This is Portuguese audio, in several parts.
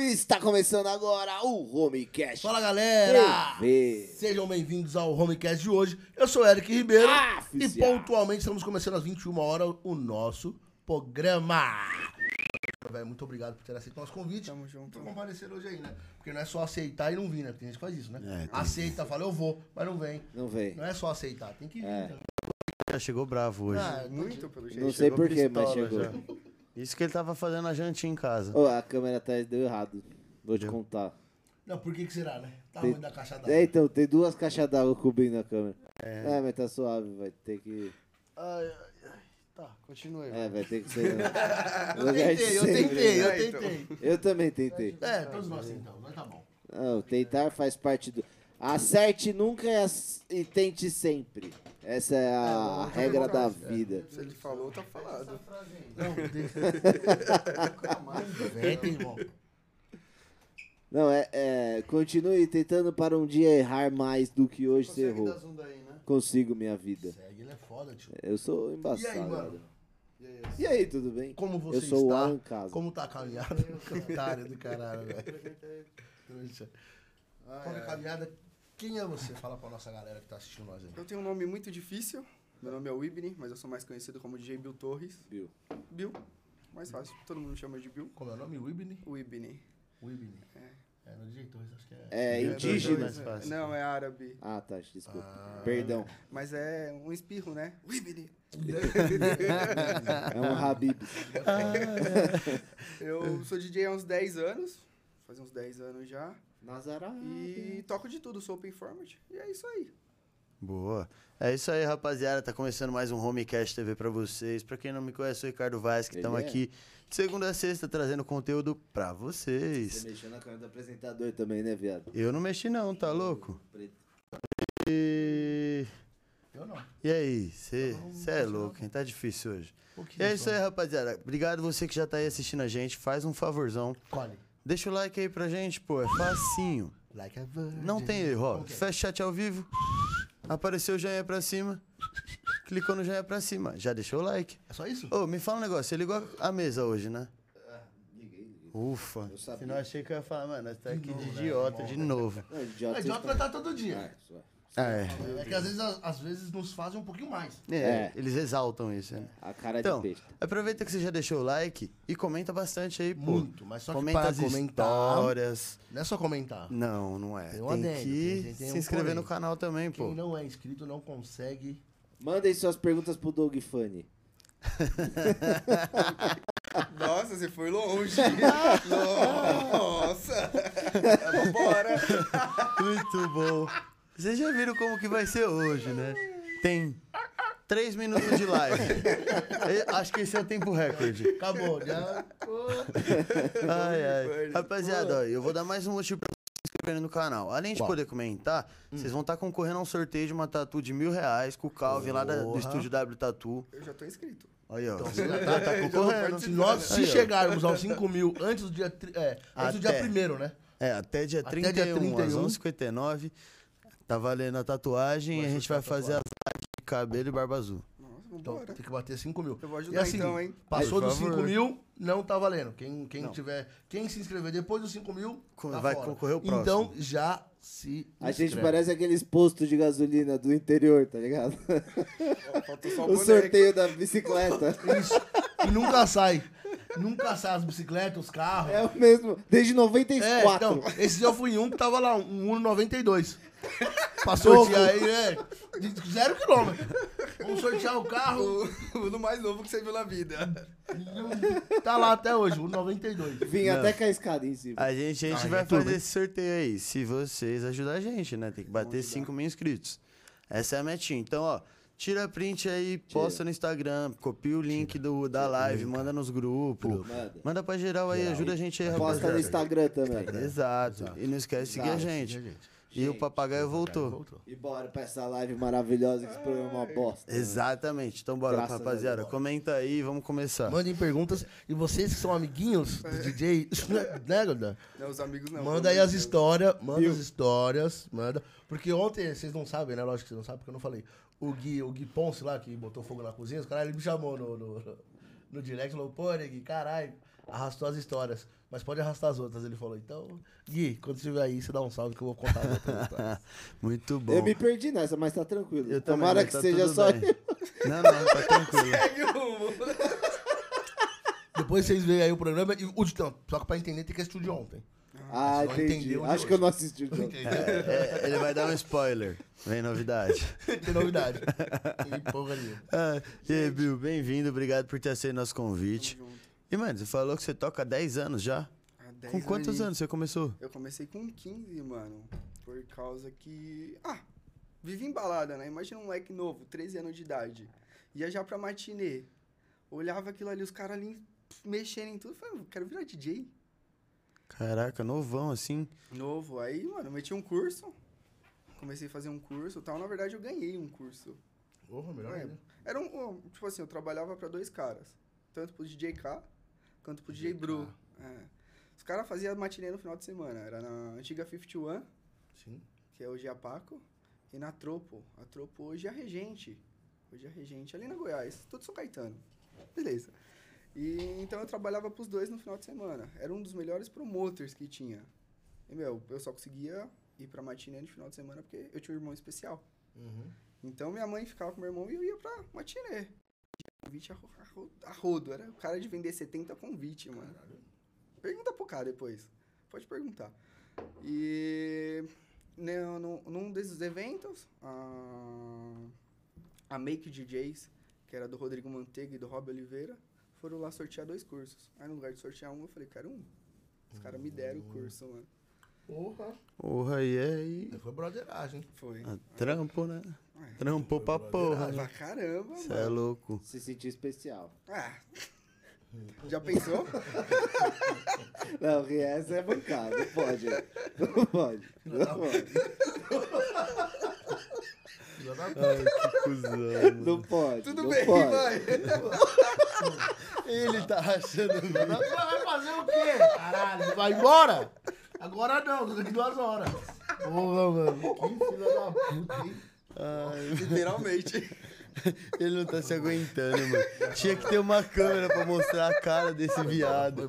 Está começando agora o Homecast. Fala galera! TV. Sejam bem-vindos ao Homecast de hoje. Eu sou Eric Ribeiro Ah, e oficial. pontualmente estamos começando às 21 horas o nosso programa. Velho, Muito obrigado por ter aceito o nosso convite. Tamo junto. Por comparecer hoje aí, né? Porque não é só aceitar e não vir, né? Tem gente que faz isso, né? É, tem- Aceita, fala eu vou, mas não vem. Não vem. Não é só aceitar, tem que vir. É. né? Já chegou bravo hoje. Ah, Muito pelo jeito. Não sei Chegou porquê, mas pistola chegou. já. Isso que ele tava fazendo a jantinha em casa. Ô, a câmera atrás deu errado. Vou te contar. Não, por que que será, né? Tá Tem- ruim da caixa d'água. É, então, tem duas caixas d'água cobrindo a câmera. É. mas tá suave, vai ter que. Ai, ai, ai. Tá, continue. É, vai ter que ser. Eu tentei, eu tentei, eu tentei. né? Eu também tentei. Então. É, todos nós tentamos, mas tá bom. Não, tentar faz parte do. Acerte nunca e, ac- e tente sempre. Essa é a regra da vida. Se ele falou, tá falado. Não, tem Inventem, irmão. Não, é, é. Continue tentando para um dia errar mais do que hoje você errou. né? Consigo minha vida. Segue, ele é foda, tio. Eu sou embaçado. E aí, mano? velho. E aí, tudo bem? Como você Eu sou o está? Alan Casa. Como tá a caminhada? Comentário do caralho, velho. Trouxa. Qual que é a caminhada? Quem é você? Fala pra nossa galera que tá assistindo nós aí. Eu tenho um nome muito difícil. Meu nome é Wibney, mas eu sou mais conhecido como DJ Bill Torres. Bill. Bill, mais fácil. Todo mundo me chama de Bill. Como é o nome? Wibney? Wibney. Wibney. É, no diretor, acho que é. É Eu tô indígena. mais fácil. Não, é árabe. Ah, tá, desculpa. Perdão. Mas é um espirro, né? Wibney. É um Habib. Eu sou DJ há uns 10 anos. Faz uns 10 anos já. Nazará. E toco de tudo, sou open format. E é isso aí. Boa. É isso aí, rapaziada. Tá começando mais um Homecast TV pra vocês. Pra quem não me conhece, eu sou Ricardo Vaz, que Ele estamos é. aqui de segunda a sexta trazendo conteúdo pra vocês. Você mexeu na câmera do apresentador também, né, viado? Eu não mexi não, tá louco? E, Eu não. e aí, você é louco, hein? Tá difícil hoje. E é isso aí, rapaziada. Obrigado você que já tá aí assistindo a gente. Faz um favorzão. Colhe. Deixa o like aí pra gente, pô. É facinho. Like a virgin. Não tem erro, ó. Ok. Fecha chat ao vivo. Apareceu o joinha pra cima. Clicou no joinha pra cima. Já deixou o like. É só isso? Ô, me fala um negócio. Você ligou a mesa hoje, né? Ufa. Eu sabia. Senão eu achei que eu ia falar, mano, nós tá aqui novo, de né? idiota, de novo. Não, É idiota. idiota vai estar todo dia. vocês estão- tá- Ah, Ah, é. É que às vezes, às vezes nos fazem um pouquinho mais. É, É. Eles exaltam isso, né? é A cara Então, de besta. aproveita que você já deixou o like e comenta bastante aí, pô. Muito, mas só que comenta pra as comentar- histórias. Não é só comentar. Não, não é. Tem Tem, um adendo, que tem- tem- tem se um inscrever no porém. canal também, pô. Quem não é inscrito não consegue. Mandem suas perguntas pro Doug Funny. Nossa, você foi longe. Nossa. Bora. Muito bom. Vocês já viram como que vai ser hoje, né? Tem três minutos de live. Eu acho que esse é o tempo recorde. Acabou, já. Ai, ai. Rapaziada, ó, eu vou dar mais um motivo pra vocês se inscreverem no canal. Além de Qual? Hum. poder comentar, vocês vão estar concorrendo a um sorteio de uma tatu de mil reais com o Calvin lá da- do Porra. Então, estúdio W Tatu. Eu já tô inscrito. Aí, ó. você É, já tá, tá concorrendo. Se nós se Aí, ó. chegarmos aos 5 mil antes do dia, tri- é, antes do dia Até. primeiro, né? É, até dia Até 31, dia 31. às 11h59. Tá valendo a tatuagem e a gente vai fazer as artes de cabelo e barba azul. Nossa, Então vambora. tem que bater 5 mil. Eu vou E ajudar assim, então, hein? passou Por dos 5 favor. mil, não tá valendo. Quem, quem tiver, quem se inscrever depois dos 5 mil, Co- tá vai fora. concorrer o Então próximo. já se A gente inscreve. parece aqueles postos de gasolina do interior, tá ligado? Faltou só o, O boneco. sorteio da bicicleta. Isso. E nunca sai. Nunca sai as bicicletas, os carros. É o mesmo. Desde 94. então, esse dia eu fui em um que tava lá, um 1,92. Pra sortear aí, é, de zero quilômetro. Vamos sortear o carro, O o do mais novo que você viu na vida. tá lá até hoje, 1,92. Vim até com a escada em cima. A gente, a gente Ah, vai é YouTube. fazer esse sorteio aí, se vocês ajudarem a gente, né? Tem que bater 5 mil inscritos. Essa é a metinha. Então, ó, tira print aí, posta no Instagram, copia o link do, da live, manda nos grupos. Manda. Manda. pra geral aí, ajuda a gente aí, Posta no rapaziada. Instagram também. né? Exato. E não esquece de seguir a gente. E o papagaio voltou. Voltou. E bora pra essa live maravilhosa que esse programa é uma bosta. Exatamente. Então, bora, Graças a Deus, rapaziada. bora. Comenta aí, vamos começar. Mandem perguntas. E vocês que são amiguinhos do DJ, né, Gordão? Não, os amigos não. Manda aí as histórias, manda as histórias, manda. Porque ontem, vocês não sabem, né? Lógico que vocês não sabem, porque eu não falei. O Gui, o Gui Ponce lá, que botou fogo na cozinha, os caras, ele me chamou no, no, no direct, falou, pô, né, Gui, caralho, arrastou as histórias, mas pode arrastar as outras. Ele falou, então, Gui, quando estiver aí, você dá um salve que eu vou contar as outras histórias. Muito é bom. Eu me perdi nessa, mas tá tranquilo. Eu também, Tomara mas que tá seja tudo só bem. Não, não, tá tranquilo. Depois vocês veem aí o programa. E, o, então, só que pra entender, tem que assistir o de ontem. Ah, Só entendi. entendeu de Acho hoje. que eu não assisti o jogo. Entendeu? É, ele vai dar um spoiler. Vem novidade. Tem novidade. Tem porra nenhuma. Ah, e aí, Bill, bem-vindo. Obrigado por ter aceito nosso convite. Tamo junto. E, mano, você falou que você toca há 10 anos já? Há 10 Com quantos e- anos você começou? Eu comecei com 15, mano. Por causa que. Ah, vive embalada, né? Imagina um moleque novo, 13 anos de idade. Ia já pra matinê. Olhava aquilo ali, os caras ali mexendo em tudo. Falei, eu quero virar DJ. Caraca, novão assim. Novo. Aí, mano, eu meti um curso. Comecei a fazer um curso e tal. Na verdade, eu ganhei um curso. Porra, melhor É. ainda. Era um. um- Tipo assim, eu trabalhava pra dois caras. Tanto pro DJ K, quanto pro DJ, DJ Bru. É. Os caras faziam matinê no final de semana. Era na antiga 51. Sim. que é hoje a Paco, e na Tropo. A Tropo hoje é a Regente. Hoje é a Regente, ali na Goiás. Tudo São Caetano. Beleza. E então eu trabalhava pros dois no final de semana. Era um dos melhores promoters que tinha. E, meu, eu só conseguia ir pra matiné no final de semana porque eu tinha um irmão especial. Uhum. Então minha mãe ficava com meu irmão e eu ia pra matiné. Convite a ro- a ro- a rodo. Era o cara de vender 70 convite, mano. Pergunta pro cara depois. Pode perguntar. E né, num, num desses eventos, a, a Make DJs, que era do Rodrigo Manteiga e do Rob Oliveira, foram lá sortear dois cursos. Aí no lugar de sortear um, eu falei, quero um. Os caras me deram o curso, mano. Porra. Porra, e aí? Foi brotheragem. Foi. Ah, Trampo, né? Trampou pra porra. né? Pra caramba, Você é mano. louco. Se sentir especial. Ah. Já pensou? Não, porque essa é bancada. Não pode. Não pode. Não pode. Já dá Ai, que cuzão. Não pode. Tudo não bem, pode. vai. Ele tá rachando o Vai fazer o quê? Caralho, vai embora? Agora não, daqui duas horas. Porra, mano. Que filha da puta, hein? Literalmente. Ele não tá se aguentando, mano. Tinha que ter uma câmera pra mostrar a cara desse viado.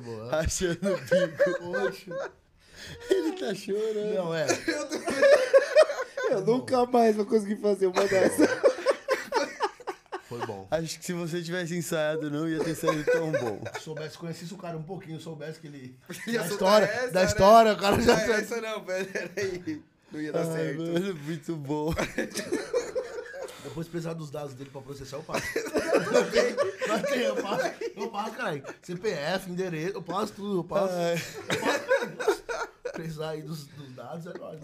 Foi boa. Achando o bico. Poxa. Ele tá chorando. Não, é. Eu nunca mais vou conseguir fazer uma dessa. Foi bom. Acho que se você tivesse ensaiado, não ia ter saído tão bom. Se soubesse, conhecesse o cara um pouquinho, soubesse que ele. Ia Da soltar história, essa, da né? história, o cara já. Não é essa não, peraí. Não ia dar Ai, certo. mano, muito bom. Depois precisar dos dados dele pra processar, eu passo. Mas tem, eu passo, eu passo, caralho. CPF, endereço, eu passo tudo, eu passo. Ai. Eu passo tudo. Precisar aí dos, dos dados, é nóis.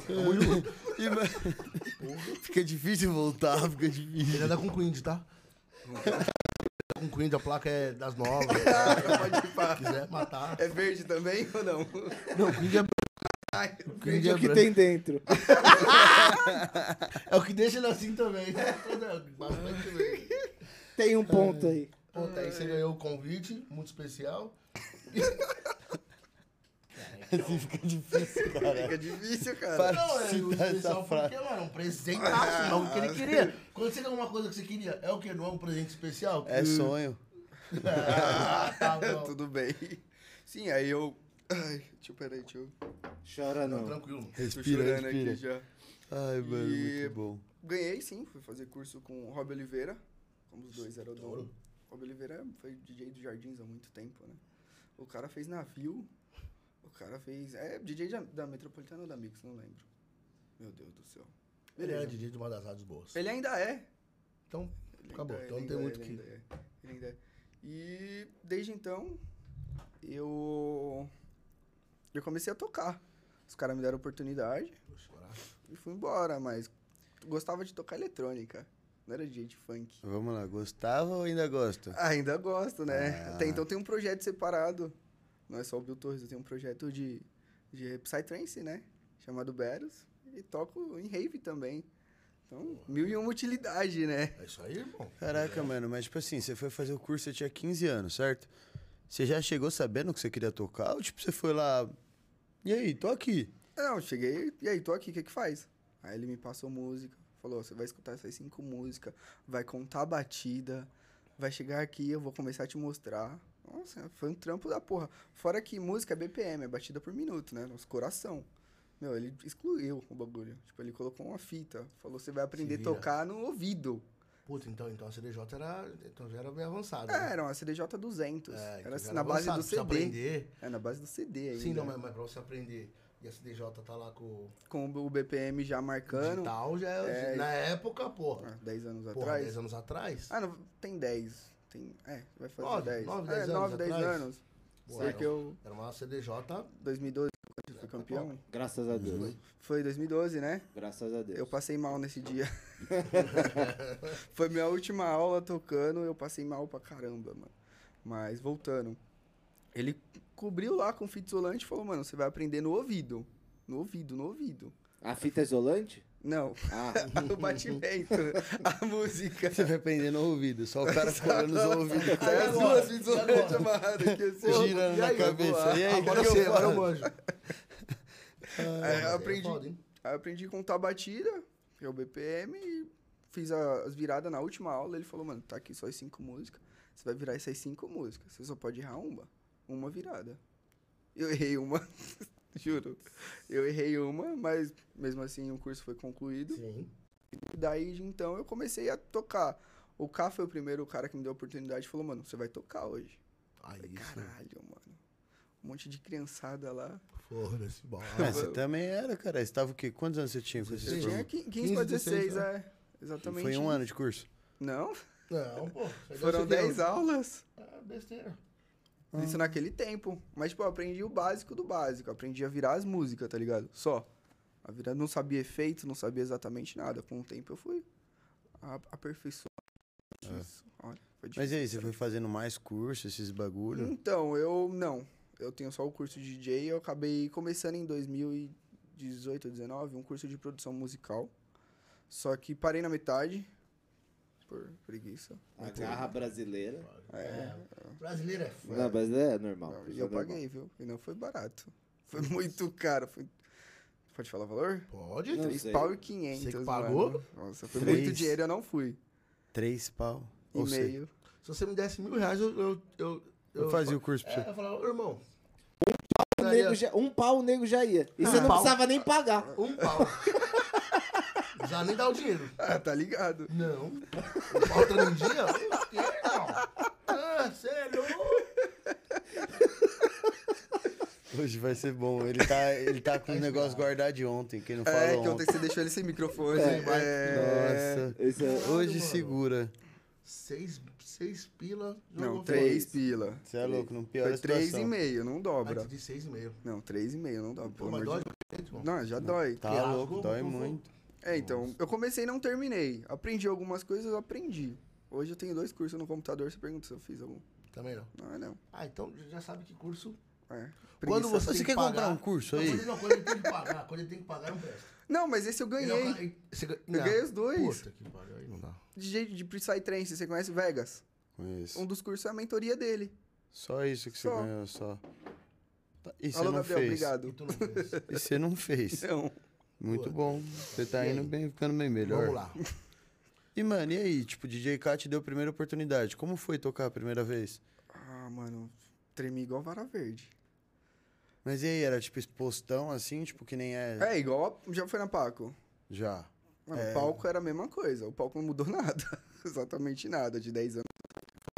E, mano, fica difícil voltar, fica difícil. Ele anda com Quindy, tá? Com Quindy, a placa é das nove. Ah, pode ir pra- Se quiser matar. É verde também ou não? Não, Quindy é, Ai, Quindy E é, o que branco. tem dentro? é o que deixa ele assim também. É. Bastante bem. Tem um ponto aí. Pô, tá aí você ganhou o convite, muito especial. Assim fica difícil, cara. fica difícil, cara. Para. Não, é Sim, o tá especial essa frase. porque, mano, é um presentaço, é algo que Ah, ele queria. Quando você ganha uma coisa que você queria, é o que? Não é um presente especial? É sonho. Ah, tá bom. É Tudo bem. Sim, aí eu. Ai, deixa eu peraí, deixa eu. Chora não. Tranquilo. Tô Respira, chorando aqui respira. já. Ai, mano, E- muito bom. Ganhei sim, fui fazer curso com o Rob Oliveira. Como os dois eram o dono. Rob Oliveira foi DJ do Jardins há muito tempo, né? O cara fez navio. O cara fez. É DJ da, da Metropolitana ou da Mix, não lembro. Meu Deus do céu. Ele é Beleza. DJ de uma das rádios boas. Ele ainda é. Então, Ele Acabou, ainda então é, não ele tem ainda muito o é, ele ainda é, ele ainda é. E desde então, eu. Eu comecei a tocar. Os caras me deram oportunidade vou chorar. e fui embora, mas gostava de tocar eletrônica. Não era DJ de funk. Vamos lá, gostava ou ainda gosta? Ainda gosto, né? Ah. Até então tem um projeto separado. Não é só o Bill Torres, eu tenho um projeto de, de Psytrance, né? Chamado Beros. E toco em rave também. Então, mil e uma utilidade, né? É isso aí, irmão. Caraca, mano, mas tipo assim, você foi fazer o curso, você tinha 15 anos, certo? Você já chegou sabendo que você queria tocar? Ou tipo, você foi lá. E aí, tô aqui. Não, É, eu cheguei, e aí, tô aqui, o que que faz? Aí ele me passou música, falou, "Ó, você vai escutar essas cinco músicas, vai contar a batida, vai chegar aqui, eu vou começar a te mostrar. Nossa, foi um trampo da porra. Fora que música é BPM, é batida por minuto, né? Nosso coração. Meu, ele excluiu o bagulho. Tipo, ele colocou uma fita. Falou, você vai aprender a vira." tocar no ouvido. Puta, então, então a CDJ era, então já era bem avançada. É, né? era uma CDJ 200. É, então era já assim, na base avançado, do pra você CD. aprender. É, na base do CD ainda. Sim, não, mas, mas pra você aprender e a CDJ tá lá com o Com o BPM já marcando. digital, já é, É. na época, porra. Ah, 10 anos Porra, atrás. 10 anos atrás. Ah, não, tem 10. Tem, é, vai fazer Nove, 10. nove, é, dez anos 9, 10 atrás. é um- anos. Pô, Porque era, eu, era uma CDJ. 2012, quando eu É, um- fui campeão. Graças a Deus. Foi 2012, né? Graças a Deus. Eu passei mal nesse dia. Foi minha última aula tocando, eu passei mal pra caramba, mano. Mas voltando. Ele cobriu lá com fita isolante e falou, mano, você vai aprender no ouvido. No ouvido, no ouvido. A fita é isolante? Não, Ah, o batimento, a música. Você vai prender no ouvido, só o cara ficando nos ouvidos. Aí as agora? duas fitas E agora? isolantes amarradas aqui assim. Girando e na aí, eu vou cabeça. E aí, agora que que eu, eu agora eu faço? manjo. É, Ah, mas aí aprendi. foda, hein? Aí eu aprendi a contar a batida, que é o BPM, e fiz a- as viradas na última aula. Ele falou, mano, tá aqui só as cinco músicas. Você vai virar essas cinco músicas. Você só pode errar uma. Uma virada. Eu errei uma, juro. Eu errei uma, mas mesmo assim o curso foi concluído. Sim. E daí de então eu comecei a tocar. O K foi o primeiro cara que me deu a oportunidade e falou, mano, você vai tocar hoje. Aí Eu falei, isso. Caralho, mano. Um monte de criançada lá. Foda-se, bora. Mas É, você também era, cara. Você tava o quê? Quantos anos você tinha quando você Eu Sim. formou? tinha 15, 15 pra 16, é. Exatamente. Foi um ano de curso? Não, Não, pô. isso aí Foram deve ser 10 aulas. É besteira. Isso naquele tempo. Mas, tipo, eu aprendi o básico do básico. Aprendi a virar as músicas, tá ligado? Só. A virar, não sabia efeito, não sabia exatamente nada. Com o tempo eu fui a- aperfeiçoando. Isso. Olha, foi Mas difícil. e aí, você foi fazendo mais curso, esses bagulho? Então, eu não. Eu tenho só o curso de DJ. Eu acabei começando em 2018 ou 19 um curso de produção musical. Só que parei na metade. Por preguiça. a garra brasileira. É. Brasileiro é foda. Não, mas é normal. Não, isso e é eu normal. paguei, viu? E não foi barato. Foi muito caro. Foi... Pode falar o valor? Pode? Não, Não, sei. 3 pau e 500. Você que pagou? mano. Nossa, foi Três. muito dinheiro, eu não fui. Três pau. E Ou seja, meio. Se você me desse mil reais, eu. Eu, eu, Eu fazia o curso pra É, você. eu falava, "Ô, irmão, O nego já- um pau o nego já ia. E Ah, você não pau. precisava nem pagar. um pau. Já nem dá o dinheiro. Ah, tá ligado. Não. Um pau todo dia? O quê, irmão? Ah, você é louco? Hoje vai ser bom. Ele tá, ele tá com um negócio guardado de ontem, que não falou é, que ontem. ontem você deixou ele sem microfone. É, É, vai. Nossa. Esse é- Hoje mano. segura. Seis, seis pila. jogou Não, fora. 3 pila. Você é louco, não piora a Foi situação. 3,5, não dobra. Antes de seis e meio. Não, 3,5, não dobra. Pô, Pelo mas dói amor de muito, irmão. Deus. Não, já dói. Tá Que louco, água, dói por favor. muito. É, então, eu comecei e não terminei. Aprendi algumas coisas, eu aprendi. Hoje eu tenho dois cursos no computador, você pergunta se eu fiz algum. Também não. Não, é não. Ah, então já sabe que curso. É. Quando preguiça. você, tem Você quer que pagar... comprar um curso Não, aí? quando- Não, quando ele tem que pagar, quando ele tem que pagar, não presta. Não, mas esse eu Ele ganhei. é o cara- ele- você ganha- Eu ganhei os dois. Puta que pariu, aí não dá. DJ de Psytrance, você conhece Vegas? Um Conheço. dos cursos é a mentoria dele. Só isso que você Só. ganhou, só. Tá, E você Alô, não Gabriel, fez. E obrigado. tu não fez. E você não fez. Então, Muito Puta. bom. Você tá E indo aí? bem, ficando bem melhor. Vamos lá. E, mano, e aí? Tipo, DJ K te deu a primeira oportunidade. Como foi tocar a primeira vez? ah, mano, tremi igual vara verde. Mas e aí, era tipo expostão assim, tipo que nem é. É, igual a- já foi na Paco. Já. Mano, É. o palco era a mesma coisa. O palco não mudou nada. Exatamente nada de 10 anos.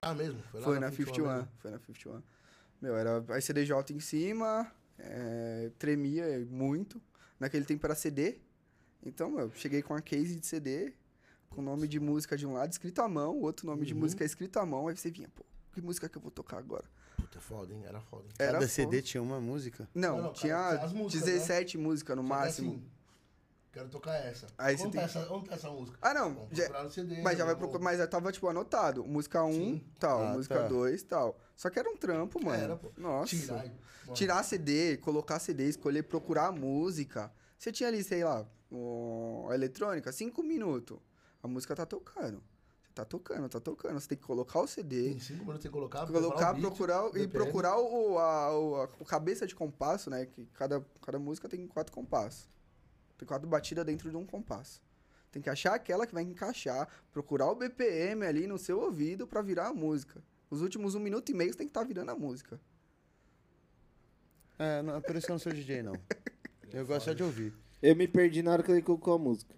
Ah, mesmo? Foi, Foi, lá na 51. mesmo? Foi na 51. Meu, era a CDJ em cima, é, tremia muito. Naquele tempo era CD. Então, meu, cheguei com a case de CD, com o nome de música de um lado escrito à mão, o outro nome de Uhum. música escrito à mão. Aí você vinha, pô, que música que eu vou tocar agora? Puta, é foda, hein? Era foda. Hein? Era Cada foda. CD tinha uma música. Não, Não, não, tinha cara, as músicas, 17 músicas no Só que máximo. assim, quero tocar essa. Aí onde, você tá tem- essa onde tá essa música? Ah, não, Vamos já- procurar no né? CD. mas já vai vamos- procurar. Mas já tava, tipo, anotado. Música 1, Sim. tal. Ah, tá. música 2, tal. Só que era um trampo, mano. Era, pô. Nossa. Tirar. Tirar, mano, CD, colocar CD, escolher, procurar a música. Você tinha ali, sei lá, o- a eletrônica, 5 minutos. A música tá tocando. Você tá tocando, tá tocando. Você tem que colocar o CD. Em cinco minutos tem que colocar. Colocar, o beat, procurar e BPM. procurar o, a- o, a- o cabeça de compasso, né? Que cada, cada música tem quatro compassos. Tem quatro batidas dentro de um compasso. Tem que achar aquela que vai encaixar, procurar o BPM ali no seu ouvido pra virar a música. Os últimos um minuto e meio você tem que estar virando a música. É, não, é por isso que eu não sou DJ, não. Eu gosto só de ouvir. Eu me perdi na hora que ele colocou a música.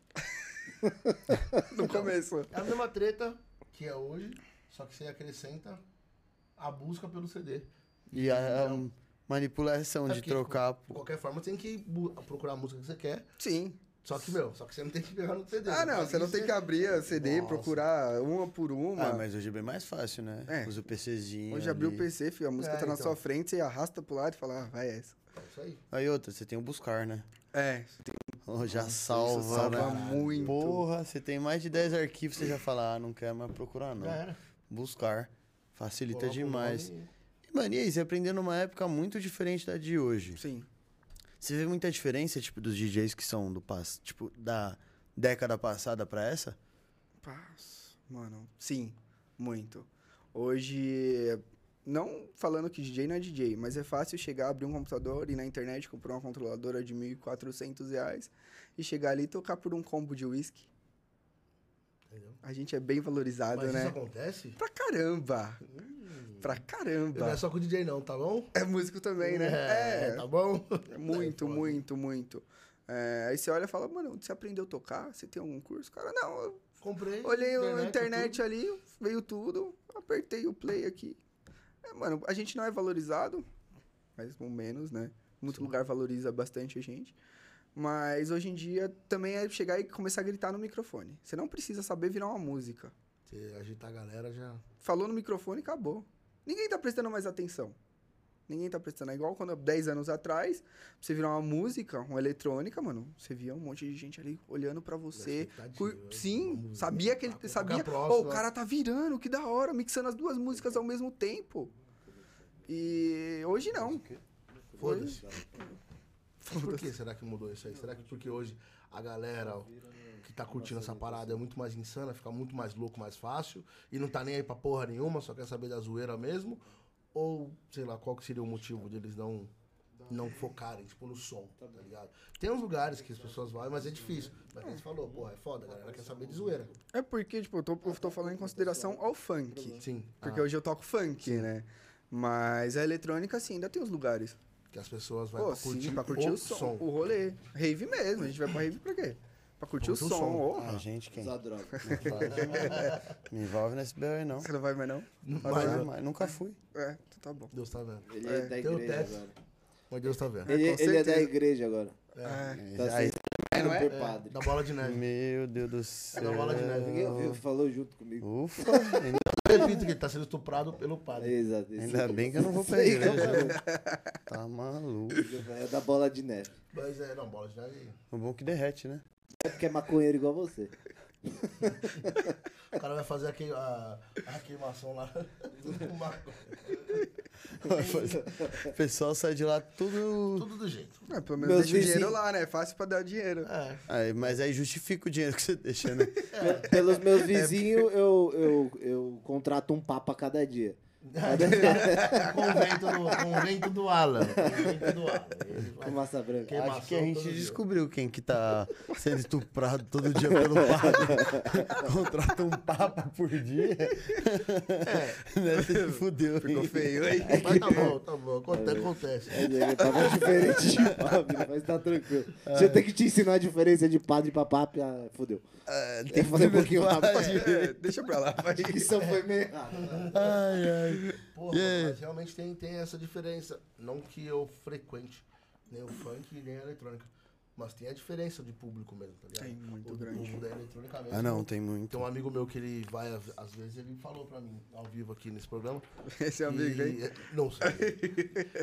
No começo. É a mesma treta que é hoje, só que você acrescenta a busca pelo CD. E a, a manipulação É de porque, trocar. De qualquer forma, você tem que bu- procurar a música que você quer. Sim. Só que, meu, só que você não tem que pegar no CD. Ah, não, Mas você não isso tem é- que abrir a CD, Nossa. procurar uma por uma. Ah, mas hoje é bem mais fácil, né? É. Usa o PCzinho. Hoje abriu o ali. PC, filho, a música É, tá na então. sua frente, você arrasta pro lado e fala, ah, vai essa. É Isso aí. Aí outra, você tem o buscar, né? É, Oh, já salva, isso salva né? muito. Porra, você tem mais de 10 arquivos, você já fala, ah, não quero mais procurar, não. Já era. Buscar. tá Facilita Coloca o demais. nome E, mano, e aí, você aprendeu numa época muito diferente da de hoje. sim. Você vê muita diferença, tipo, dos DJs que são do pass... tipo, da década passada pra essa? Paz, mano, sim, muito. Hoje, não falando que DJ não é DJ, mas é fácil chegar, abrir um computador e na internet comprar uma controladora de 1.400 reais e chegar ali e tocar por um combo de whisky. Entendeu? A gente é bem valorizado, Mas né? isso acontece? Pra caramba! Pra Não é caramba! só com o DJ, não, tá bom? É músico também, né? É, tá bom? muito, Daí, pô, muito, muito. É, aí você olha e fala, mano, você aprendeu a tocar? Você tem algum curso? Cara, não, eu Comprei. Olhei a tudo. internet ali, veio tudo, apertei o play aqui. É, mano, a gente não é valorizado, mas ou menos, né? Muito lugar valoriza bastante a gente. Mas hoje em dia também é chegar e começar a gritar no microfone. Você não precisa saber virar uma música. Você agitar a galera já. Falou no microfone, acabou. Ninguém tá prestando mais atenção. Ninguém tá prestando. É igual quando, 10 anos atrás, pra você virar uma música, uma eletrônica, mano, você via um monte de gente ali olhando pra você, tá Cur- Expectativa, uma Sim, música, sabia que ele tá, sabia. tocar Pô, próxima. o cara tá virando, que da hora, mixando as duas músicas ao mesmo tempo. E hoje não. Foda-se. Por que será que mudou isso aí? Será que porque hoje a galera que tá curtindo essa parada é muito mais insana, fica muito mais louco, mais fácil, e não tá nem aí pra porra nenhuma, só quer saber da zoeira mesmo? Ou, sei lá, qual que seria o motivo deles não, não focarem, tipo, no som, tá ligado? Tem uns lugares que as pessoas vão, mas é difícil. Mas quem falou, porra, é foda, a galera quer saber de zoeira. É porque, tipo, eu tô, eu tô falando em consideração ao funk. Sim. Ah. Porque hoje eu toco funk, né? Mas a eletrônica, sim, ainda tem os lugares. Que as pessoas vão Pô, pra sim, curtir, pra curtir o som, som. o rolê. Rave mesmo, a gente vai pra rave pra quê? Pra curtir o som. ó. A gente quem? Usar droga. Me envolve nesse BO aí, não. Você não vai mais, não? Mas, Mas, mas nunca fui. É, então tá bom. Deus tá vendo. Ele é, É, da tem o igreja teto. agora. Mas Deus tá vendo. Ele, com ele é certeza. da igreja agora. É. Tá Aí, sendo não é? por padre. Da bola de neve. meu Deus do céu. da bola de neve. Ninguém ouviu, falou junto comigo. Ufa, Repito que ele tá sendo estuprado pelo padre. Exato. esse- ainda bem que eu não vou pra Sei, igreja. Tá maluco. É da bola de neve. Mas é, não, bola de neve. O bom que derrete, né? É porque é maconheiro igual você. O cara vai fazer a, queima- a, a queimação lá. Tudo, com maconha. O pessoal sai de lá tudo. Tudo do jeito. É, pelo menos Meus deixa o dinheiro vizinhos- lá, né? É fácil pra dar dinheiro. É. Aí, mas aí justifica o dinheiro que você deixa, né? Pe- Pelos meus vizinhos, eu, eu, eu contrato um papa a cada dia. É, Convento do, convento do Alan. Convento do Alan. Ele vai- Com massa branca. Queimação Acho que a gente todo dia. descobriu quem que tá sendo estuprado todo dia pelo padre. Contrata um papa por dia. Deve ter se fudeu, Ficou hein? feio, hein? Mas tá bom, tá bom. Acontece. acontece. Mas é, Tava diferente de padre, mas tá tranquilo. É. Se eu tenho que te ensinar a diferença de padre pra papa, ah, fodeu. Ah, Tem que fazer um pouquinho rápido. É, deixa pra lá, vai. A dicção foi meio né? errada. Ai, ai. Porra, Yeah. mas realmente tem, tem essa diferença. Não que eu frequente nem o funk nem a eletrônica. Mas tem a diferença de público mesmo, tá ligado? Tem muito o, grande. O da eletrônica mesmo. Ah, não, tem muito. Tem um amigo meu que ele vai, às- às vezes, ele falou pra mim, ao vivo aqui nesse programa, Esse é um amigo, hein? e- Não sei.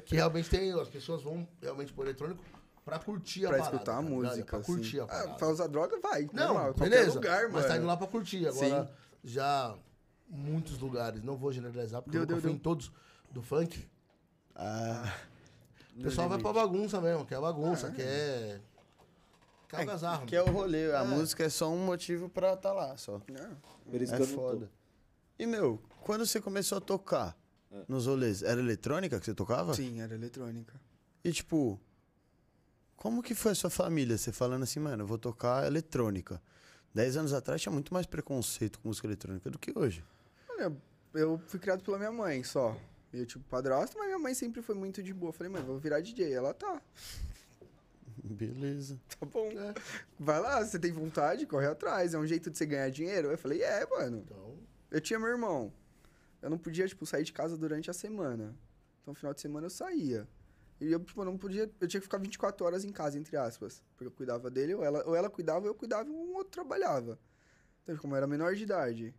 que realmente tem. As pessoas vão realmente pro eletrônico pra curtir a Pra parada. escutar a tá ligado? música. Pra assim. curtir a parada. Ah, pra usar droga, vai. Não, normal, qualquer beleza. lugar, mas mano. tá indo lá pra curtir. Agora, já muitos lugares, não vou generalizar, porque Deu, eu nunca deu, fui deu. em todos do funk. Ah, O pessoal vai pra bagunça mesmo, quer Ah, é. bagunça, quer. Quer algazarra. que é o rolê. A música é só um motivo pra tá lá, só. Não. Por isso É que eu não foda. E, meu, quando você começou a tocar É. nos rolês, era eletrônica que você tocava? Sim, era eletrônica. E, tipo, como que foi a sua família? Você falando assim, mano, eu vou tocar eletrônica. Dez anos atrás tinha muito mais preconceito com música eletrônica do que hoje. Olha, eu fui criado pela minha mãe só. Eu, tipo, padrasto, mas minha mãe sempre foi muito de boa. Falei, mãe, vou virar DJ. Ela tá. Beleza. Tá bom. É, Vai lá, você tem vontade, corre atrás. É um jeito de você ganhar dinheiro. Eu falei, é, mano. Então, Eu tinha meu irmão. Eu não podia, tipo, sair de casa durante a semana. Então, final de semana eu saía. E eu, tipo, não podia. Eu tinha que ficar 24 horas em casa, entre aspas. Porque eu cuidava dele, ou ela, ou ela cuidava, ou eu cuidava, ou um outro trabalhava. Então, como eu era menor de idade,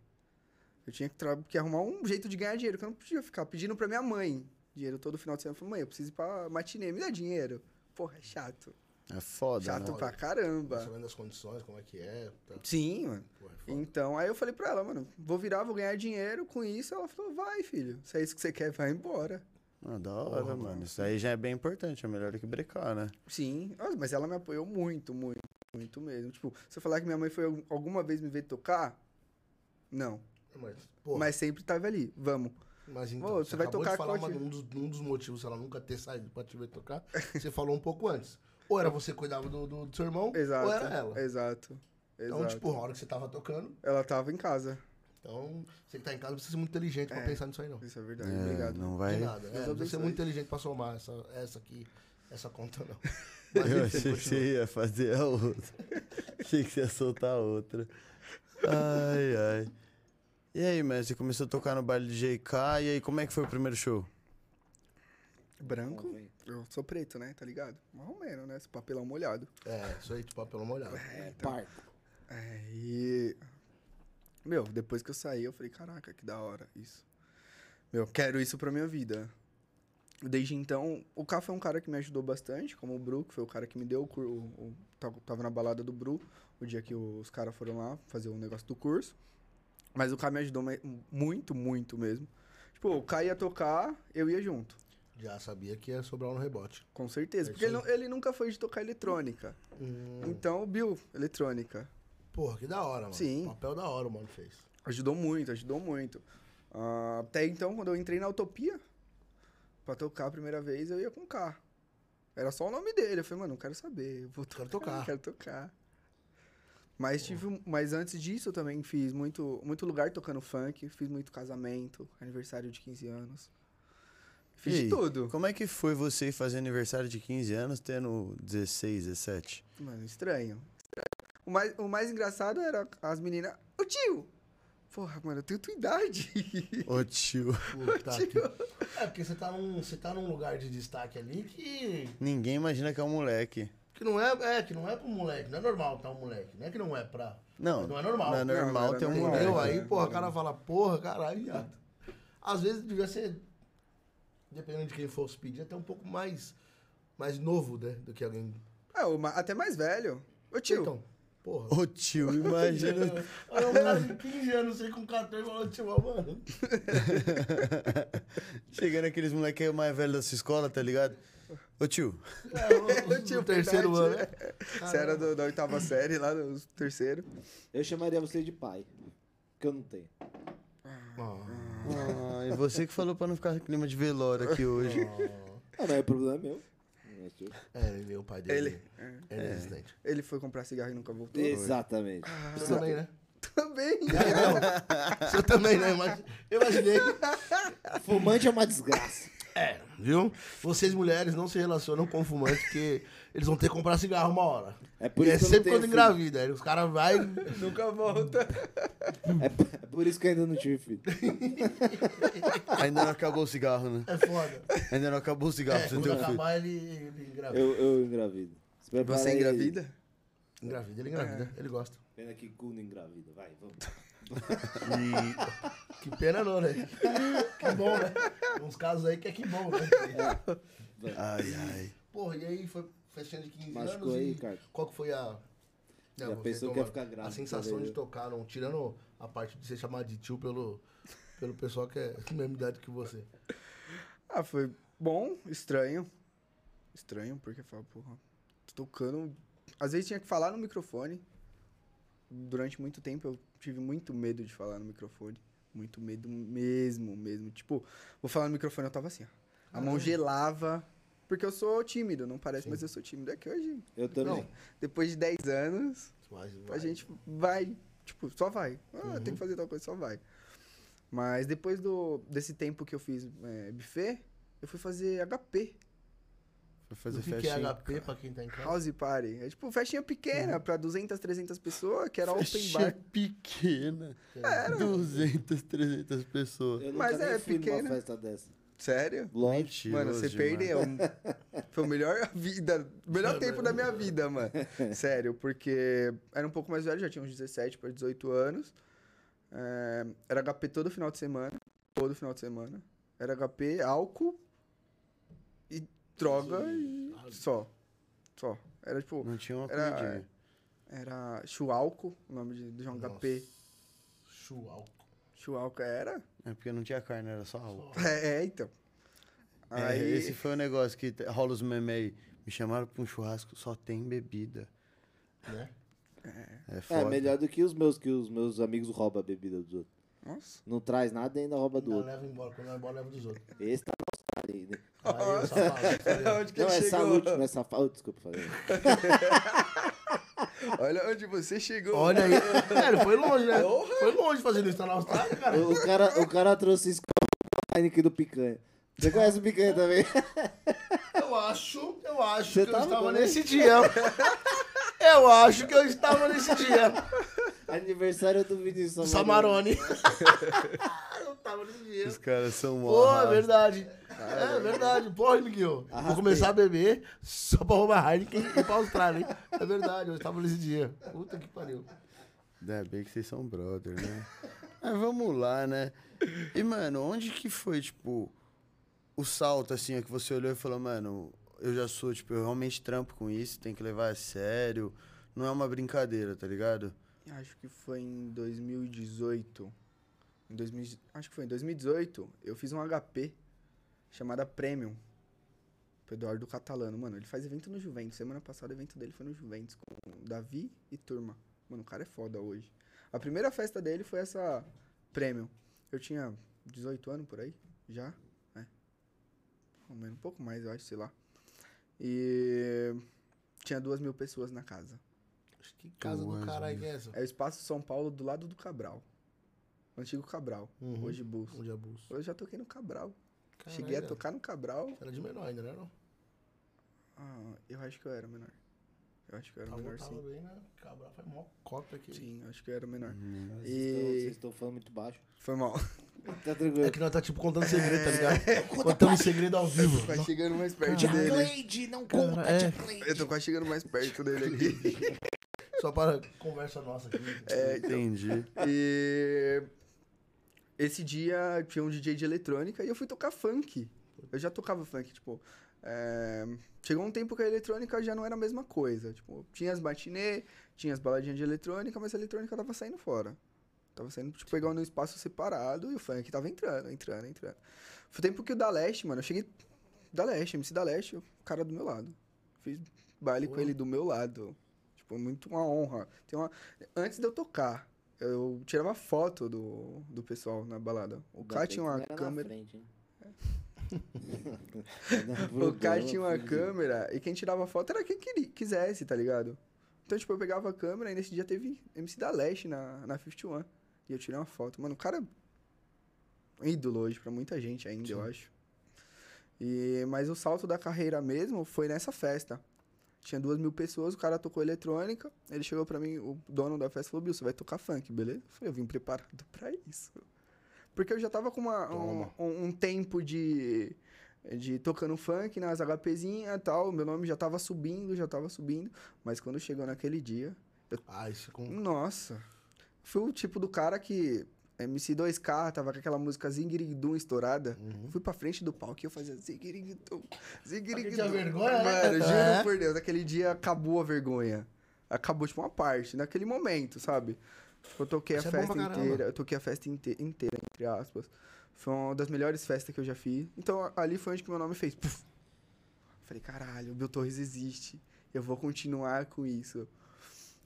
eu tinha que, tra- que arrumar um jeito de ganhar dinheiro, que eu não podia ficar pedindo pra minha mãe dinheiro todo final de semana. Eu falei, mãe, eu preciso ir pra matinê, me dá dinheiro. Porra, é chato. É foda, Chato né? pra caramba. sabendo das condições, como é que é. Tá, Sim, mano. porra, é foda. Então, aí eu falei pra ela, mano, vou virar, vou ganhar dinheiro com isso. Ela falou, vai, filho, se é isso que você quer, vai embora. Ah, da hora, Porra, mano. Isso aí já é bem importante. É melhor do que brecar, né? Sim, Ah, mas ela me apoiou muito, muito, muito mesmo. Tipo, se eu falar que minha mãe foi al- alguma vez me ver tocar, não. Mas, porra, Mas sempre tava ali, vamos. mas então, Pô, você, você vai acabou tocar de falar uma- corte- um, dos, um dos motivos ela nunca ter saído pra te ver tocar. você falou um pouco antes. Ou era você que cuidava do, do- do seu irmão, Exato. ou era ela. Exato. então, exato. tipo, na hora que você tava tocando, ela tava em casa. então você que tá em casa precisa ser muito inteligente pra É. pensar nisso aí, não. Isso é verdade, É, obrigado. Não De vai. nada. É, Deus precisa ser abençoe. muito inteligente pra somar essa, essa aqui, essa conta não. Eu achei que você ia fazer a outra. achei que você ia soltar a outra. Ai, ai. E aí, mestre, você começou a tocar no baile de JK. E aí, como é que foi o primeiro show? Branco, eu sou preto, né, tá ligado? Marromeno, né, esse papelão molhado. É, isso aí, tipo, pelo amor de Deus. É, Parto. Aí. É, Meu, depois que eu saí, eu falei, caraca, que da hora isso. Meu, quero isso pra minha vida. Desde então, o K foi um cara que me ajudou bastante, como o Bru, que foi o cara que me deu o curso. Tava na balada do Bru, o dia que os caras foram lá fazer o negócio do curso. Mas o K me ajudou me- muito, muito mesmo. Tipo, o K ia tocar, eu ia junto. Já sabia que ia sobrar um rebote. Com certeza. É Porque isso Hum. ele, nu- ele nunca foi de tocar eletrônica. Então, o Bill, eletrônica. Porra, que da hora, mano. Sim. Papel da hora o mano fez. Ajudou muito, ajudou muito. Ah, até então, quando eu entrei na Utopia, pra tocar a primeira vez, eu ia com K. Era só o nome dele. Eu falei, mano, não quero saber. Eu vou tocar, Quero quero tocar. tocar. Mas, tive, um- mas antes disso, eu também fiz muito, muito lugar tocando funk. Fiz muito casamento, aniversário de 15 anos. Fiz E de aí, tudo. Como é que foi você fazer aniversário de 15 anos tendo 16, 17? Mano, estranho. Estranho. O mais, o mais engraçado era as meninas... Ô, tio! Porra, mano, eu tenho tua idade. Ô tio, Puta que... É, porque você tá, num, você tá num lugar de destaque ali que... ninguém imagina que é um moleque. Que não é, é, que não é pro moleque. Não é normal tá um moleque. Não é que não é pra... Não, Mas não é normal. Não é Não, normal não ter um era moleque. normal. Entendeu? moleque, Aí, né? porra, o cara fala, porra, caralho, viado. Às vezes devia ser... Dependendo de quem fosse pedir, até um pouco mais... Mais novo, né? Do que alguém... É, o ma- até mais velho. Ô, tio, Então, porra... Ô tio, imagina. Olha um cara de 15 anos, sei, com 14, falando, tipo, ah, mano... Chegando aqueles moleque mais velho da sua escola, tá ligado? Ô tio, É, Eu tinha o terceiro ano. verdade, é. Você era do- da oitava série, lá do terceiro. Eu chamaria você de pai. Que eu não tenho. ai, você que falou pra não ficar clima de velório aqui hoje. Ah, mas o problema é meu. Não é seu. É, ele veio o pai dele. Ele, Ele, é resistente. ele foi comprar cigarro e nunca voltou. Exatamente. É. Você também, né? Também. Você também, né? Imag- Eu imaginei. Fumante é uma desgraça. É, viu? Vocês mulheres não se relacionam com fumante porque eles vão ter que comprar cigarro uma hora. É por e isso que é eu não sempre tenho quando filho. engravida. Aí os caras vai nunca volta. É p- É por isso que eu ainda não tive filho. Ainda não acabou o cigarro, né? É foda. Ainda não acabou o cigarro, É, você não quando tem um filho. acabar, ele, ele engravida. Eu, eu engravido. Se prepara Você aí. engravida? Engravida, ele engravida. Ele gosta. Pena que cu não engravida. Vai, vamos. Que pena não, né? Que bom, né? Tem Uns casos aí que é que bom, né? Ai, ai. Porra, e aí foi festinha de 15 Machucou anos aí, e Ricardo? qual que foi a... Já É, você pensou que toma- ia ficar grávida, A sensação talvez, de né? tocar, não, tirando a parte de ser chamado de tio pelo, pelo pessoal que é da mesma idade que você. Ah, foi bom, estranho. Estranho, porque fala, porra, tô tocando. Às vezes tinha que falar no microfone. Durante muito tempo eu tive muito medo de falar no microfone. Muito medo mesmo, mesmo. Tipo, vou falar no microfone, eu tava assim, ó. A mão gelava. Porque eu sou tímido, não parece, mas eu sou tímido. É que hoje, Eu também. depois de 10 anos, Mas, a vai. gente vai, tipo, só vai. Ah, tem que fazer tal coisa, só vai. Mas depois do, desse tempo que eu fiz é, buffet, eu fui fazer HP, Foi O fazer que, que é festinha. HP pra quem tá em casa? House Party. É tipo festinha pequena pra 200, 300 pessoas, que era open Festinha bar. pequena. 200, 300 pessoas. Eu Mas nunca é nem fui pequena. numa festa dessa. Sério? Lógico. Mentiroso mano, você demais. perdeu. Foi o melhor vida, melhor tempo da minha vida, mano. Sério, porque era um pouco mais velho, já tinha uns 17 para 18 anos. É, era HP todo final de semana. Todo final de semana. Era HP, álcool e droga e só. Só. Era tipo. Não tinha uma né? Era- comidinha. Era Chualco, o nome de, de um HP. Chualco. Chualco era? É porque não tinha carne, era só álcool. É, é, então. É, Aí, Esse foi o negócio que te- rola os memes aí. Me chamaram pra um churrasco, só tem bebida. Né? É É, foda. melhor do que os meus, que os meus amigos roubam a bebida dos outros. nossa. Não traz nada e ainda rouba do Não, outro. leva embora. Quando vai embora, leva dos outros. Esse tá nosso ali, né? Aí, o safado, falei, Onde que Não, ele é chegou? saúde, não é safado. Desculpa, falei. Olha onde você chegou. Olha aí. Velho, foi longe, né? Foi longe fazendo isso tá na Austrália, cara. O, o cara, o cara trouxe esse aqui do picanha. Você conhece o picanha também? Eu acho, eu acho Você que eu tava estava também? nesse dia. Eu acho que eu estava nesse dia. Aniversário do Vinícius Samarone. Samarone. eu estava nesse dia. Os caras são mó Pô, é raça. verdade. É verdade. Porra, Miguel. Vou começar a beber só pra roubar Heineken e ir pra Austrália, hein? É verdade, eu estava nesse dia. Puta que pariu. Ainda bem que vocês são brother, né? Mas vamos lá, né? E, mano, onde que foi, tipo, o salto, assim, ó, que você olhou e falou, mano, eu já sou, tipo, eu realmente trampo com isso, tem que levar a sério. Não é uma brincadeira, tá ligado? Acho que foi em 2018. Em 2000, acho que foi em 2018, eu fiz um HP chamada Premium. pro Eduardo Catalano, mano, ele faz evento no Juventus. Semana passada o evento dele foi no Juventus com o Davi e turma. Mano, o cara é foda hoje. A primeira festa dele foi essa Premium. Eu tinha 18 anos por aí, já, né? Pelo menos um pouco mais, eu acho, sei lá. E tinha duas mil pessoas na casa. Acho que casa do caralho que é essa? É o Espaço São Paulo do lado do Cabral. O antigo Cabral. Uhum. Hoje Bulls. Um de abuso. Eu já toquei no Cabral. Caralho, Cheguei a velho. tocar no Cabral. Era de menor ainda, né? Não? Ah, eu acho que eu era menor. Eu acho que eu era Tava, menor, tava sim. bem, né? Cabral foi mó cota aqui. Sim, eu acho que eu era menor. Hum, Vocês então E. estão falando muito baixo. Foi mal. Tá É tranquilo. que nós tá tipo contando segredo, É. tá ligado? Contando segredo ao vivo. Quase chegando mais perto dele. não Cara, é. Eu tô quase chegando mais perto dele aqui. tipo, Só para conversa nossa aqui. É, então. Entendi. E esse dia tinha um DJ de eletrônica e eu fui tocar funk. Eu já tocava funk, tipo. é, Chegou um tempo que a eletrônica já não era a mesma coisa. Tipo, tinha as matinê, tinha as baladinhas de eletrônica, mas a eletrônica tava saindo fora. Tava saindo, tipo, pegando um espaço separado e o funk tava entrando, entrando, entrando. Foi o tempo que o Da Leste, mano, eu cheguei. Da Leste, MC Da Leste, o cara do meu lado. Fiz baile com ele do meu lado. Tipo, muito uma honra. Tem uma... Antes de eu tocar, eu tirava foto do, do pessoal na balada. O cara tinha uma é câmera. O cara tinha uma câmera e quem tirava foto era quem queria, quisesse, tá ligado? Então, tipo, eu pegava a câmera e nesse dia teve MC da Leste na, na 51. E eu tirei uma foto. Mano, o cara é um ídolo hoje pra muita gente ainda, eu acho. E, mas o salto da carreira mesmo foi nessa festa. Tinha duas mil pessoas, o cara tocou eletrônica. Ele chegou pra mim, o dono da festa falou: Bill, você vai tocar funk, beleza? Eu falei: Eu vim preparado pra isso. Porque eu já tava com uma, um, Toma. um- um tempo de, de tocando funk nas HPzinhas e tal. Meu nome já tava subindo, já tava subindo. Mas quando chegou naquele dia, Ah, isso com. nossa. Fui o tipo do cara que MC2K tava com aquela música Zingirigdum estourada. Fui pra frente do palco e eu fazia Zingirigdum, Zingirigdum. tinha vergonha, né? Mano, juro É. por Deus, aquele dia acabou a vergonha. Acabou, tipo, uma parte, naquele momento, sabe? Tipo, Eu toquei Isso a é bom festa pra caramba. inteira, eu toquei a festa inte- inteira, entre aspas. Foi uma das melhores festas que eu já fiz. Então, ali foi onde que meu nome fez. puf. Falei, caralho, o Bill Torres existe. Eu vou continuar com isso.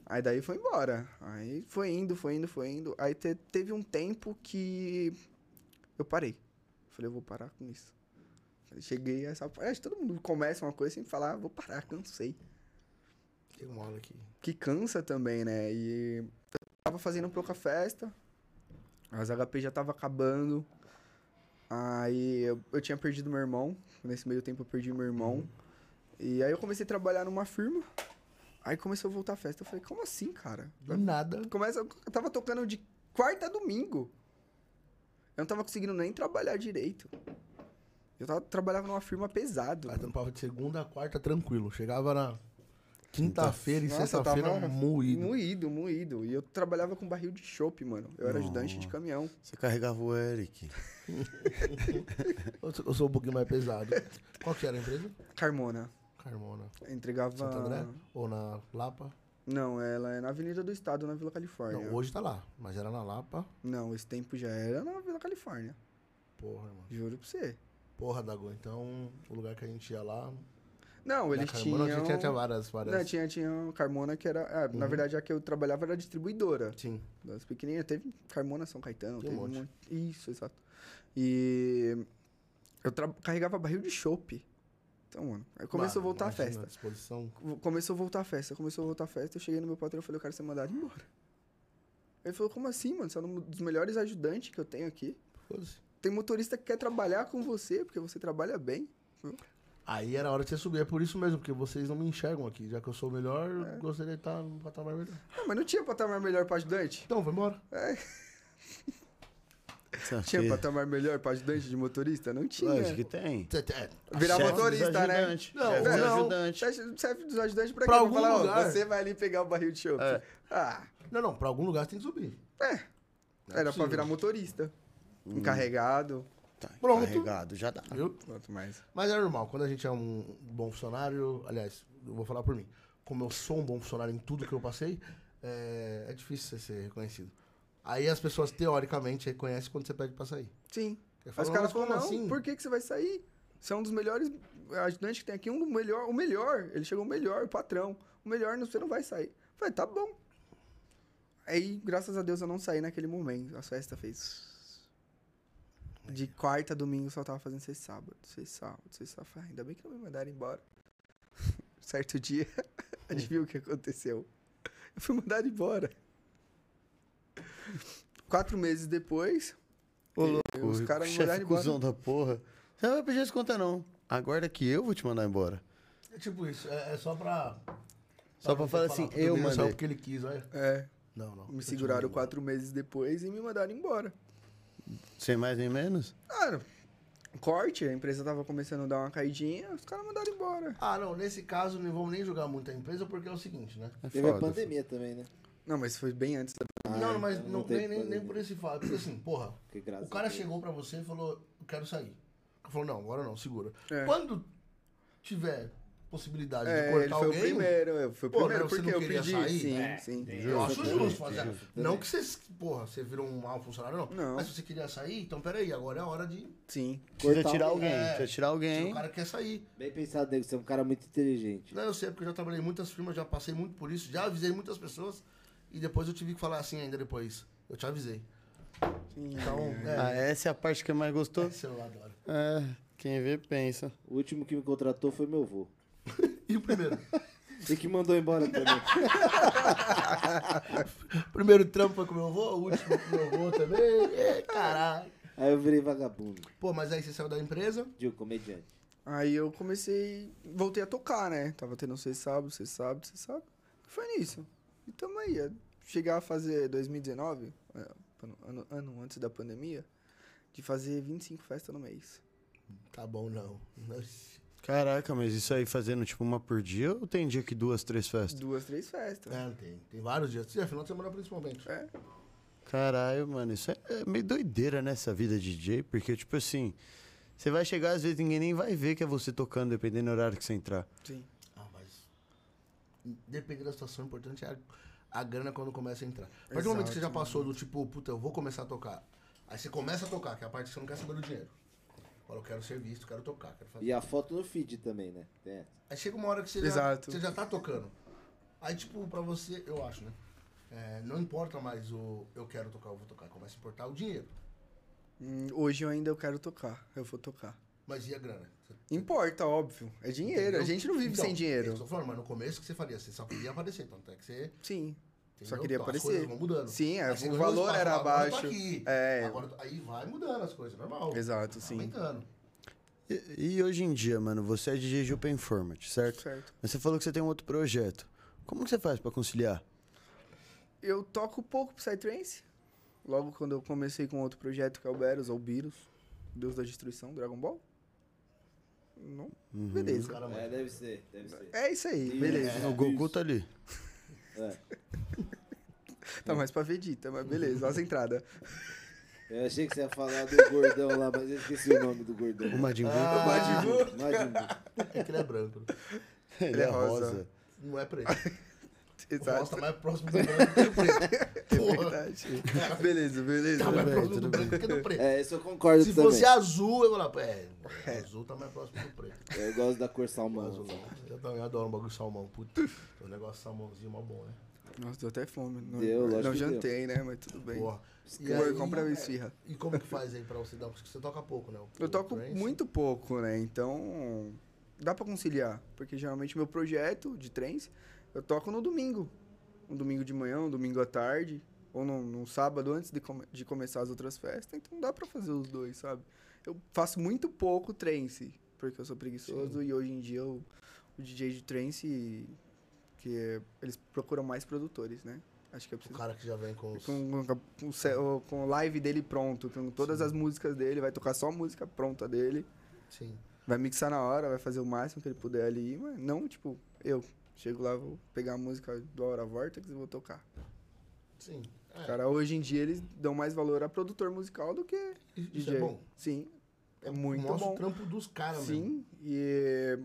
Aí daí foi embora. Aí foi indo, foi indo, foi indo. Aí te- teve um tempo que eu parei. Falei, eu vou parar com isso. Falei, Cheguei a essa parte. Acho que todo mundo começa uma coisa sem falar, "Ah, vou parar, cansei. Tem uma hora aqui. Que cansa também, né? E eu tava fazendo pouca festa. As HP já tava acabando. Aí eu, eu tinha perdido meu irmão. Nesse meio tempo eu perdi meu irmão. E aí eu comecei a trabalhar numa firma. Aí começou a voltar a festa. Eu falei, como assim, cara? Do nada. Começa, eu tava tocando de quarta a domingo. Eu não tava conseguindo nem trabalhar direito. Eu tava, trabalhava numa firma pesado. Aí tampava um de segunda a quarta tranquilo. Chegava na quinta-feira e Nossa, eu sexta-feira tava moído. Moído, moído. E eu trabalhava com barril de chopp, mano. Eu era ajudante de caminhão. Você carregava o Eric. Eu sou- Eu sou um pouquinho mais pesado. Qual que era a empresa? Carmona. Carmona. Entregava. Santo André? Ah. Ou na Lapa? Não, ela é na Avenida do Estado, na Vila Califórnia. Não, Não, hoje tá lá, mas era na Lapa. esse tempo já era na Vila Califórnia. Porra, irmão. Juro pra você. Porra, Dago. Então, o lugar que a gente ia lá. Não, na eles Carmona, tinham. A gente tinha, tinha várias, Uhum. Não, várias. tinha, tinha Carmona que era. ah, Na verdade, a que eu trabalhava era distribuidora. Sim. Das pequenininhas. Teve Carmona São Caetano, Tem um teve um monte. monte. Isso, exato. E eu tra- carregava barril de chopp. Então, mano. Aí começou a Mano, voltar a imagina festa. disposição. Começou a voltar a festa, começou a voltar a festa. Eu cheguei no meu patrão e falei, eu quero ser mandado embora. Ele falou, como assim, mano? Você é um dos melhores ajudantes que eu tenho aqui. Foda-se. Tem motorista que quer trabalhar com você, porque você trabalha bem. Aí era a hora de você subir. É por isso mesmo, porque vocês não me enxergam aqui. Já que eu sou o melhor, É. eu gostaria de estar no patamar melhor. Ah, mas não tinha patamar melhor pra ajudante? Então, foi embora. Sabe? Tinha patamar melhor pra ajudante de motorista? Não tinha. né? Lógico que tem. Tê, tê, é. Virar Chefe dos motorista, né? ajudantes. Não, Chefe dos não. ajudantes. Chefe chefe dos ajudantes pra, Pra quê? algum falar, ó, lugar. você vai ali pegar o barril de chope. Ah, Não, não, pra algum lugar você tem que subir. é. Não é Era pra possível. virar motorista. Encarregado. Tá, Pronto. carregado, já dá. Viu? Quanto mais. Mas é normal, quando a gente é um bom funcionário, aliás, eu vou falar por mim. Como eu sou um bom funcionário em tudo que eu passei, é, é difícil você ser reconhecido. Aí as pessoas, teoricamente, reconhecem quando você pede pra sair. Sim. Eu Aí falo, os caras "Mas assim?" falam, não, por que, que você vai sair? Você é um dos melhores ajudantes que tem aqui, um do melhor, o melhor. Ele chegou o melhor, o patrão. O melhor, não- você não vai sair. Eu Falei, tá bom. Aí, graças a Deus, eu não saí naquele momento. A festa fez. De quarta a domingo, eu só tava fazendo seis sábados, seis sábados, seis sábados. Falei, "Ah, ainda bem que não me mandaram embora. certo dia, adivinha o que aconteceu? Eu fui mandado embora. Quatro meses depois, Ô, os louco, caras me mandaram chefe embora. cuzão da porra. Você não vai pedir essa conta, não. Agora que eu vou te mandar embora. É tipo isso, é, é só pra... Só pra falar assim, eu mano Só mandei. porque ele quis, olha. é, Não, não. eu Me te seguraram mandei quatro meses depois e me mandaram embora. Sem mais nem menos? Cara, corte, a empresa tava começando a dar uma caidinha, os caras mandaram embora. embora. Ah, não, nesse caso não vamos nem julgar muito a empresa, porque é o seguinte, né? É Teve a foda, pandemia também, né? Não, mas foi bem antes. da- não, mas então não, não teve nem, nem, nem pandemia. por esse fato. Porque assim, porra, Que graça o cara a Deus. chegou pra você e falou, eu quero sair. Ele falou, não, agora não, segura. É. Quando tiver possibilidade É, de ele cortar foi alguém, o primeiro, eu- foi o Pô, primeiro, não, você porque não eu queria pedi. sair? Sim, É, sim. tem eu acho Justo, justo. justo, mas, é, não também. que você, porra, você virou um mau funcionário, não. Não. Mas se você queria sair, então peraí, agora é a hora de... Sim. Precisa Cortar um tirar alguém, alguém. precisa tirar Se o alguém. cara quer sair. Bem pensado, nego. Você é um cara muito inteligente. Não, eu sei, porque eu já trabalhei em muitas firmas, já passei muito por isso, já avisei muitas pessoas. E depois eu tive que falar assim ainda depois. Eu te avisei. Sim. Então, Ah, é... essa é a parte que eu mais gostou. Esse eu adoro. É, quem vê, pensa. O último que me contratou foi meu avô. E o primeiro? E que mandou embora também. Primeiro trampo foi com meu avô, o último com meu avô também. É, Caralho. Aí eu virei vagabundo. Pô, mas aí você saiu da empresa. De um comediante. Aí eu comecei, voltei a tocar, né? Tava tendo seis sábados, seis sábados, seis sábados. Foi nisso. E tamo aí. é, Chegar a fazer 2019, é, ano- ano, ano antes da pandemia, de fazer 25 festas no mês. Tá bom, não. Caraca, mas isso aí fazendo tipo uma por dia ou tem dia que duas, três festas? Duas, três festas. É, não tem. Tem vários dias. É, final de semana principalmente. É. Caralho, mano, isso é é meio doideira nessa vida de DJ, porque tipo assim, você vai chegar, às vezes ninguém nem vai ver que é você tocando, dependendo do horário que você entrar. Sim. Ah, mas. Dependendo da situação, o importante é a, a grana quando começa a entrar. A partir do momento que você já Exato, passou do tipo, puta, eu vou começar a tocar. Aí você começa a tocar, que é a parte que você não quer saber do dinheiro. Fala, eu quero ser visto, quero tocar, quero fazer. E a foto no feed também, né? Tem essa. Aí chega uma hora que você, Exato. Já, você já tá tocando. Aí, tipo, pra você, eu acho, né? É, não importa mais o eu quero tocar, eu vou tocar. Começa a importar o dinheiro. Hum, Hoje eu ainda eu quero tocar. Eu vou tocar. Mas e a grana? Você- Importa, óbvio. É dinheiro. A Entendeu? gente não vive Então, sem é isso dinheiro. que Eu tô falando, mas no começo o que você faria? Você só queria aparecer, tanto é que você Sim. teve Só queria Então, As aparecer. coisas vão mudando. Sim, é, Aí você o ganhou valor espaço, era "Ah, agora eu tô baixo. aqui. É. Agora eu tô- aí vai mudando as coisas, é normal. Tá Exato, sim. Aumentando. E, e hoje em dia, mano, você é DJ de Open Format, certo? Certo. Mas você falou que você tem um outro projeto. Como que você faz pra conciliar? Eu toco pouco Psytrance. Logo quando eu comecei com outro projeto que é o Beros, ou Beerus, Deus da Destruição, Dragon Ball. Não? Os Beleza. caras, mano, É, deve ser, deve ser. É isso aí, Isso. beleza. É, o Goku tá ali. É. é. Tá mais pra Vegeta, mas beleza, nossa entrada. Eu achei que você ia falar do gordão lá, mas eu esqueci o nome do gordão. O Majin Buu. Majin tá Buu. Majin Buu. é que ele é branco. né? ele é é rosa. rosa. Não é preto. O rosto Exato. tá mais próximo do branco que do preto. É Porra. verdade. Beleza, beleza. Tá mais bem, próximo do tudo branco que do preto. É, isso eu concordo Se também. fosse azul, eu ia falar, é, azul tá mais próximo do preto. Eu gosto da cor salmão. Azul, eu também adoro um bagulho de salmão, puta. O negócio de salmãozinho é mó bom, né? Nossa, deu até fome. Não, Deu, lógico não que deu. é, jantei, né? Mas tudo bem. Porra. E Amor, aí, é, compra uma esfirra. E como que faz aí pra você dar? Porque você toca pouco, né? O- Eu o toco trance. muito pouco, né? Então, dá pra conciliar. Porque geralmente meu projeto de trens, eu toco no domingo. Um domingo de manhã, um domingo à tarde. Ou num, num sábado antes de, come- de começar as outras festas. Então dá pra fazer os dois, sabe? Eu faço muito pouco trance. Porque eu sou preguiçoso e hoje em dia eu- o DJ de trance, que é- eles procuram mais produtores, né? Acho que eu O preciso cara que já vem com os... com, com- com o ce- o- com o live dele pronto, com todas as músicas dele, vai tocar só a música pronta dele, Sim. vai mixar na hora, vai fazer o máximo que ele puder ali, mas não, tipo, eu chego lá, vou pegar a música do Aura Vortex e vou tocar. Sim. É, Cara, hoje em dia eles dão mais valor a produtor musical do que isso DJ. é bom. Sim, é muito Mostra bom. o trampo dos caras, mesmo. Sim, e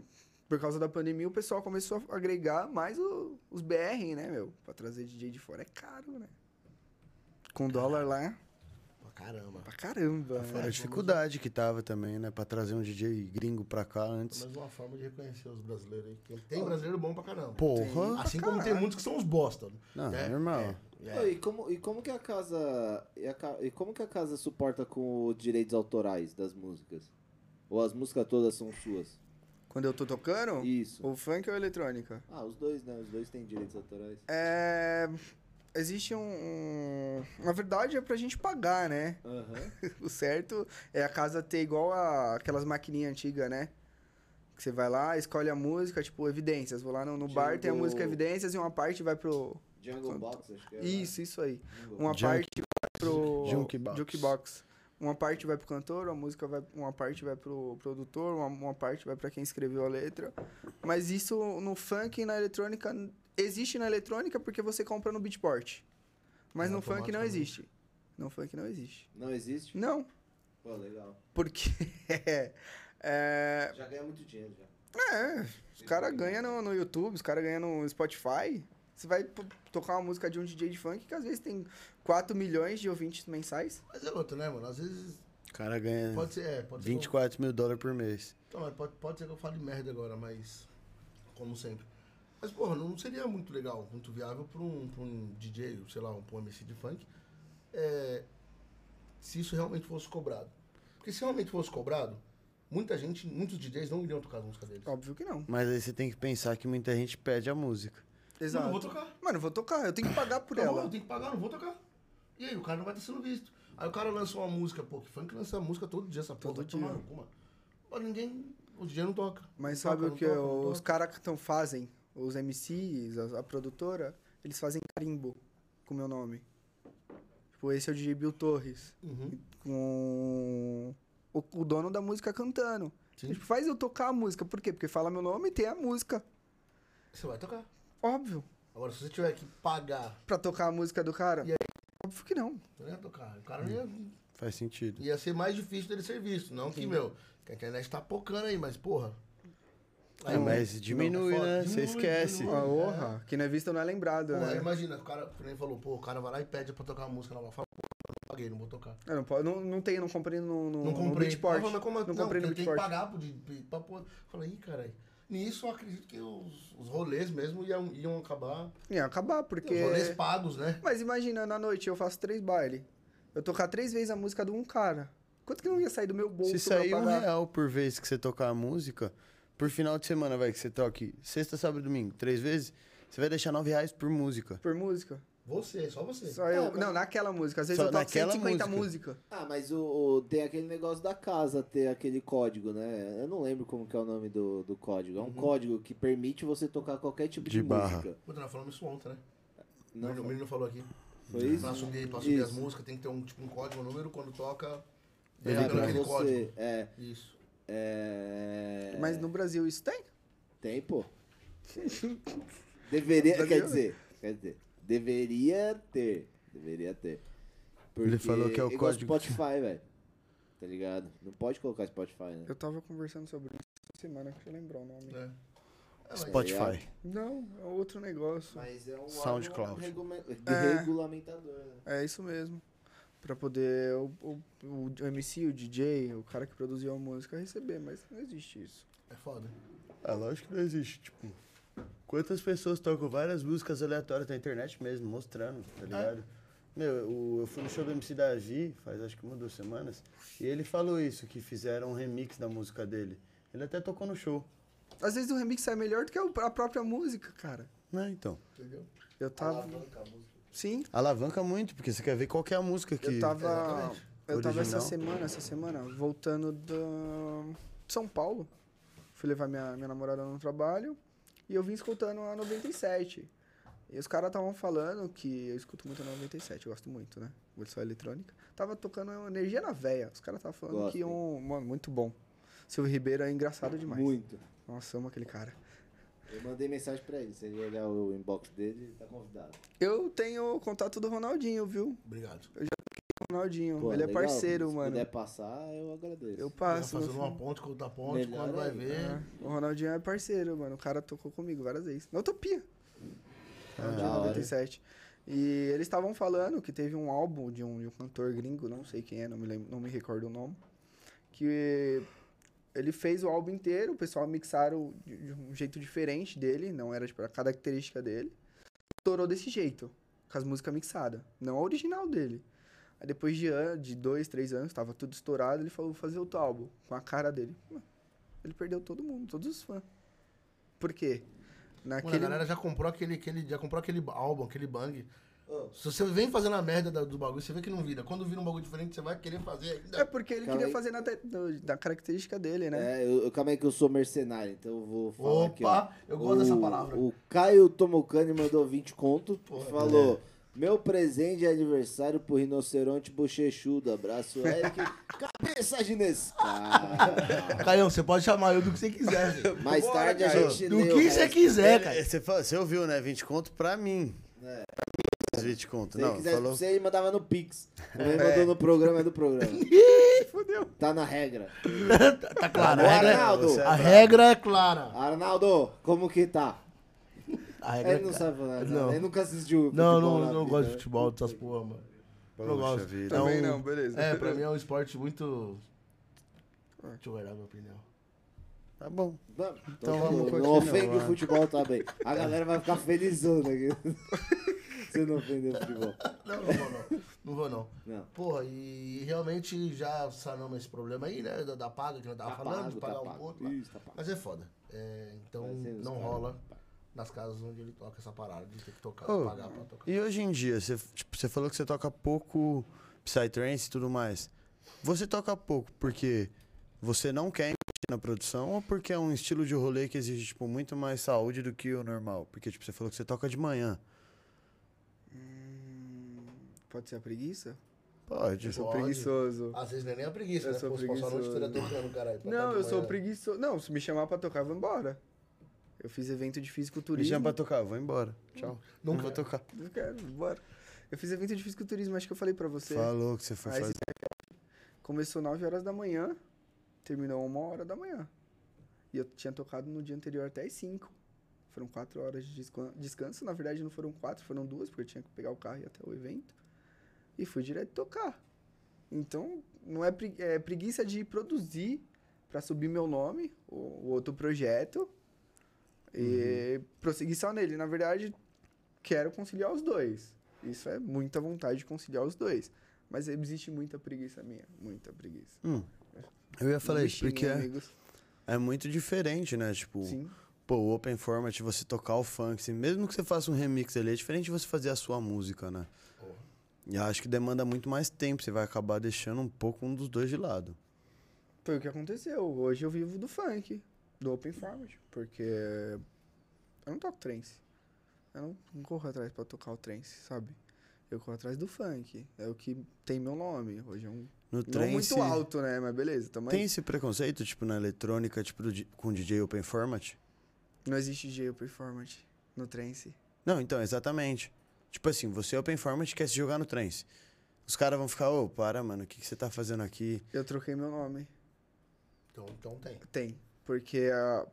por causa da pandemia o pessoal começou a agregar mais o- os BR, né, meu? Pra trazer DJ de fora é caro, né? Com dólar lá, Pra caramba. pra caramba. né? Fora a dificuldade que tava também, né? Pra trazer um DJ gringo pra cá antes. Mas uma forma de reconhecer os brasileiros aí. Porque tem brasileiro bom pra caramba. Porra! assim pra como tem caralho. Ah, muitos que são os bosta. né? Não, É, normal. é, Ô, é. E, como, e como que a casa. E, a ca- e como que a casa suporta com os direitos autorais das músicas? Ou as músicas todas são suas? Quando eu tô tocando? Isso. Ou funk ou eletrônica? Ah, os dois, né? Os dois têm direitos autorais. É. Existe um, um- Na verdade, é pra gente pagar, né? Aham. O certo é a casa ter igual a... aquelas maquininhas antigas, né? Que você vai lá, escolhe a música, tipo, evidências. Vou lá no, no bar, tem a Tipo- música evidências e uma parte vai pro. Jungle Box, acho que é. né? Isso, isso aí. Jungle Uma Box. Junk- parte vai pro. Junkbox. Jukebox. Uma parte vai pro cantor, uma música vai. Uma parte vai pro produtor, uma, uma parte vai pra quem escreveu a letra. Mas isso no funk e na eletrônica. Existe na eletrônica porque você compra no beatport. Mas É, no funk não automaticamente. existe. No funk não existe. Não existe? Não, Pô, legal. porque. é, Já ganha muito dinheiro já. é, os caras ganham no, no YouTube, os caras ganham no Spotify. Você vai p- tocar uma música de um DJ de funk que às vezes tem 4 milhões de ouvintes mensais. Mas é outro, né, mano? Às vezes O cara ganha pode ser, é, pode ser. que eu- 24 mil dólares por mês. Então, mas pode, pode ser que eu fale merda agora, mas. Como sempre. Mas, porra, não seria muito legal, muito viável pra um, pra um DJ, sei lá, um, pra um MC de funk, é, se isso realmente fosse cobrado. Porque se realmente fosse cobrado, muita gente, muitos DJs não iriam tocar as músicas deles. Óbvio que não. Mas aí você tem que pensar que muita gente pede a música. Exato. Não, não vou tocar. Mano, eu vou tocar, eu tenho que pagar por Não, ela. Eu tenho que pagar, não vou tocar. E aí, o cara não vai estar sendo visto. Aí o cara lança uma música, pô, que funk lança música todo dia, essa porra. Todo vai tomar dia. no cu, mano. Mas ninguém. O DJ não toca. Mas Não sabe toca, o não que é, toca, não os toca. caras que tão fazem? Os MCs, a, a produtora, eles fazem carimbo com o meu nome. Tipo, esse é o DJ Bill Torres. Uhum. Com o, o dono da música cantando. Sim. Tipo, faz eu tocar a música. Por quê? Porque fala meu nome e tem a música. Você vai tocar. Óbvio. Agora, se você tiver que pagar, Pra tocar a música do cara? E Óbvio que não. você não ia tocar. O cara não ia, Faz sentido. ia ser mais difícil dele ser visto. Não que, meu, que a internet tá pocando aí, mas, porra. Aí, É, mas diminui, é foda. né? Diminui, Você esquece. diminui. A Ah, honra, que não é visto não é lembrado, Porra, né? imagina, o cara, que nem falou, pô, o cara vai lá e pede pra tocar uma música nova. Fala, pô, não paguei, não vou tocar. Eu não, po- não, não tem, não comprei no, no, Não comprei. no Beatport. Mas como- não comprei no tem que Beatport. pagar pro, de- de- pra pôr. Falei, ih, caralho. Nisso eu acredito que os, os rolês mesmo iam, iam acabar. Ia acabar, porque... Os rolês pagos, né? Mas imagina, na noite eu faço três baile. Eu tocar três vezes a música de um cara. Quanto que não ia sair do meu bolso Se pra sair um pagar? real por vez que você tocar a música, por final de semana, vai, que você toque sexta, sábado e domingo, três vezes, você vai deixar nove reais por música. Por música? Você, só você. Só eu. Ah, mas- Não, naquela música. Às vezes Só eu toco naquela 150 música. música. Ah, mas o, o- tem aquele negócio da casa ter aquele código, né? Eu não lembro como que é o nome do, do código. É um código que permite você tocar qualquer tipo de, De barra. música. Puta, nós falamos isso ontem, né? Não, o menino- o menino falou aqui. foi isso? Pra subir, pra subir as Isso. músicas, tem que ter um, tipo, um código, um número, quando toca. É, é pra aquele você. código. É, Isso. é... Mas no Brasil isso tem? Tem, pô. Deveria, Brasil. quer dizer, quer dizer, deveria ter. Deveria ter. Porque falou que é o igual código que- Spotify, velho. Tá ligado? Não pode colocar Spotify, né? Eu tava conversando sobre isso essa semana, que eu lembrar o nome. né? É, mas- Spotify. Não, é outro negócio. Mas é um SoundCloud. órgão É. regulamentador, né? É isso mesmo. Pra poder o, o, o MC, o DJ, o cara que produziu a música receber, mas não existe isso. É foda. Ah, lógico que não existe, tipo... Quantas pessoas tocam várias músicas aleatórias na internet mesmo, mostrando, É. tá ligado? Meu, o- eu fui no show do MC Davi, faz acho que uma ou duas semanas, e ele falou isso, que fizeram um remix da música dele. Ele até tocou no show. Às vezes o remix sai melhor do que o- a própria música, cara. É, Né, então. Entendeu? Eu tava. Sim, Alavanca muito, porque você quer ver qual que é a música que... eu tava. Exatamente. Eu tava essa Original. semana, essa semana, voltando do São Paulo. Fui levar minha, minha namorada no trabalho e eu vim escutando a 97. E os caras estavam falando que eu escuto muito a 97, eu gosto muito, né? Versão eletrônica. Tava tocando Energia na Véia. Os caras estavam falando Gosto. que um. Mano, muito bom. Silvio Ribeiro é engraçado demais. Muito. Nossa, eu amo aquele cara. Eu mandei mensagem pra ele. Se ele olhar o inbox dele, ele tá convidado. Eu tenho o contato do Ronaldinho, viu? Obrigado. Ronaldinho. Pô, ele é legal. parceiro, Se mano. puder passar, eu agradeço. Eu Tá passo. meu fazendo uma filho. ponte, quando da ponte, Melhor quando vai aí. ver. É, O Ronaldinho é parceiro, mano. O cara tocou comigo várias vezes. Na Utopia. Ronaldinho Ah, É, da hora. 97. E eles estavam falando que teve um álbum de um, de um cantor gringo, não sei quem é, não me, lembro, não me recordo o nome. Que ele fez o álbum inteiro, o pessoal mixaram de, de um jeito diferente dele, não era tipo, a característica dele. Estourou desse jeito, com as músicas mixadas, não a original dele. Aí depois de, an- de dois, três anos, tava tudo estourado, ele falou, vou fazer outro álbum, com a cara dele. Mano, Ele perdeu todo mundo, todos os fãs. Por quê? Mano, a Naquele galera já comprou aquele, aquele, já comprou aquele álbum, aquele bang. Se você vem fazendo a merda da- do bagulho, você vê que não vira. Quando vira um bagulho diferente, você vai querer fazer ainda. É porque ele Calma queria aí. fazer na, te- no- da característica dele, né? É, eu, eu, calma aí que eu sou mercenário, então eu vou falar aqui, ó. Opa, eu gosto dessa O- palavra. O Caio Tomocani mandou 20 conto Porra. e falou... Meu presente é aniversário pro rinoceronte bochechudo. Abraço, Eric. Cabeça de Nescau. Caião, você pode chamar eu do que você quiser, velho. Mais Bora, tarde a Caio. gente Do lê o que resto. você quiser, É, cara. Você, fala- você ouviu, né? 20 conto pra mim. É. Pra mim, esses 20 conto. Se ele Não, quisesse pra falou... você, ele mandava no Pix. Ele mandou no programa, é do programa. Fudeu. Tá na regra. Tá, tá claro, a Ô, regra, Arnaldo. é, a regra é clara. Arnaldo, como que tá? A regra é Ele não clara. sabe falar nada. Não. Ele nunca assistiu Não, futebol não, na não, vida, gosto de né? futebol dessas porra, mano. não Poxa gosto. vida. É Também um- não, beleza. É, pra mim é um esporte muito. Deixa eu guardar minha opinião. Tá bom. Vamos, Então então vamos vamos Não continuar. ofende o futebol também. A galera vai ficar felizona aqui. Você não ofendeu o futebol. Não, não vou não. Não vou não. Não. Porra, e realmente já sanamos esse problema aí, né? Da, da paga que nós tava Tá falando, pago, de tá pagar um pago. pouco. lá. Isso, tá pago. Mas é foda. É, então Vai ser os não caras. rola nas casas onde ele toca essa parada de ter que tocar, Ô, pagar pra tocar. E hoje em dia, você, tipo, você falou que você toca pouco Psytrance e tudo mais. Você toca pouco porque você não quer investir na produção ou porque é um estilo de rolê que exige, tipo, muito mais saúde do que o normal? Porque, tipo, você falou que você toca de manhã. Hum, Pode ser a preguiça? Pode. Eu sou Pode. preguiçoso. Às vezes não é nem a preguiça, Eu né? sou Pô, você passou a noite toda preguiçoso. tocando, caralho. pra Não, tá de eu sou manhã. preguiçoso. Não, se me chamar pra tocar, eu vou embora. Eu fiz evento de Me chama fisiculturismo. é pra tocar, vou embora. Tchau. Não Nunca. vou tocar. Não quero, bora. Eu fiz evento de fisiculturismo, acho que eu falei pra você. Falou que você foi Aí fazer. Começou 9 horas da manhã, terminou 1 hora da manhã. E eu tinha tocado no dia anterior até as 5. Foram 4 horas de descan- descanso. Na verdade, não foram 4, foram 2, porque eu tinha que pegar o carro e ir até o evento. E fui direto tocar. Então, não é, pregui- é preguiça de produzir pra subir meu nome, o, o outro projeto, e prosseguir só nele. Na verdade, quero conciliar os dois. Isso é muita vontade de conciliar os dois. Mas existe muita preguiça minha, muita preguiça. Hum. Eu ia falar Não me isso, porque xinguem, é, amigos. é muito diferente, né? Tipo, Sim, pô, o open format, você tocar o funk, assim, mesmo que você faça um remix ali, é diferente de você fazer a sua música, né? E acho que demanda muito mais tempo, você vai acabar deixando um pouco um dos dois de lado. Foi o que aconteceu. Hoje eu vivo do funk, do open format, porque eu não toco trance. Eu não, não corro atrás pra tocar o trance, sabe? Eu corro atrás do funk. É o que tem meu nome. Hoje é um. No Não trance, muito alto, né? Mas beleza, tamo aí. tem esse preconceito, tipo, na eletrônica, tipo, do di- com DJ open format? Não existe DJ performance no trance. Não, então, exatamente. Tipo assim, você é open format e quer se jogar no trance. Os caras vão ficar, ô, para, mano, o que, que você tá fazendo aqui? Eu troquei meu nome. Então, então tem. Tem. Porque a,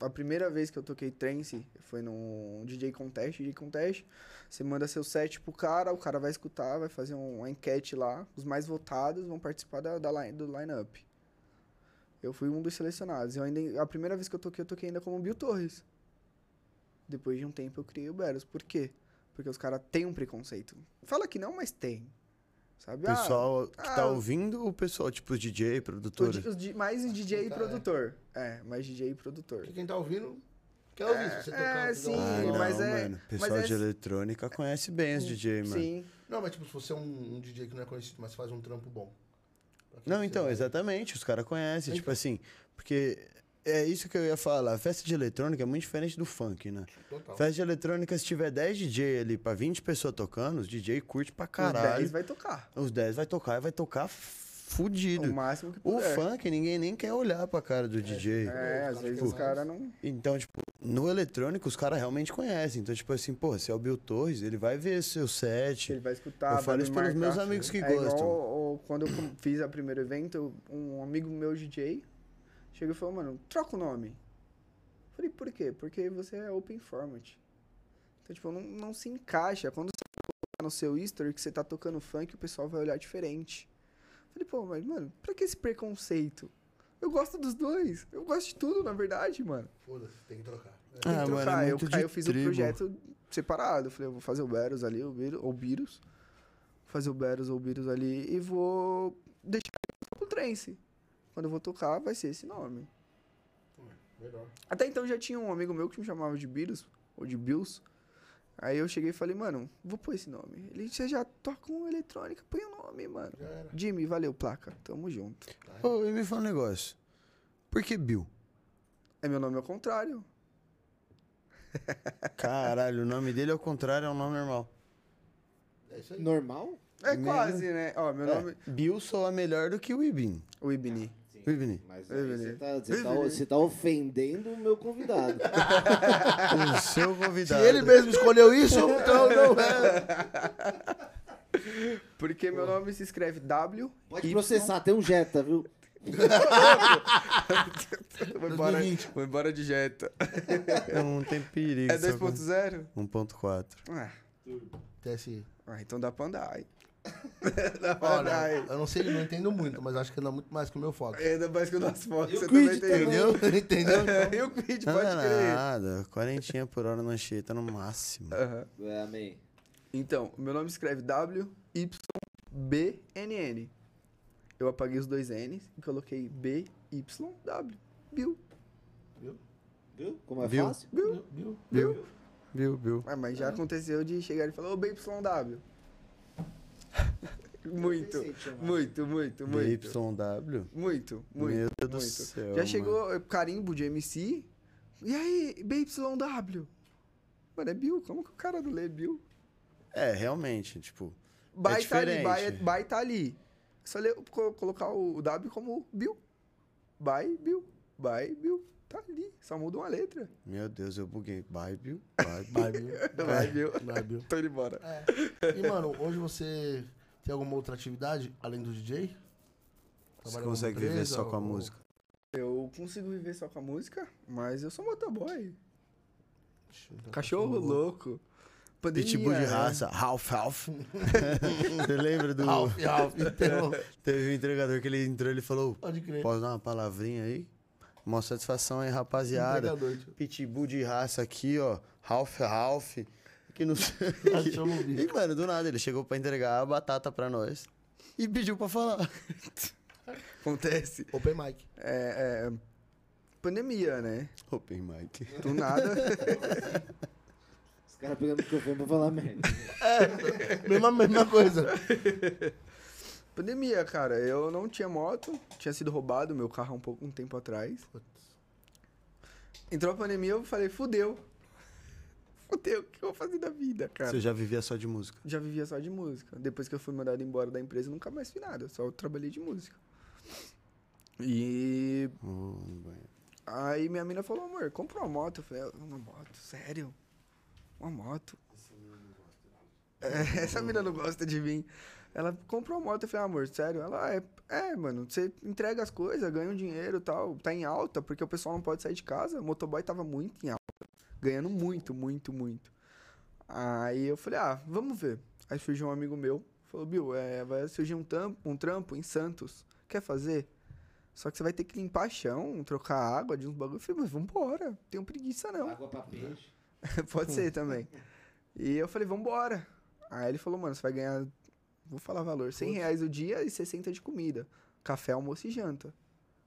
a primeira vez que eu toquei trance foi num DJ Contest. DJ Contest, você manda seu set pro cara, o cara vai escutar, vai fazer um- uma enquete lá. Os mais votados vão participar da, da line, do line-up. Eu fui um dos selecionados. Eu ainda, a primeira vez que eu toquei, eu toquei ainda como Bill Torres. Depois de um tempo, eu criei o Beros. Por quê? Porque os caras têm um preconceito. Fala que não, mas tem. Sabe? O Ah, pessoal que tá ah. ouvindo ou o pessoal, tipo, os DJ, o produtores? di- os di- mais DJ e Tá, é. produtor. É, mais DJ e produtor. Porque quem tá ouvindo quer ouvir. se você É, tocar, é, você sim, dá Ah, um- Sim, não, mas é- mano. O mas pessoal é- de eletrônica conhece bem os DJ, mano. Sim. Não, mas tipo, se você é um, um DJ que não é conhecido, mas faz um trampo bom. Pra quem Não, você então, vai- exatamente, os caras conhecem, Então. tipo assim, porque é isso que eu ia falar, a festa de eletrônica é muito diferente do funk, né? Tipo, Total. Festa de eletrônica, se tiver 10 DJ ali pra 20 pessoas tocando, os DJ curte pra Os 10 caralho. vai tocar. Os 10 vai tocar, e vai tocar O fudido. máximo que O puder. funk, ninguém nem quer olhar pra cara do DJ. É, às vezes os caras não. Então, tipo, no eletrônico os caras realmente conhecem. Então, tipo assim, pô, se é o Bill Torres, ele vai ver seu set. Ele vai escutar. Eu vai falo me isso pelos marcar. meus amigos que É igual gostam. o- quando eu com- fiz a primeiro evento, um amigo meu DJ chegou e falou, mano, troca o nome. Eu Falei, por quê? Porque você é open format. Então, tipo, não, não se encaixa. Quando você colocar no seu history que você tá tocando funk, o pessoal vai olhar diferente. Eu Falei, pô, mas, mano, pra que esse preconceito? Eu gosto dos dois. Eu gosto de tudo, na verdade, mano. Foda-se, tem que trocar. É. Tem que Ah, mano, é trocar. Então, eu, muito aí de eu fiz o tribo. projeto separado. Eu Falei, eu vou fazer o Beros ali, o Beros, ou Beerus. Vou fazer o Beros ou o Beerus ali e vou deixar pro Trance. Quando eu vou tocar, vai ser esse nome. É, Melhor. Até então já tinha um amigo meu que me chamava de Beerus, ou de Bills. Aí eu cheguei e falei, mano, vou pôr esse nome. Ele, você já toca um eletrônica, põe o nome, mano. Já era. Jimmy, valeu, placa. Tamo junto. Ô, e me fala um negócio. Por que Bill? É meu nome ao contrário. Caralho, o nome dele ao contrário é um nome normal. É isso aí. Normal? É Meu- quase, né? Ó, meu nome... É, Bill soa melhor do que o Ibin. O Ibni. O Ibni. Mas Ei, aí Vini. você tá, você Ei, tá- Vini. você tá ofendendo o meu convidado. O seu Se convidado. ele mesmo escolheu isso, então não é. Porque meu nome se escreve W. Pode Y. processar, tem um Jetta, viu? Vou embora, 2020. vou embora de Jetta. Não um tem perigo. um É só com- 2.0? 1.4. Ah, TSI. ah, então dá pra andar. aí. dá pra andar. Olha, aí. eu não sei, não entendo muito, mas acho que anda muito mais que o meu foco. Ainda mais que o nosso foco. Você Creed também tem. né? Entendeu? Entendeu? E o Creed, Não pode é crer. nada. Quarentinha por hora na cheta no máximo. Aham. É, amém. Então, meu nome se escreve W, Y, B, N, N. Eu apaguei os dois N's e coloquei B, Y, W. Bill. Viu? Como é Viu? fácil? Viu? Viu? Bill. Bill, Bill. Ah, mas já aconteceu de chegar e falar, ô, BYW. muito, muito, muito, muito. YW? Muito, muito. Meu Deus do muito. céu, Já chegou eh, carimbo de MC. E aí, BYW? Mano, é Bill? Como que o cara não lê Bill? É, realmente, tipo. By tá ali, diferente. by, é- by tá ali. É Só ler, co- colocar o W como Bill. By, Bill. By, Bill. Tá ali. Só muda uma letra. Meu Deus, eu buguei. Bye, Bill. Bye, Bill. Vai, Bill. Vai, Bill. Tô indo embora. é, E, mano, hoje você tem alguma outra atividade além do DJ? Você Trabalha em consegue alguma viver empresa só com a ou- música. Eu consigo viver só com a música, mas eu sou motoboy. Ixi, então, Cachorro louco. Pandemia, Pitbull de né? raça. Ralph, Ralph. Você lembra do. Ralph, Ralph, então, Teve um entregador que ele entrou e falou: Pode crer. Posso dar uma palavrinha aí? Mó satisfação aí, rapaziada. Entregador, tio. Pitbull de raça aqui, ó. Ralph, Ralph. Que não sei. Achamos o bicho. E, mano, do nada, ele chegou pra entregar a batata pra nós e pediu pra falar. Acontece. Open mic. É, é, Pandemia, né? Open mic. Do nada. Os caras pegando o microfone pra falar merda. mesma, mesma coisa. Pandemia, cara. Eu não tinha moto, tinha sido roubado meu carro há um pouco um tempo atrás. Entrou a pandemia, eu falei, fudeu. Fudeu, o que eu vou fazer da vida, cara? Você já vivia só de música. Já vivia só de música. Depois que eu fui mandado embora da empresa, eu nunca mais fiz nada. Eu só trabalhei de música. E aí minha mina falou, amor, compra uma moto. Eu falei, "É, uma moto, sério? Uma moto. É, Essa mina não gosta de mim. Ela comprou uma moto, eu falei, ah, amor, sério? Ela, é, é, mano, você entrega as coisas, ganha um dinheiro e tal. Tá em alta, porque o pessoal não pode sair de casa. O motoboy tava muito em alta. Ganhando muito, muito, muito. Aí eu falei, ah, vamos ver. Aí surgiu um amigo meu, falou, Bill, é, vai surgir um, tampo, um trampo em Santos. Quer fazer? Só que você vai ter que limpar chão, trocar água de uns bagulho. Eu falei, mas vambora, tenho preguiça não. Água pra peixe. Pode ser também. E eu falei, vambora. Aí ele falou, mano, você vai ganhar, vou falar valor, 100 reais o dia e 60 de comida. Café, almoço e janta.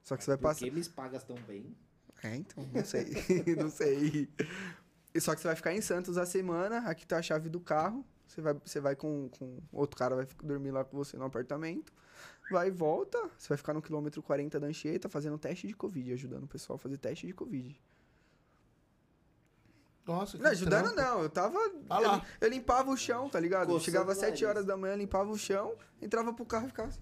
Só que você vai Por passar... que eles pagas tão bem? É, então, não sei. não sei. E só que você vai ficar em Santos a semana, aqui tá a chave do carro. Você vai, você vai com, com. Outro cara vai ficar- dormir lá com você no apartamento. Vai e volta. Você vai ficar no quilômetro 40 da Anchieta fazendo teste de Covid, ajudando o pessoal a fazer teste de Covid. Nossa, que Não, ajudando trampo. não, eu tava. Ah lá. eu, lim- eu limpava o chão, tá ligado? Eu Coçando chegava o às 7 nariz. horas da manhã, limpava o chão, entrava pro carro e ficava assim.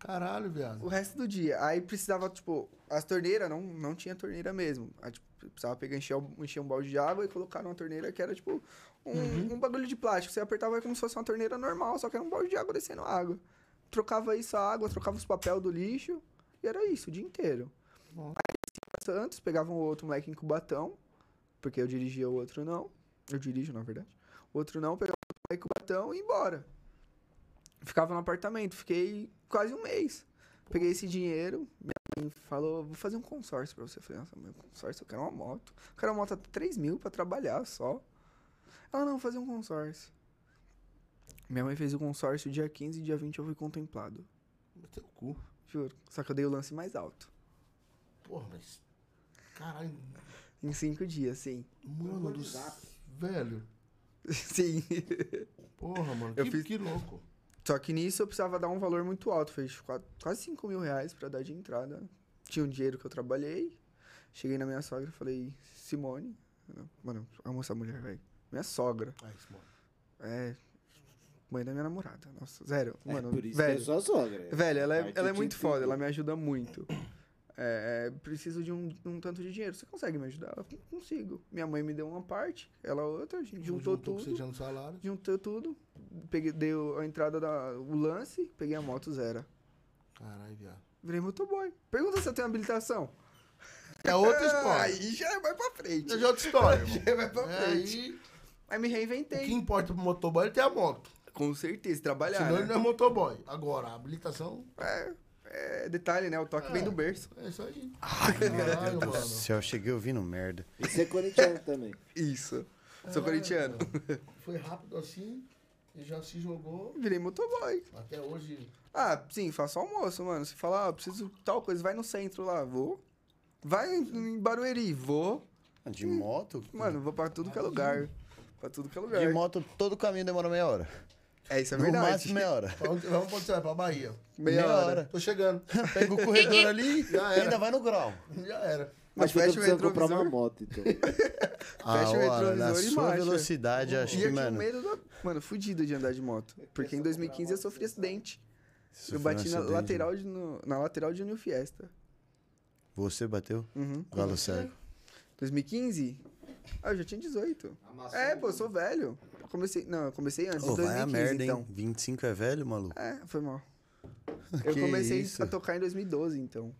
Caralho, viado. O resto do dia. Aí precisava, tipo, as torneiras não, não tinha torneira mesmo. Aí, tipo, precisava pegar, encher, um- encher um balde de água e colocar numa torneira que era, tipo, um, um bagulho de plástico. Você apertava é como se fosse uma torneira normal, só que era um balde de água descendo água. Trocava isso a água, trocava os papel do lixo. E era isso, o dia inteiro. Aí eles iam pra Santos, pegavam o outro moleque em Cubatão, porque eu dirigia o outro não. Eu dirijo, na verdade. O outro não, pegava o outro moleque em Cubatão e ia embora. Ficava no apartamento, fiquei quase um mês. Peguei esse dinheiro, minha mãe falou, vou fazer um consórcio pra você. Eu falei, nossa, meu consórcio, eu quero uma moto. Eu quero uma moto até 3 mil pra trabalhar só. Ela, não, vou fazer um consórcio. Minha mãe fez o consórcio dia 15 e dia 20 eu fui contemplado. Meteu o cu. Juro. Só que eu dei o lance mais alto. Porra, mas. Caralho. Em cinco dias, sim. Mano do. c- Velho. sim. Porra, mano. Eu que, fiz- que louco. Só que nisso eu precisava dar um valor muito alto. Fez qua- quase 5 mil reais pra dar de entrada. Tinha um dinheiro que eu trabalhei. Cheguei na minha sogra e falei, Simone. Mano, amo essa mulher, velho. Minha sogra. É isso, mano. É. Mãe da minha namorada. Nossa, sério. Mano, é, por isso velho. que é sua sogra. Velho, ela é, Parte ela é de muito foda, tudo. ela me ajuda muito. É, é, preciso de um, um tanto de dinheiro. Você consegue me ajudar? Eu "Con- consigo. Minha mãe me deu uma parte, ela outra, a gente juntou Juntou com tudo. seja no salário. Juntou tudo, peguei, deu a entrada da o lance, peguei a moto zero. Caralho, viado. Virei motoboy. Pergunta se eu tenho habilitação. É outra história. Aí já vai pra frente. É de outra história, irmão. Já vai pra É frente. aí. Aí me O que reinventei. importa pro motoboy é ter a moto. Com certeza, trabalhar. Senão né? ele não é motoboy. Agora, a habilitação É, é detalhe, né? O toque vem do berço. é isso aí. Caralho, Meu Deus do mano. céu, eu cheguei ouvindo merda. E você é corintiano também. Isso. Sou corintiano. Foi rápido assim e já se jogou. Virei motoboy. Até hoje. Ah, sim, faço almoço, mano. Você fala, ah, eu preciso de tal coisa, vai no centro lá, vou. Vai em- em Barueri, vou. Ah, De moto? Hum, Mano, vou pra tudo que é lugar. Pra tudo que é lugar. De moto, todo o caminho demora meia hora. É, isso é No verdade. máximo meia hora. Pra onde, pra onde você vai? Pra Bahia. é Meia hora. Tô chegando. Pega o corredor ali e Já era. ainda vai no grau. Já era. Mas eu Mas tô fecha o precisando comprar uma retrovisor. moto, então. Ah, Fecha o olha, na retrovisor e sua marcha. velocidade, acho E que, eu tinha mano... medo da... Mano, fudido de andar de moto. Porque em 2015 eu sofri acidente. isso Eu foi um bati na acidente. lateral, de, no- na lateral de União Fiesta. Você bateu? Uhum. Galo cego. 2015? Ah, eu já tinha 18. Amassou É, pô, eu sou velho. Eu comecei... Não, eu comecei antes, Ô, em vai a 2015, merda, então. hein? 25 é velho, maluco? É, foi mal. Eu Que comecei isso? a tocar em 2012, então.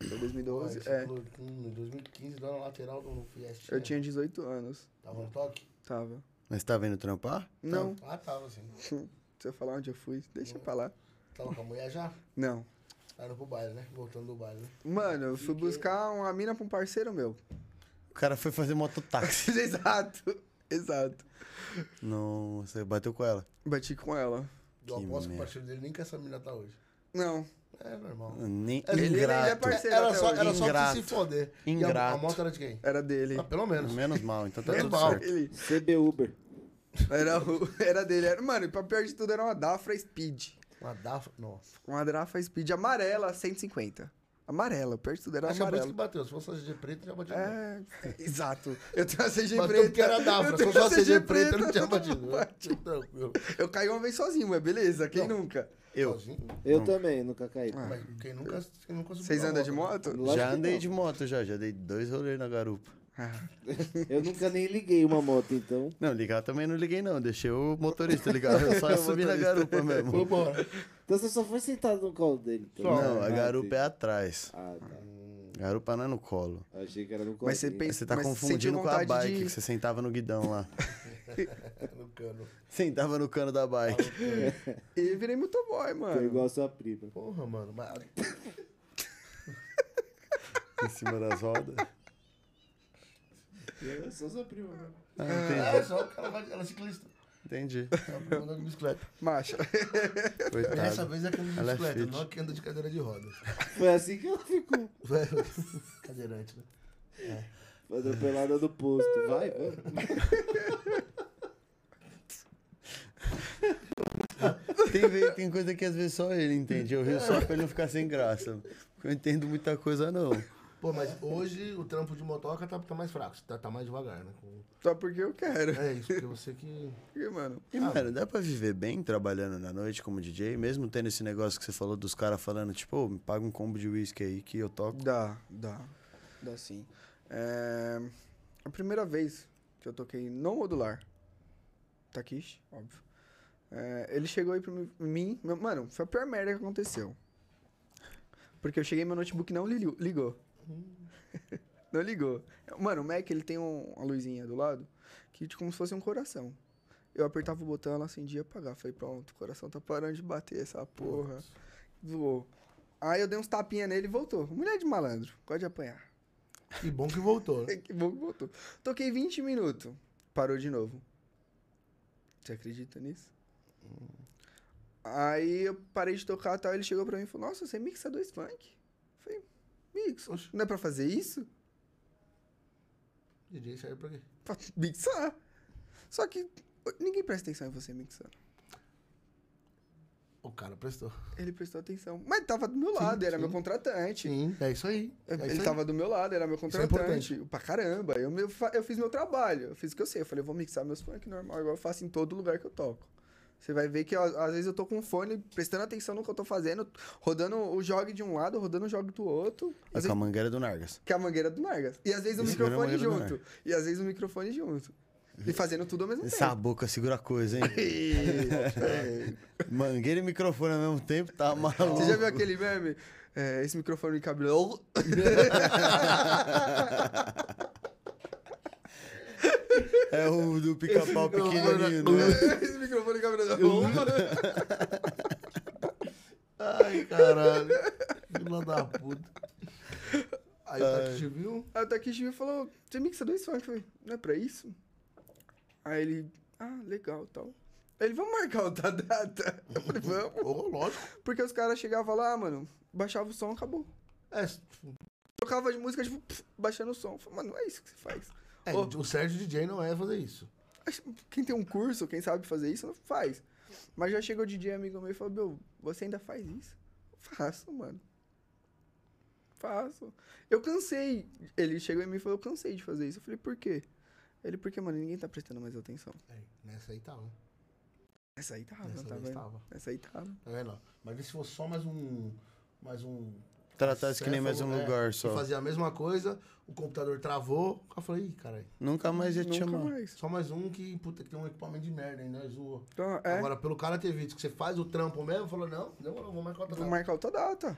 Foi 2012, Esse é. falou, hum, Em 2015, lá na lateral do Fiesta. Eu tinha 18 anos, Tava no toque? tava. Mas tá vendo trampar? Não, Ah, tava assim. se eu falar onde eu fui, deixa pra lá. Tava com a mulher já? Não. Tá indo pro baile, né? Voltando do baile, né? Mano, eu fui buscar uma mina pra um parceiro meu. O cara foi fazer mototáxi. exato, exato. Não, você bateu com ela. Bati com ela. Eu Que aposto que o merda. parceiro dele nem com essa mina tá hoje. Não, É normal. Nem É, ele ainda é ingrato. parceiro. Parceiro Era até só, hoje. era só pra se Ingrato. foder. E a- A, Ingrato. moto era de quem? Era dele. Ah, pelo menos. Menos mal, então tá Menos tudo mal. certo. Ele, CB Uber. era, o- era dele. Era, mano, e pra pior de tudo, era uma Dafra Speed. Uma Dafra. Nossa. Uma Dafra Speed amarela, 150. Amarela, o pior de tudo era Acho que é por isso amarela. que bateu. Se fosse a GG preta, já batia. É, É, exato. Eu tenho a CG bateu preta. porque era Dafra. eu Se tenho fosse a CG preta, preta, não tinha não batido. né? bate. Tranquilo. Eu caí uma vez sozinho, mas beleza, quem nunca? Eu. Sozinho. Eu também, nunca caí. Ah. Mas quem nunca, quem nunca subiu Vocês na andam de moto? moto? Lógico já que andei não. de moto, já. Já dei dois rolês na garupa. Ah. Eu nunca nem liguei uma moto, então. Não, ligar também não liguei, não. Deixei o motorista ligar. Eu só subi na garupa mesmo. Vambora. Então você só foi sentado no colo dele. Então. Não, a Ah, garupa é entendi. atrás. Ah, tá. Garupa não é no colo. Achei que era no colo. Mas você dele. pensa- Você tá Mas sentiu confundindo com a vontade bike de- que você sentava no guidão lá. É, No cano. Sentava no cano da bike. E virei motoboy, Foi mano. igual a sua prima. Porra, mano. Mas... em cima das rodas. Eu sou sua prima, mano. Ah, Ah, é entendi. só o cara vai. Ela é ciclista. Entendi. Ela vai andar de bicicleta. Macha. E Dessa Coitado. vez é que anda de Tá. Ela é bicicleta, fit. não é que anda de cadeira de rodas. Foi assim que ela ficou. Cadeirante, né? Foi atropelada do posto. Vai, Ah, vai. Tem, vez- tem coisa que às vezes só ele entende. Eu rio só pra ele não ficar sem graça. Porque eu entendo muita coisa, não. Pô, mas hoje o trampo de motoca tá, tá mais fraco, tá, tá mais devagar, né? Com- Só porque eu quero. É isso, porque você que. Porque, mano, E, mano, dá pra viver bem trabalhando na noite como DJ? Mesmo tendo esse negócio que você falou dos caras falando, tipo, "Ô, me paga um combo de uísque aí que eu toco. dá, dá. Dá sim. É... A primeira vez que eu toquei no modular, Takish, óbvio. é, ele chegou aí pra mim- mim. meu- Mano, foi a pior merda que aconteceu. Porque eu cheguei meu notebook não li- ligou. não ligou. Mano, o Mac ele tem um- uma luzinha do lado que tipo, como se fosse um coração. Eu apertava o botão, ela acendia e apagava. Falei, pronto, o coração tá parando de bater essa porra. Zoou. Aí eu dei uns tapinha nele e voltou. Mulher de malandro, gosta de apanhar. Que bom que voltou, né? que bom que voltou. Toquei 20 minutos, parou de novo. Você acredita nisso? Aí eu parei de tocar e tal, ele chegou pra mim e falou, nossa, você é mixa dois funk? Eu falei, mixo, Oxe. não é pra fazer isso? DJ serve pra quê? Pra mixar. Só que ninguém presta atenção em você mixando. O cara prestou. Ele prestou atenção. Mas tava do meu lado, era sim. meu contratante. Sim, é isso aí. É Ele isso aí. tava do meu lado, era meu é contratante. pra caramba. Eu, me- fa- eu fiz meu trabalho, eu fiz o que eu sei. Eu falei, eu vou mixar meus funk normal, igual eu faço em todo lugar que eu toco. Você vai ver que ó, às vezes eu tô com um fone, prestando atenção no que eu tô fazendo, rodando o jogue de um lado, rodando o jogue do outro. E Às com a vezes, mangueira do Nargas. que é a mangueira do Nargas. E às vezes o Esse cara é a microfone mangueira do junto. E às vezes o microfone junto. E fazendo tudo ao mesmo tempo. Essa boca segura a coisa, hein? Mangueira e microfone ao mesmo tempo, tá maluco. Você já viu aquele meme? É, esse microfone de cabelo. É o do pica-pau pequenininho, né? esse microfone de cabelo. Ai, caralho. Filha da puta. Aí o cara que te viu. Aí o Takeshi veio e falou, você mixa dois funk? Eu falei, não é pra isso? Aí ele, ah, legal, tal. Aí ele, vamos marcar outra data? Eu falei, vamos. Ô, lógico. Porque os caras chegavam lá, mano, baixava o som, acabou. É, Tocava de música, tipo, pf, baixando o som. Eu falei, mano, não é isso que se faz. é, Ô. o Sérgio DJ não é fazer isso. Acho- Quem tem um curso, quem sabe fazer isso, não faz. Mas já chegou o DJ amigo meu e falou, meu, você ainda faz isso? Eu Faço, mano. Faço. Eu cansei. Ele chegou em mim e falou, eu cansei de fazer isso. Eu falei, por quê? Ele, porque, mano, ninguém tá prestando mais atenção. É, nessa aí tava. Essa aí tava, Nessa tá vez vendo? tava. Essa aí tava. Tá vendo? ó? Mas se fosse só mais um. Mais um. Tratasse que nem mais acéfalo, um É, né? lugar E só. fazia a mesma coisa, o computador travou. Eu falei, ih, caralho. Nunca mais ia te Nunca chamar. mais. Só mais um que, puta, que tem um equipamento de merda, hein? Nós zoa. Então, é, Agora, pelo cara ter visto que você faz o trampo mesmo, falou, não, não, não, vou marcar outra vou data. marcar outra data.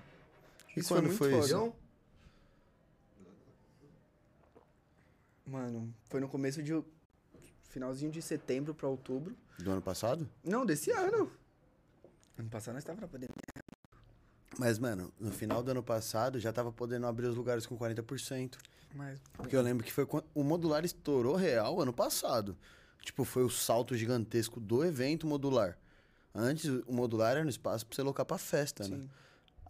E Isso é quando muito foi foda. isso? Entendeu? Mano, foi no começo de... Finalzinho de setembro pra outubro. Do ano passado? Não, desse ano. Ano passado nós tava na pandemia. Mas, mano, no final do ano passado já tava podendo abrir os lugares com 40%. Mas... Porque eu lembro que foi quando o modular estourou real ano passado. Tipo, foi o salto gigantesco do evento modular. Antes, o modular era um espaço pra você locar pra festa, né? Sim.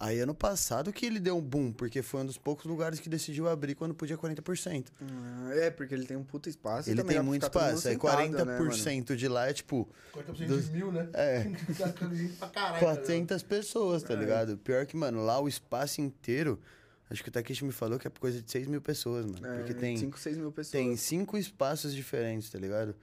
Aí ano passado que ele deu um boom, porque foi um dos poucos lugares que decidiu abrir quando podia 40%. Ah, É, porque ele tem um puta espaço. e ele também tem dá pra muito ficar todo mundo espaço. é Aí sentado, né, mano? 40% de lá é tipo 40% Dos- de mil, né? É. Tá ficando gente pra caralho. tá ligado? 400 pessoas, tá ligado? Pior que, mano, lá o espaço inteiro, acho que o Takeshi me falou que é coisa de 6 mil pessoas, mano. É, porque tem, 5, 6 mil pessoas. tem cinco espaços diferentes, tá ligado?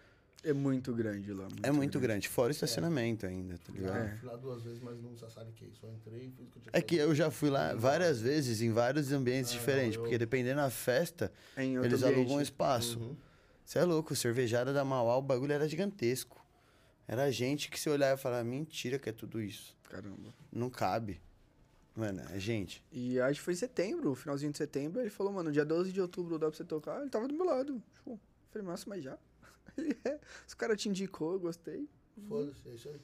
É muito grande lá. Muito é muito grande. fora o estacionamento ainda, tá ligado? Ah, É. Fui lá duas vezes, mas não sabe o que é isso. Eu entrei e fiz o que eu tinha É que eu já fui lá várias vezes, em vários ambientes Ah, não, diferentes, eu- porque dependendo da festa, É em outro eles ambiente. Uhum. alugam um espaço. Uhum. Você é louco, cervejada da Mauá, o bagulho era gigantesco. Era gente que se olhava e falava, mentira que é tudo isso. Caramba. Não cabe. Mano, é gente. E acho que foi em setembro, finalzinho de setembro. Ele falou, mano, dia 12 de outubro dá pra você tocar. Ele tava do meu lado. Tipo, falei, massa, mas já? Ele é. Os caras te indicou, eu gostei. feito. Foda-se, é isso aí.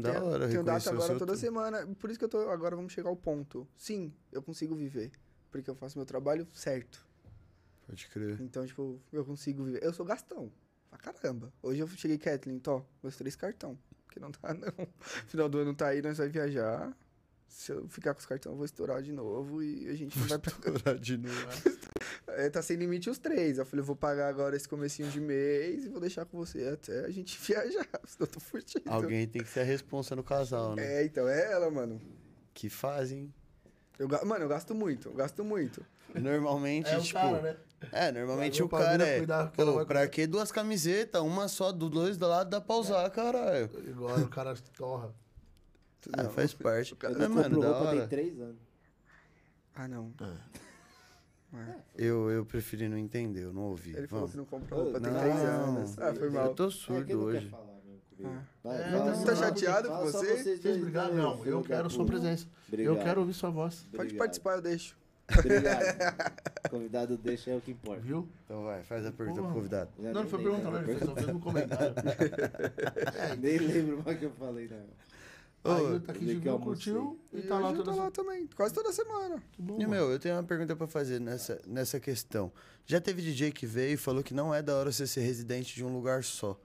Da Tenho- hora, Tenho reconhecer data o agora seu toda trampo. semana. Por isso que eu tô. Agora vamos chegar ao ponto. Sim, eu consigo viver. Porque eu faço meu trabalho certo. Pode crer. Então, tipo, eu consigo viver. Eu sou gastão. Pra caramba. Hoje eu cheguei, Kathleen, tô, meus três cartão. Que não tá, não. Final do ano tá aí, nós vai viajar. Se eu ficar com os cartão, eu vou estourar de novo e a gente vai pra. de novo. É, tá sem limite os três. Eu falei, eu vou pagar agora esse comecinho de mês e vou deixar com você até a gente viajar. Senão eu tô fugindo. Alguém tem que ser a responsa no casal, né? É, então é ela, mano. Que fazem. Eu, ga- mano, eu gasto muito, eu gasto muito. Normalmente, É o tipo. cara, né? É, normalmente Pagou o pra cara mina é. cuidar, que ela Pô, vai pra cuidar." que duas camisetas? Uma só, do dois do lado dá pra usar, caralho. Agora o cara torra. Ah, faz parte. Ele Mas, mano, comprou da roupa tem hora. três anos. Ah, não. Ah, Eu, eu preferi não entender, eu não ouvi. ele falou Vamos. que não comprou roupa tem Não, 3 anos. Ah, foi mal. Eu tô É que surdo ele não quer hoje. falar mesmo comigo. Ah. Vai, É, fala não, só- tá chateado fala com só você? vocês dois, Vocês brigaram? né, Não, filho eu da quero sua puta. presença. Eu Obrigado. quero ouvir sua voz. Pode Obrigado. participar, eu deixo. Obrigado. Convidado deixa é o que importa. Viu? Então vai, faz a pergunta Porra. pro convidado. Já Não, não nem foi lembro, pergunta, não. né? Ele fez, só fez um comentário. Nem lembro mais o que eu falei, não. Aí o Taquinho Vê de que eu Vinho almocei. curtiu e E tá lá hoje eu toda tô lá também, quase toda semana. E, meu, eu tenho uma pergunta pra fazer nessa, nessa questão. Já teve DJ que veio e falou que não é da hora você ser residente de um lugar só.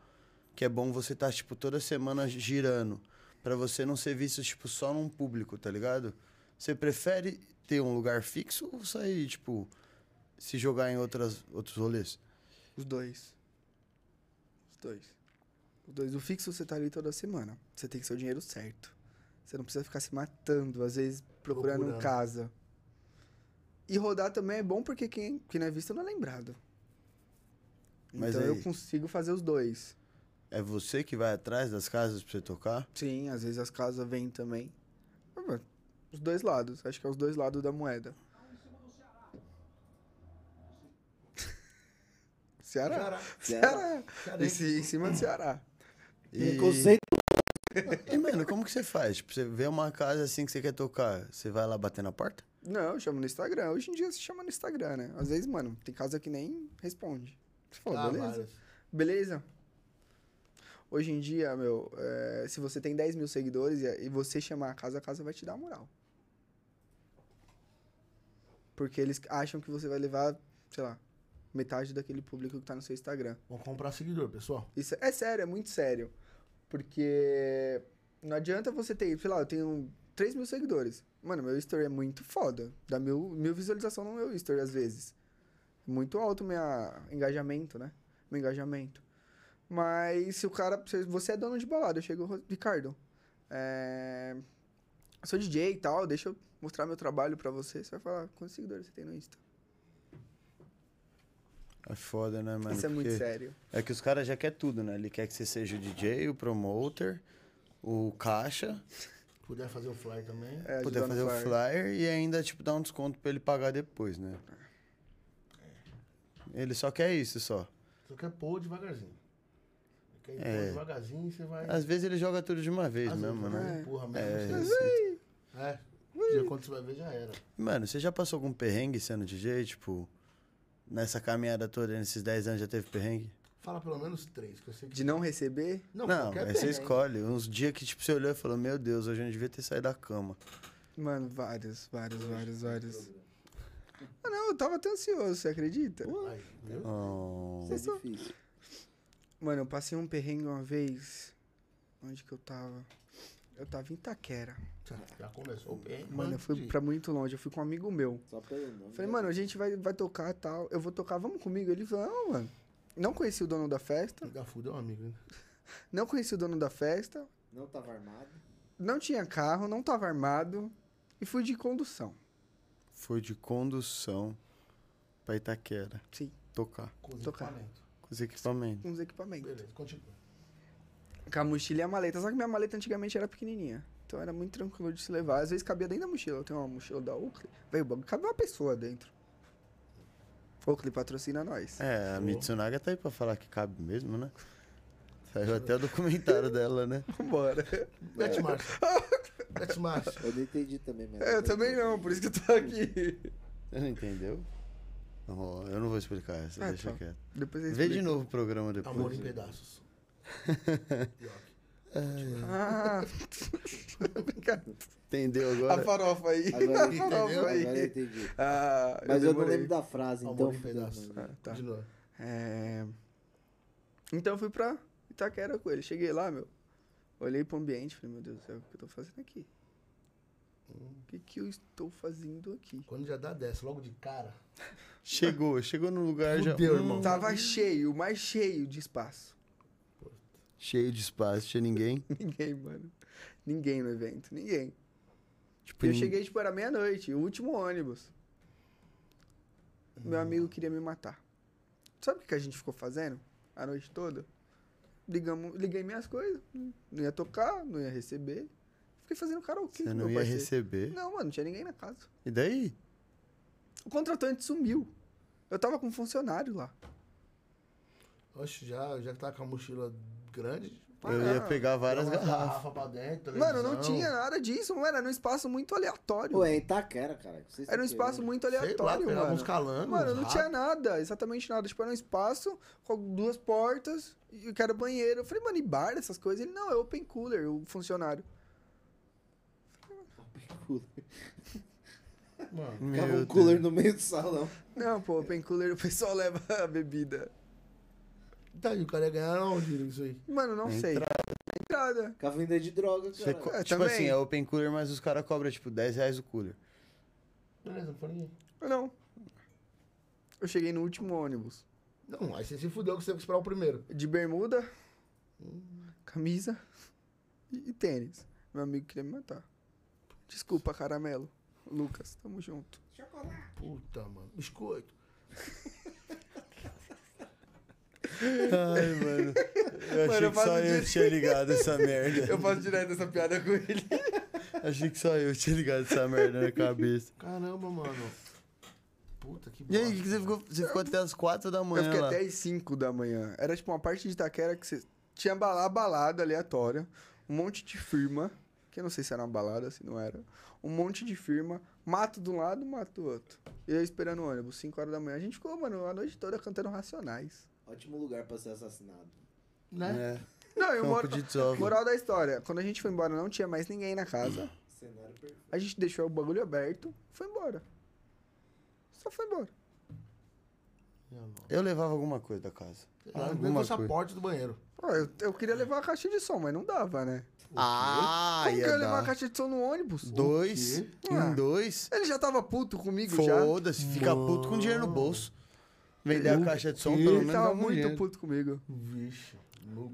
Que é bom você estar, tipo, toda semana girando. Pra você não ser visto, tipo, só num público, tá ligado? Você prefere ter um lugar fixo ou sair, tipo, se jogar em outras, outros rolês? Os dois. Os dois. Os dois. O fixo você tá ali toda semana. Você tem que ser o dinheiro certo. Você não precisa ficar se matando, às vezes procurando, Procurando. casa. E rodar também é bom porque quem, quem não é visto não é lembrado. Mas então aí- eu consigo fazer os dois. É você que vai atrás das casas pra você tocar? Sim, às vezes as casas vêm também. Ah, mas Os dois lados, acho que é os dois lados da moeda. Ceará. Ceará. Esse em cima do Ceará. Preconceito. E, mano, como que você faz? Tipo, você vê uma casa assim que você quer tocar, você vai lá bater na porta? Não, eu chamo no Instagram. Hoje em dia se chama no Instagram, né? Às vezes, mano, tem casa que nem responde. Você fala, Ah, beleza? várias. Beleza? Hoje em dia, meu, é, se você tem 10 mil seguidores e, e você chamar a casa, a casa vai te dar moral. Porque eles acham que você vai levar, sei lá, metade daquele público que tá no seu Instagram. Vou comprar seguidor, pessoal. Isso é sério, é muito sério. Porque não adianta você ter, sei lá, eu tenho 3 mil seguidores. Mano, meu story é muito foda. Dá mil, mil visualização no meu story, às vezes. Muito alto meu engajamento, né? Meu engajamento. Mas se o cara. se você é dono de balada, eu chego, Ricardo. É, eu sou DJ e tal, deixa eu mostrar meu trabalho pra você. Você vai falar, quantos seguidores você tem no Insta? É foda, né, mano? Isso é muito Porque- sério. É que os caras já quer tudo, né? Ele quer que você seja o DJ, o promoter, o caixa, Se puder fazer o flyer também. É, poder ajudar fazer no o flyer. flyer e ainda, tipo, dar um desconto pra ele pagar depois, né? Ele só quer isso, só. Só quer pôr devagarzinho. Quer É. pôr devagarzinho e você vai. Às vezes ele joga tudo de uma vez Às mesmo, vezes né? você Empurra mesmo. É, você- É. Já quando você vai ver, já era. Mano, você já passou algum perrengue sendo DJ? Tipo, nessa caminhada toda, nesses 10 anos, já teve perrengue? Fala pelo menos três, que eu sei que. De não receber, Não, qualquer aí você perrengue. escolhe. Uns dias que, tipo, você olhou e falou, meu Deus, hoje eu não devia ter saído da cama. Mano, vários, vários, vários, vários. Ah, não, eu tava até ansioso, você acredita? Aí, viu? Oh. Isso é difícil. Mano, eu passei um perrengue uma vez. Onde que eu tava? Eu tava em Itaquera. Já começou bem, Mano, eu fui pra muito longe, eu fui com um amigo meu. Só pelo nome. né? Falei, mano, a gente vai, vai tocar e tal. Eu vou tocar, vamos comigo? Ele, vamos, mano. Não conheci o dono da festa, Gafuda é um amigo, né? não conheci o dono da festa, Não tava armado. não tinha carro, não tava armado e fui de condução. Foi de condução pra Itaquera. Sim. Tocar. Com os Tocar. equipamentos. Com os equipamentos. Com os equipamentos. Beleza, continua. Com a mochila e a maleta. Só que minha maleta antigamente era pequenininha. Então era muito tranquilo de se levar. Às vezes cabia dentro da mochila. Eu tenho uma mochila da Oakley. Veio o bagulho, cabe uma pessoa dentro. Oakley patrocina nós. É, a Mitsunaga tá aí pra falar que cabe mesmo, né? Saiu até o documentário dela, né? Vambora. Mete marcha. Mete marcha. Eu não entendi também, mas. É, eu também não, por isso que eu tô aqui. Você não entendeu? Não, eu não vou explicar essa, Ah, deixa tá. quieto. Depois vocês Vê de explicam. novo o programa Amor depois. em pedaços. Yoki. Ah, obrigado. Entendeu a agora? farofa aí. Agora a eu farofa Agora aí. eu entendi. Ah, Mas eu, não demorei. lembro da frase, então. Amor em pedaços. mano. Ah, tá. De novo. É... Então eu fui pra Itaquera com ele. Cheguei lá, meu. Olhei pro ambiente falei, meu Deus do céu, o que eu tô fazendo aqui? O que, que eu estou fazendo aqui? Quando já dá dessa, logo de cara. Chegou, chegou no lugar já. Fudeu, hum, irmão. Tava cheio, mais cheio de espaço. Cheio de espaço, tinha ninguém. Ninguém, mano. Ninguém no evento, ninguém. Tipo, eu nin- cheguei, tipo, era meia-noite, o último ônibus. Hum. Meu amigo queria me matar. Sabe o que que a gente ficou fazendo a noite toda? Ligamos, liguei minhas coisas. Não ia tocar, não ia receber. Fiquei fazendo Você karaokê. com não meu ia parceiro. receber. Não, mano, não tinha ninguém na casa. E daí? O contratante sumiu. Eu tava com um funcionário lá. Oxe, já, já que tava com a mochila grande. Ah, eu ia pegar várias joga umas garrafas. garrafas pra dentro. Mano, televisão. não tinha nada disso, mano. Era um espaço muito aleatório. né? Ué, é Itaquera, cara. Vocês Era um estão espaço querendo? muito Sei lá, aleatório, pegava mano. uns calangos. Mano, uns não tinha nada, exatamente nada. Tipo, era um espaço com duas portas e eu quero banheiro. Eu falei, mano, e bar, essas coisas? Ele, não, é open cooler, o funcionário. ratos. Mano, Ficava um Meu cooler Deus. no meio do salão. Não, pô, open cooler, o pessoal leva a bebida. tá, e o cara ia ganhar onde nisso aí? Mano, não sei. Entrada. Ficava venda de droga, Você cara. co- É, tipo também. assim, é open cooler, mas os caras cobram tipo 10 reais o cooler. Beleza, não foi ninguém. Eu não. Eu cheguei no último ônibus. Não, aí você se fudeu que você teve que esperar o primeiro. De bermuda, camisa e, e tênis. Meu amigo queria me matar. Desculpa, caramelo. Lucas, tamo junto. Puta, mano. Biscoito. Ai, mano. Eu Mano, achei eu que faço só eu de- tinha ligado essa merda. Eu faço direto essa piada com ele. Achei que só eu tinha ligado essa merda na cabeça. Caramba, mano. Puta, que E aí, bosta, que você mano. ficou? Você ficou até as 4 da manhã. eu fiquei lá. até as 5 da manhã. Era tipo uma parte de Itaquera que você tinha bala- balada aleatória, um monte de firma, que eu não sei se era uma balada, se não era. Um monte de firma, mato de um lado, mato do outro. E eu esperando o ônibus, 5 horas da manhã. A gente ficou, mano, a noite toda cantando Racionais. Ótimo lugar pra ser assassinado. Né? É, Não, eu campo moro... de desova. Moral da história, quando a gente foi embora não tinha mais ninguém na casa, Cenário perfeito. a gente deixou o bagulho aberto, foi embora. Só foi embora. Minha nossa. Eu levava alguma coisa da casa. Ah, Alguma Alguma coisa. passaporte do banheiro. Ó, Eu, eu queria levar a caixa de som, mas não dava, né? Ah, Como que eu ia levar a dar. caixa de som no ônibus? Dois. O Em Um, dois. Ele já tava puto comigo já. Foda-se, fica puto com dinheiro no bolso. Vender a caixa de som, pelo Ele menos. tava dá um muito dinheiro. puto comigo. Vixe. louco.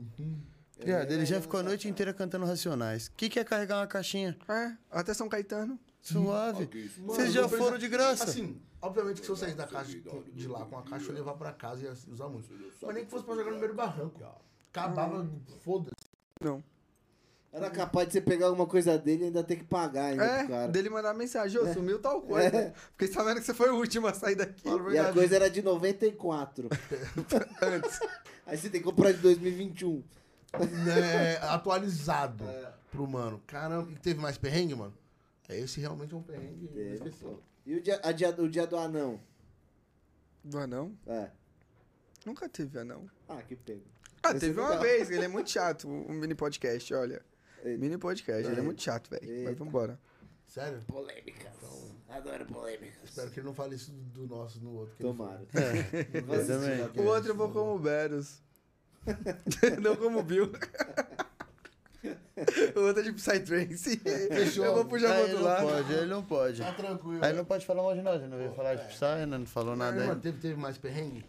Viado, ele já ficou a noite inteira cantando Racionais. O que, que é carregar uma caixinha? É, até São Caetano. Hum, Suave. Mano, Vocês já eu vou foram de graça. Assim, obviamente que se eu saísse da casa de, com- de lá com a caixa, eu ia levar pra casa e ia usar muito. Mas nem que fosse pra jogar no meio do barranco. Acabava, foda-se. Não. Era capaz de você pegar alguma coisa dele e ainda ter que pagar ainda É, pro cara. É. dele mandar mensagem, ô, sumiu tal coisa. Fiquei sabendo que você foi o último a sair daqui. E a coisa era de 94. Antes. Aí você tem que comprar de 2021. Né, atualizado pro mano. Caramba, e teve mais perrengue, mano? Esse realmente é um perrengue. Teve, inesquecível. pô. E o dia, a dia- o dia do anão? Do anão? É. Nunca teve anão. Ah, que pena. Ah, Esse teve é uma legal. vez, ele é muito chato, o mini podcast, olha. Eita. Mini podcast, ele é Eita. muito chato, velho. Mas Eita. vambora. Sério? Polêmicas. Adoro polêmicas. Espero que ele não fale isso do nosso no outro. que ele Tomara. É, foi. Vou assistir também. logo. O outro eu vou como o Beros. Não como o Bill. O outro é de Psytrance. Fechou. Eu vou puxar Tá Aí Ah, ele o outro não lá. pode, ele não pode. Tá tranquilo. Aí não pode falar mal de nós, ele não veio falar de Psy, não falou nada né? Mano, aí. teve, teve mais perrengue?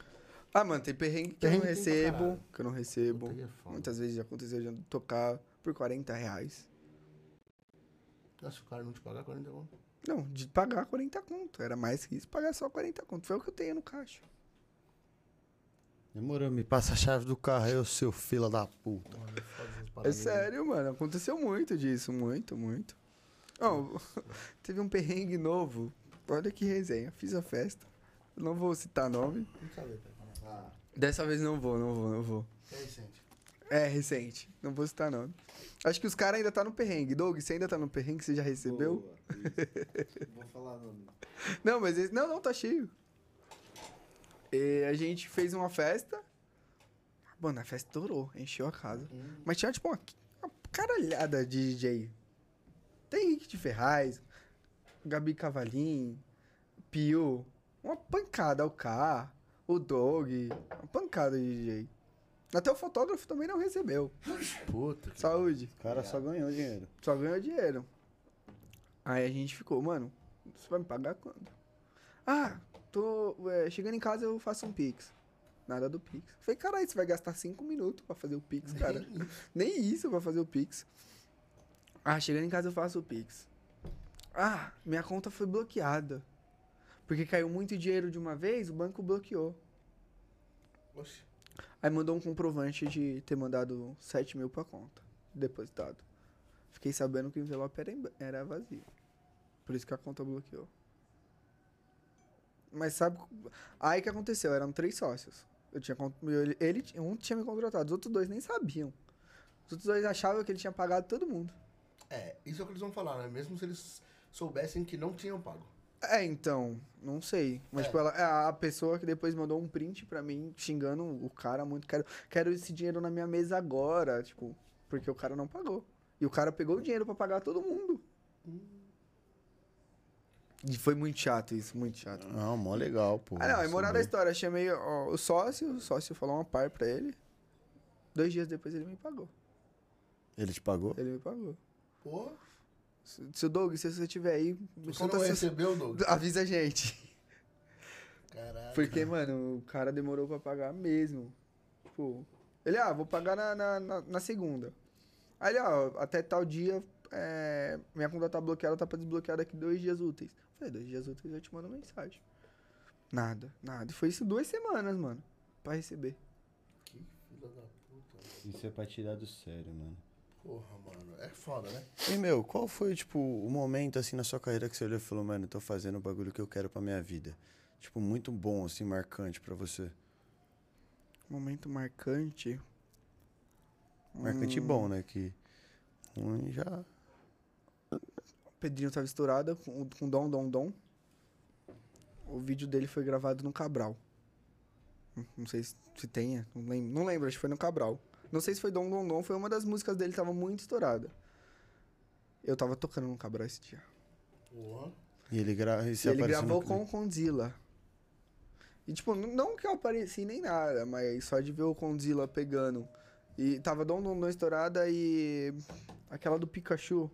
Ah, mano, tem perrengue que eu não Perrengue tem pra recebo. caralho. Que eu não recebo. Puta, aí é foda. Muitas vezes já aconteceu de eu tocar por 40 reais. Nossa, o cara não te pagar 40 conto. Não, de pagar 40 conto. Era mais que isso, pagar só 40 conto. Foi o que eu tenho no caixa. Demorou, me passa a chave do carro aí, ô seu fila da puta. Mano, é foda essas É paradas, né? sério, mano. Aconteceu muito disso. Muito, muito. Ó, teve um perrengue novo. Olha que resenha. Fiz a festa. Eu Não vou citar nome. Não sabe, cara. Ah, Dessa vez não vou, não vou, não vou. é recente. É, recente. Não vou citar nome. Acho que os caras ainda tá no perrengue. Doug, você ainda tá no perrengue? Você já recebeu? Boa, isso. Não vou falar nome. Não, mas esse... Não, não, tá cheio. E a gente fez uma festa. Mano, a festa estourou, encheu a casa. Mas tinha, tipo, uma, uma caralhada de DJ. Tem Rick de Ferraz, Gabi Cavalim, Pio. Uma pancada, o K, o Dog. Uma pancada de DJ. Até o fotógrafo também não recebeu. Puta. que- Saúde. O cara só ganhou dinheiro. Só ganhou dinheiro. Aí a gente ficou, mano, você vai me pagar quando? Ah, tô é, chegando em casa eu faço um Pix. Nada do Pix. Falei, caralho, você vai gastar cinco minutos pra fazer o Pix, cara. Nem isso pra fazer o Pix. Ah, chegando em casa eu faço o Pix. Ah, minha conta foi bloqueada. Porque caiu muito dinheiro de uma vez, o banco bloqueou. Oxe. Aí mandou um comprovante de ter mandado 7 mil pra conta, depositado. Fiquei sabendo que o envelope era, em- era vazio. Por isso que a conta bloqueou. Mas sabe. co- Aí que aconteceu? Eram três sócios. Eu tinha. con- Ele, ele, ti- um tinha me contratado, os outros dois nem sabiam. Os outros dois achavam que ele tinha pagado todo mundo. É, isso é o que eles vão falar, né? Mesmo se eles soubessem que não tinham pago. É, então, não sei. Mas, tipo, ela- a- a pessoa que depois mandou um print pra mim xingando o cara muito. Quero, quero esse dinheiro na minha mesa agora, tipo, porque o cara não pagou. E o cara pegou o dinheiro pra pagar todo mundo. E foi muito chato isso, muito chato. Não, mó legal, pô. Ah, não, é moral da Sobre- história. Chamei ó, o sócio, o sócio falou uma par pra ele. Dois dias depois ele me pagou. Ele te pagou? Ele me pagou. Pô, Se, se o Doug, se você estiver aí, me você conta não se- recebeu, Doug? Avisa a gente. Caralho. Porque, mano, o cara demorou pra pagar mesmo. Tipo, ele, ah, vou pagar na, na, na- na segunda. Aí ele, ó, até tal dia, é, minha conta tá bloqueada, tá pra desbloquear daqui dois dias úteis. Eu Falei, dois dias úteis eu te mando mensagem. Nada, nada. E foi isso duas semanas, mano, pra receber. Que filha da puta. mano. Isso é pra tirar do sério, mano. Porra, mano. É foda, né? E, meu, qual foi, tipo, o momento, assim, na sua carreira que você olhou e falou, mano, eu tô fazendo o bagulho que eu quero pra minha vida? Tipo, muito bom, assim, marcante pra você. Momento marcante. Marcante e bom, né? Que ruim já... O Pedrinho tava estourada com, com Dom Dom Dom. O vídeo dele foi gravado no Cabral. Hum, Não sei se se tenha, não lembro. Não lembro, acho que foi no Cabral. Não sei se foi Dom Dom Dom, foi uma das músicas dele, tava muito estourada. Eu tava tocando no Cabral esse dia. É Porra. E ele, gra... e E você ele apareceu gravou no... com o Condzilla. E, tipo, n- não que eu apareci nem nada, mas só de ver o Condzilla pegando. E tava Dom Dom Dom estourada e. aquela do Pikachu.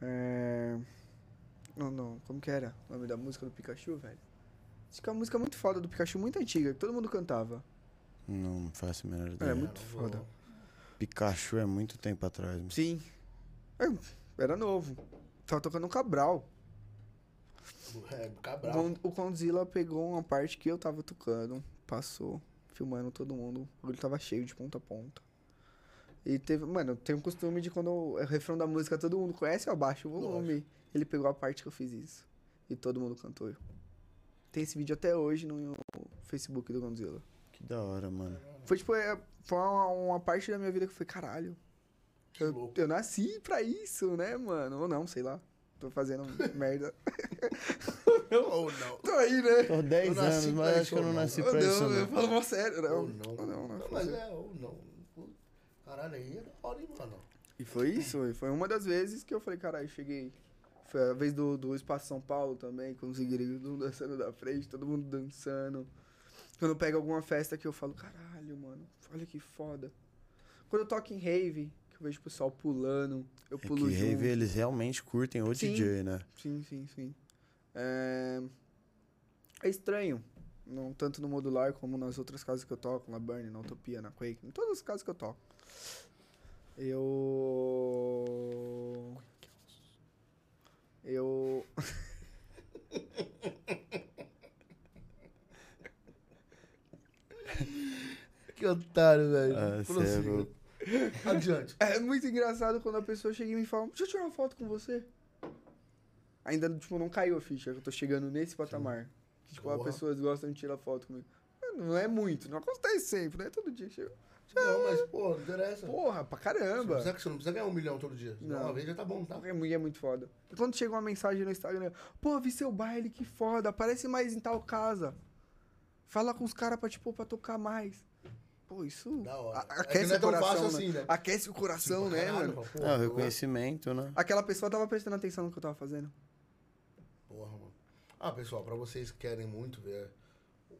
É. Não, não, como que era o nome da música do Pikachu, velho? Isso que é uma música muito foda do Pikachu, muito antiga, que todo mundo cantava. Não, não faço a menor Era ideia. é muito não vou. foda. Pikachu é muito tempo atrás, mano. Sim. Eu É, era novo. Tava tocando um Cabral. É, O cabral. Gon- O Godzilla pegou uma parte que eu tava tocando, passou, filmando todo mundo. Ele tava cheio de ponta a ponta. E teve. Mano, eu tenho um costume de quando o refrão da música todo mundo conhece, eu abaixo o volume. Ele pegou a parte que eu fiz isso. E todo mundo cantou. Tem esse vídeo até hoje no Facebook do Godzilla. Que da hora, mano. Foi tipo, é, foi uma, uma parte da minha vida que eu falei, caralho. Que Eu, louco. eu nasci pra isso, né, mano? Ou não, sei lá. Tô fazendo merda. Ou não. Tô aí, né? Tô 10 nasci anos, pra mas acho isso, que eu não não. nasci Ou pra isso, não, eu não. falo mal sério, né? Ou não. Ou não, não. Não, falo mas sério. é, ou não. Puta, Caralho, aí é da hora, hein, mano. E foi isso, e foi uma das vezes que eu falei, caralho, cheguei. Foi a vez do, do Espaço São Paulo também, consegui todo mundo um dançando da frente, todo mundo dançando. Quando eu pego alguma festa que eu falo, caralho, mano, olha que foda. Quando eu toco em rave, que eu vejo o pessoal pulando, eu É pulo que junto. rave, eles realmente curtem o Sim. DJ, né? Sim, sim, sim. É... é estranho. Não, tanto no modular como nas outras casas que eu toco, na Burn, na Utopia, na Quake, em todas as casas que eu toco. Eu. Eu. Que otário, velho. Ah, cê é Prossiga. louco. assim? Adiante. É muito engraçado quando a pessoa chega e me fala: Deixa eu tirar uma foto com você. Ainda tipo, não caiu a ficha, que eu tô chegando nesse patamar. Que, tipo, as Porra. pessoas gostam de tirar foto comigo. Mas Não é muito, não acontece sempre, não é todo dia. Chega, Não, mas, pô, não interessa. Porra, pra Você não caramba. precisa- você não precisa ganhar um milhão todo dia. Você dá Não. Uma vez já tá bom, tá? É mu- é muito foda. E quando chega uma mensagem no Instagram, pô, vi seu baile, que foda, aparece mais em tal casa. Fala com os caras pra, tipo, pra tocar mais. Pô, isso Da hora. a- É que aquece não é o tão coração, fácil né? assim, né? Tipo, Aquece o coração, né, Caralho, mano? pô, Ah, o eu- reconhecimento, né? Aquela pessoa tava prestando atenção no que eu tava fazendo. Porra, mano. Ah, pessoal, pra vocês que querem muito ver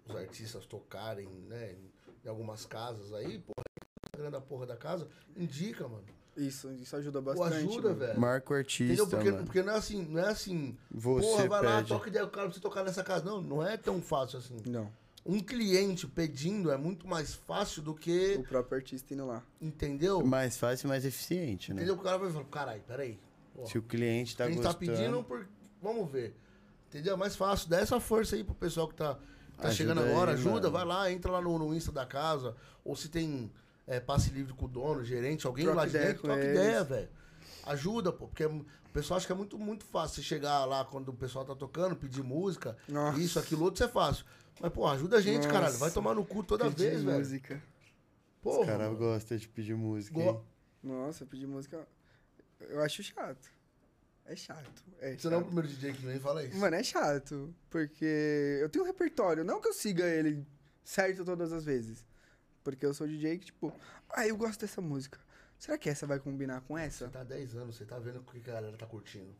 os artistas tocarem, né, em, em algumas casas aí, porra, o Instagram da porra da casa, indica, mano. Isso, isso ajuda Ou bastante. ajuda, mano. velho. Marca o artista, Entendeu? Porque, mano. porque não é assim, não é assim, Você porra, vai lá, pede. toca ideia, o cara precisa tocar nessa casa. Não, não é tão fácil assim. Não, Um cliente pedindo é muito mais fácil do que, o próprio artista indo lá. entendeu? Mais fácil e mais eficiente, né? Entendeu? O cara vai falar, caralho, peraí. porra, Se o cliente tá a gente gostando... tá pedindo por. Vamos ver. Entendeu? É mais fácil. Dá essa força aí pro pessoal que tá, tá Ajuda chegando aí, né, agora. ajuda, mano. vai lá, entra lá no, no Insta da casa. Ou se tem é, passe livre com o dono, gerente, alguém Troca lá de ideia dentro, com troca eles. ideia, velho. Ajuda, pô, porque é mu- o pessoal acha que é muito, muito fácil você chegar lá quando o pessoal tá tocando, pedir música, Nossa. isso, aquilo, outro, isso é fácil. Mas, pô, ajuda a gente, Nossa. caralho. Vai tomar no cu toda Pedir vez, velho. música. Os Porra, caras mano. gostam de pedir música, Go- hein? Nossa, pedir música. Eu acho chato. É chato. É Você não é o chato. primeiro DJ que vem e fala isso. Mano, é chato. Porque eu tenho um repertório. Não que eu siga ele certo todas as vezes. Porque eu sou DJ que, tipo, ah, eu gosto dessa música. Será que essa vai combinar com Você essa? tá há 10 anos, você tá vendo o que a galera tá curtindo.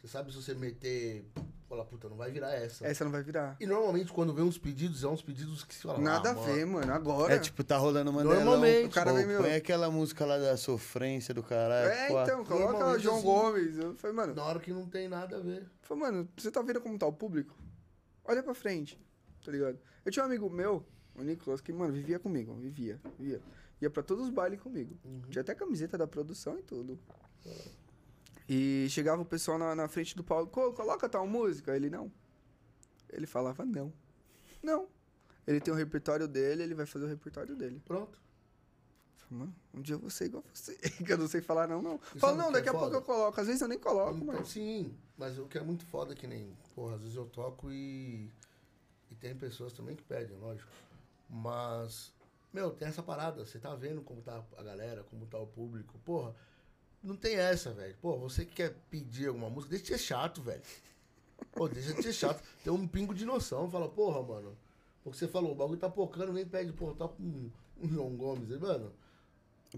Você sabe se você meter. Fala, puta, não vai virar essa. Essa não vai virar. E normalmente quando vem uns pedidos, é uns pedidos que se fala. Nada ah, a ver, mano. Agora. É tipo, tá rolando uma Normalmente, o o cara cara vem meio- Põe aquela música lá da sofrência do caralho. É, pô. então, coloca o normalmente João assim- Gomes. Eu falei, mano. mano, Na hora que não tem nada a ver. falei, mano, você tá vendo como tá o público? Olha pra frente, tá ligado? Eu tinha um amigo meu, o Nicolas, que, mano, vivia comigo, vivia, vivia. Ia pra todos os bailes comigo. Uhum. Tinha até camiseta da produção e tudo. E chegava o pessoal na, na frente do palco, "Ô, coloca tal música. Ele não. Ele falava não. Não. Ele tem o repertório dele, ele vai fazer o repertório dele. Pronto. Falei, Mano, um dia eu vou ser igual você. que eu não sei falar não, não. E Fala, sabe o não, que é daqui a pouco foda? eu coloco. Às vezes eu nem coloco, Então, mano. sim, mas o que é muito foda é que nem. Porra, às vezes eu toco e. E tem pessoas também que pedem, lógico. Mas. Meu, tem essa parada. Você tá vendo como tá a galera, como tá o público. Porra, não tem essa, velho. Pô, você que quer pedir alguma música, deixa de ser chato, velho. Pô, deixa de ser chato. Tem um pingo de noção. Fala, porra, mano. Porque você falou, o bagulho tá pocando, nem pede, porra, tá com um, um João Gomes aí, mano.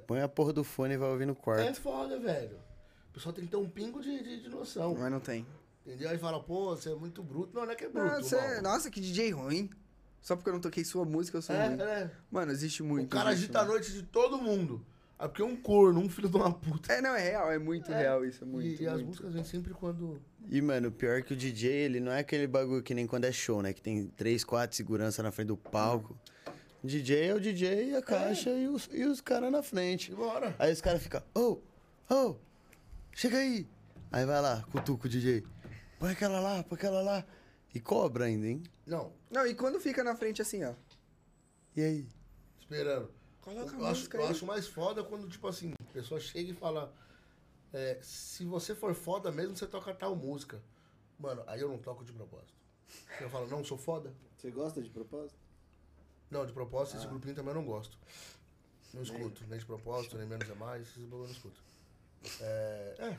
Põe a porra do fone e vai ouvir no quarto. É foda, velho. O pessoal tem que ter um pingo de, de, de noção. Mas não tem. Entendeu? Aí fala, pô, você é muito bruto. Não, não é que é bruto, Ah, você- mano. Nossa, que DJ ruim. Só porque eu não toquei sua música, eu sou É, ruim. né? Mano, existe O muito. cara disso, agita a mano. noite de todo mundo. É porque é um corno, um filho de uma puta. É, não, é real, é muito É. real isso, é E- muito. e as muito. músicas vêm sempre quando. E, mano, o pior que o DJ, ele não é aquele bagulho que nem quando é show, né? Que tem três, quatro segurança na frente do palco. O DJ é o DJ, a caixa e os, e os caras na frente. Bora. Aí os caras ficam, ô, ô, chega aí. Aí vai lá, cutuca o DJ. Põe aquela lá, põe aquela lá. E cobra ainda, hein? Não, Não, e quando fica na frente assim, ó. E aí? esperando. Coloca a eu acho, música eu aí. acho mais foda quando, tipo assim, a pessoa chega e fala: é, se você for foda mesmo, você toca tal música. Mano, aí eu não toco de propósito. Eu falo, não, sou foda. Você gosta de propósito? Não, de propósito, esse grupinho também eu não gosto. Não escuto, nem de propósito, nem menos é mais, esses bagulho eu não escuto. É, é.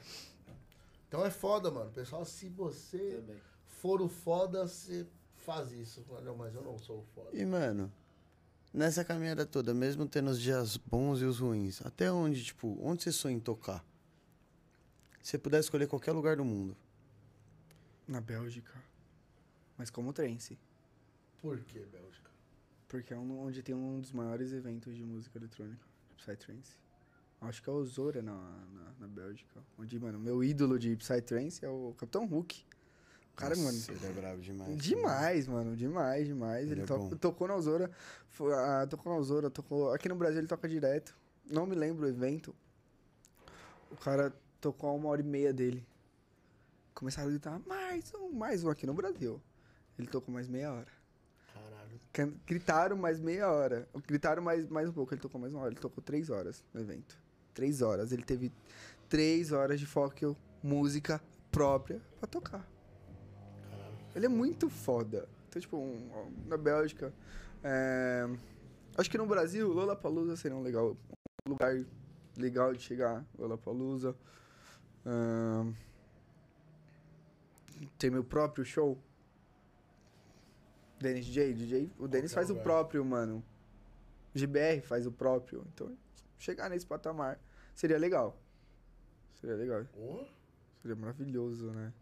Então é foda, mano. Pessoal, se É. você Também. for o foda, você faz isso. Fala, Não, mas eu não sou o foda. E, mano, nessa caminhada toda, mesmo tendo os dias bons e os ruins, até onde, tipo, onde você sonha em tocar? Se você puder escolher qualquer lugar do mundo. Na Bélgica. Mas como trance. Por que, Bélgica? Porque é um- onde tem um dos maiores eventos de música eletrônica. Psytrance. É Acho que é o Zora na, na, na Bélgica. Onde, mano, meu ídolo de Psytrance é o Capitão Hulk. O cara, mano, Nossa, Ele é brabo demais. Demais, mano. Demais, demais. Ele Ele, é to- bom. tocou na Alzora. foi- ah, tocou na Alzora, tocou. Aqui no Brasil ele toca direto. Não me lembro o evento. O cara tocou a uma hora e meia dele. Começaram a gritar, mais um, mais um aqui no Brasil. Ele tocou mais meia hora. Caralho. Can- Gritaram mais meia hora. Gritaram mais, mais um pouco. Ele tocou mais uma hora. Ele tocou três horas no evento. Três horas. Ele teve três horas de foco, música própria pra tocar. Ele é muito foda. Então, tipo, um- um- na Bélgica. é, Acho que no Brasil, Lollapalooza seria um legal. Um lugar legal de chegar. Lollapalooza. Ahn, Ter meu próprio show. Dennis DJ, DJ. O Dennis faz lugar. o próprio, mano. GBR faz o próprio. Então, chegar nesse patamar seria legal. Seria legal. Porra. Seria maravilhoso, né?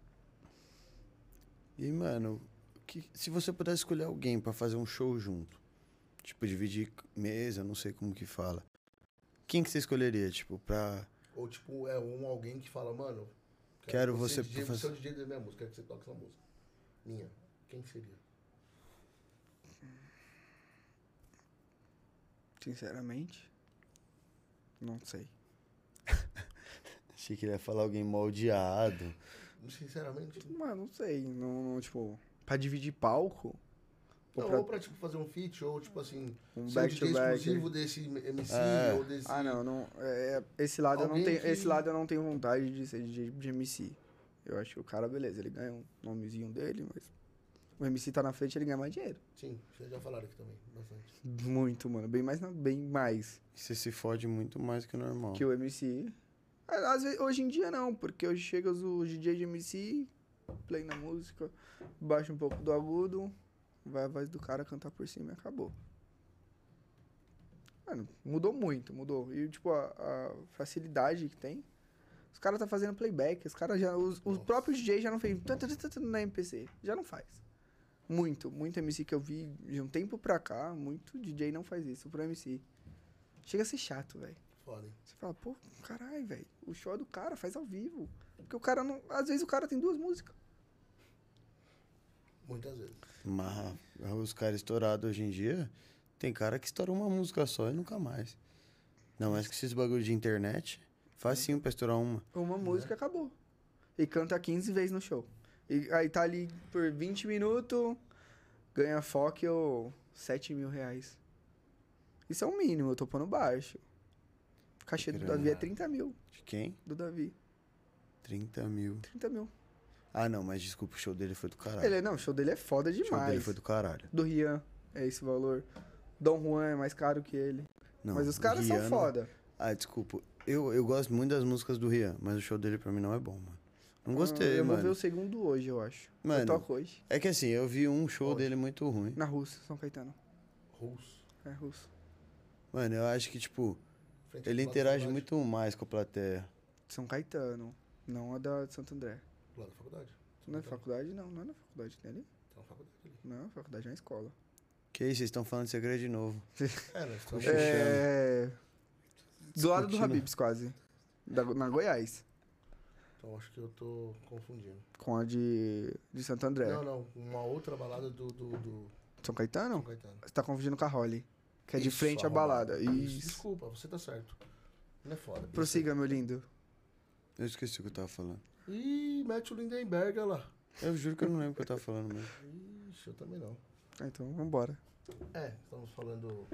E, mano, que- se você pudesse escolher alguém pra fazer um show junto, tipo, dividir mesa, não sei como que fala. Quem que você escolheria, tipo, pra. Ou tipo, é um alguém que fala, mano. Quero você DJ, pra Você é o fazer- DJ da minha música, quero que você toque essa música. Minha. Quem que seria? Sinceramente, não sei. Achei que ele ia falar alguém moldeado. Sinceramente. Mano, não sei. Não, não, tipo, pra dividir palco? Não, Ou pra- ou pra tipo, fazer um feat, ou tipo assim, Um ser um back to DJ back. exclusivo desse MC, É. ou desse. Ah, não, não. é, é, esse, lado eu não Alguém tenho, que- esse lado eu não tenho vontade de ser de, de MC. Eu acho que o cara, beleza, ele ganha um nomezinho dele, mas. O MC tá na frente, ele ganha mais dinheiro. Sim, vocês já falaram aqui também, bastante. Muito, mano. Bem mais, na- bem mais Você se fode muito mais que o normal. que o MC. Ah, Às vezes, hoje em dia não, porque hoje chega os- o DJ de MC, play na música, baixa um pouco do agudo, vai a voz do cara cantar por cima e acabou. Mano, mudou muito, mudou. E, tipo, a, a facilidade que tem. Os caras tá fazendo playback, os caras já. Os, os próprios DJ já não fez tan, tan, tan, tan na MPC. Já não faz. Muito, muito MC que eu vi de um tempo pra cá, muito DJ não faz isso pro MC. Chega a ser chato, velho. Foda, hein? Você fala, pô, caralho, velho, o show é do cara, faz ao vivo. Porque o cara não. Às vezes o cara tem duas músicas. Muitas vezes. Mas ah, os caras estourados hoje em dia, tem cara que estourou uma música só e nunca mais. Não, mas que esses bagulho de internet, facinho pra estourar uma. Uma música acabou. E canta 15 vezes no show. E aí tá ali por 20 minutos, ganha foco ou 7 mil reais. Isso é o mínimo, eu tô pondo baixo. O cachê do Grana. Davi é 30 mil. De quem? Do Davi, 30 mil. 30 mil. Ah, não, mas desculpa, o show dele foi do caralho. Ele, é- não, o show dele é foda o Tá. show dele demais. foi do caralho. Do Rian é esse valor. Dom Juan é mais caro que ele. Não, Mas os caras são Rihanna- foda. Ah, desculpa. Eu, eu gosto muito das músicas do Rian, mas o show dele pra mim não é bom, mano. Não gostei, Ah, Eu vou ver mano. o segundo hoje, eu acho. Mano. Eu toco hoje. É que assim, eu vi um show dele muito ruim. Na Rússia, São Caetano. Russo. É russo. Mano, eu acho que, tipo, Frente ele ao lado da interage faculdade. muito mais com a plateia. São Caetano. Não a da de Santo André. Do lado da faculdade. Não é faculdade, não. Não é na faculdade, tem ali? Tem uma faculdade ali. Não, faculdade é uma escola. Que isso, vocês estão falando de segredo de novo. É, nós estamos. Puxa. É. Do lado do Discutindo. Habibs, quase. Da- na Goiás. Então acho que eu tô confundindo. Com a de, de Santo André. Não, não. Uma outra balada do, do, do São São Caetano? Caetano. Você tá confundindo com a Holly. Que é de Isso, frente à arrombado. balada. Isso, Isso. Desculpa, você tá certo. Não é foda. Prossiga, meu lindo. Eu esqueci o que eu tava falando. Ih, mete o Lindenberg, olha lá. Eu juro que eu não lembro o que eu tava falando mesmo. Ixi, eu também não. Ah, Então, vambora. É, estamos falando.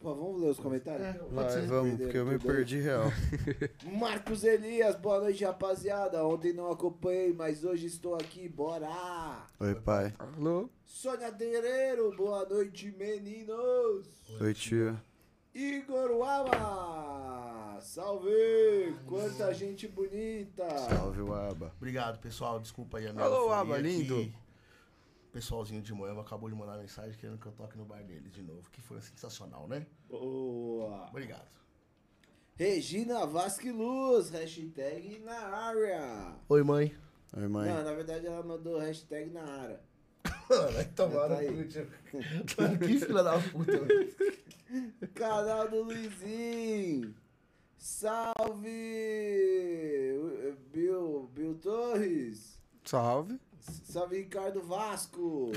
Pô, vamos É. ler os comentários? É, Lá, vamos, porque eu me perdi real. Marcos Elias, boa noite, rapaziada. Ontem não acompanhei, mas hoje estou aqui, bora! Oi, pai. Alô? Sônia Terreiro, boa noite, meninos! Oi, tio. Igor Wama, salve! Quanta gente bonita! Salve, o Aba. Obrigado, pessoal. Desculpa aí a minha. Alô, euforia Aba, que lindo. O pessoalzinho de Moema acabou de mandar mensagem querendo que eu toque no bar deles de novo, que foi sensacional, né? Boa! Obrigado. Regina Vasque Luz, hashtag na área! Oi, mãe. Oi, mãe. Não, na verdade ela mandou hashtag na área. Vai Já tá tomar no aí. cu, tio. Que filha da puta. Canal do Luizinho! Salve! eh, Bill, Bill Torres! Salve. Salve Ricardo Vasco!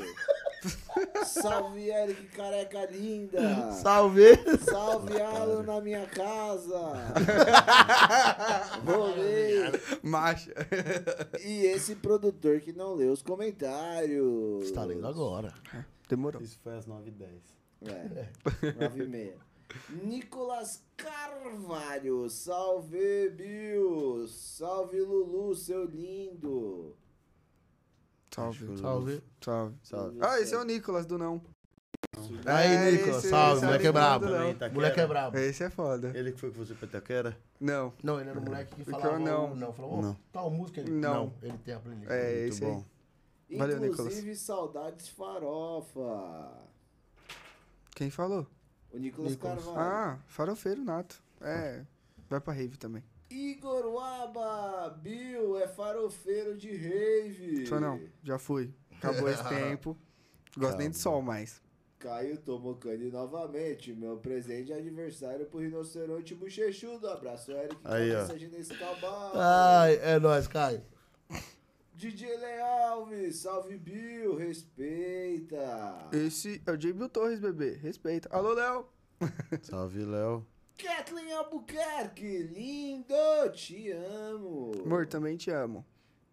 Salve Eric Careca Linda! Salve. Salve Alan na minha casa! Rolê! Macha. E esse produtor que não leu os comentários. Você tá lendo agora. Demorou. Isso foi às 9h10. É, nove e meia. Nicolas Carvalho, salve Bill, salve Lulu, seu lindo. Salve. Salve. Salve. Salve. Ah, esse é o Nicolas do não. Aí, É, Nicolas, esse- salve. esse moleque é é brabo. lindo, não. Itaquera. Moleque é brabo. Esse é foda. Ele que foi com você pra Itaquera? Não. Não, ele era um moleque que Porque eu falava. não. Não, falou, Não. tal música ele. Não. ele tem a playlist. É, Muito esse bom. aí. Valeu, Nicolas. Inclusive, saudades farofa. Quem falou? O Nicolas, Nicolas. Carvalho. Ah, farofeiro nato. É. Vai pra rave também. Igor Waba, Bill é farofeiro de rave. Só não. Já fui. Acabou esse tempo. Gosto nem de sol mais. Caio tomou cane novamente. Meu presente de aniversário pro rinoceronte bochechudo. Abraço, Eric. Aí, ó. cabeça de nesse cavalo. Ai, é nóis, Caio. DJ Le Alves, salve Bill, respeita. Esse é o J. Bill Torres, bebê. Respeita. Alô, Léo. Salve, Léo. Kathleen Albuquerque, lindo, te amo. Amor, também te amo.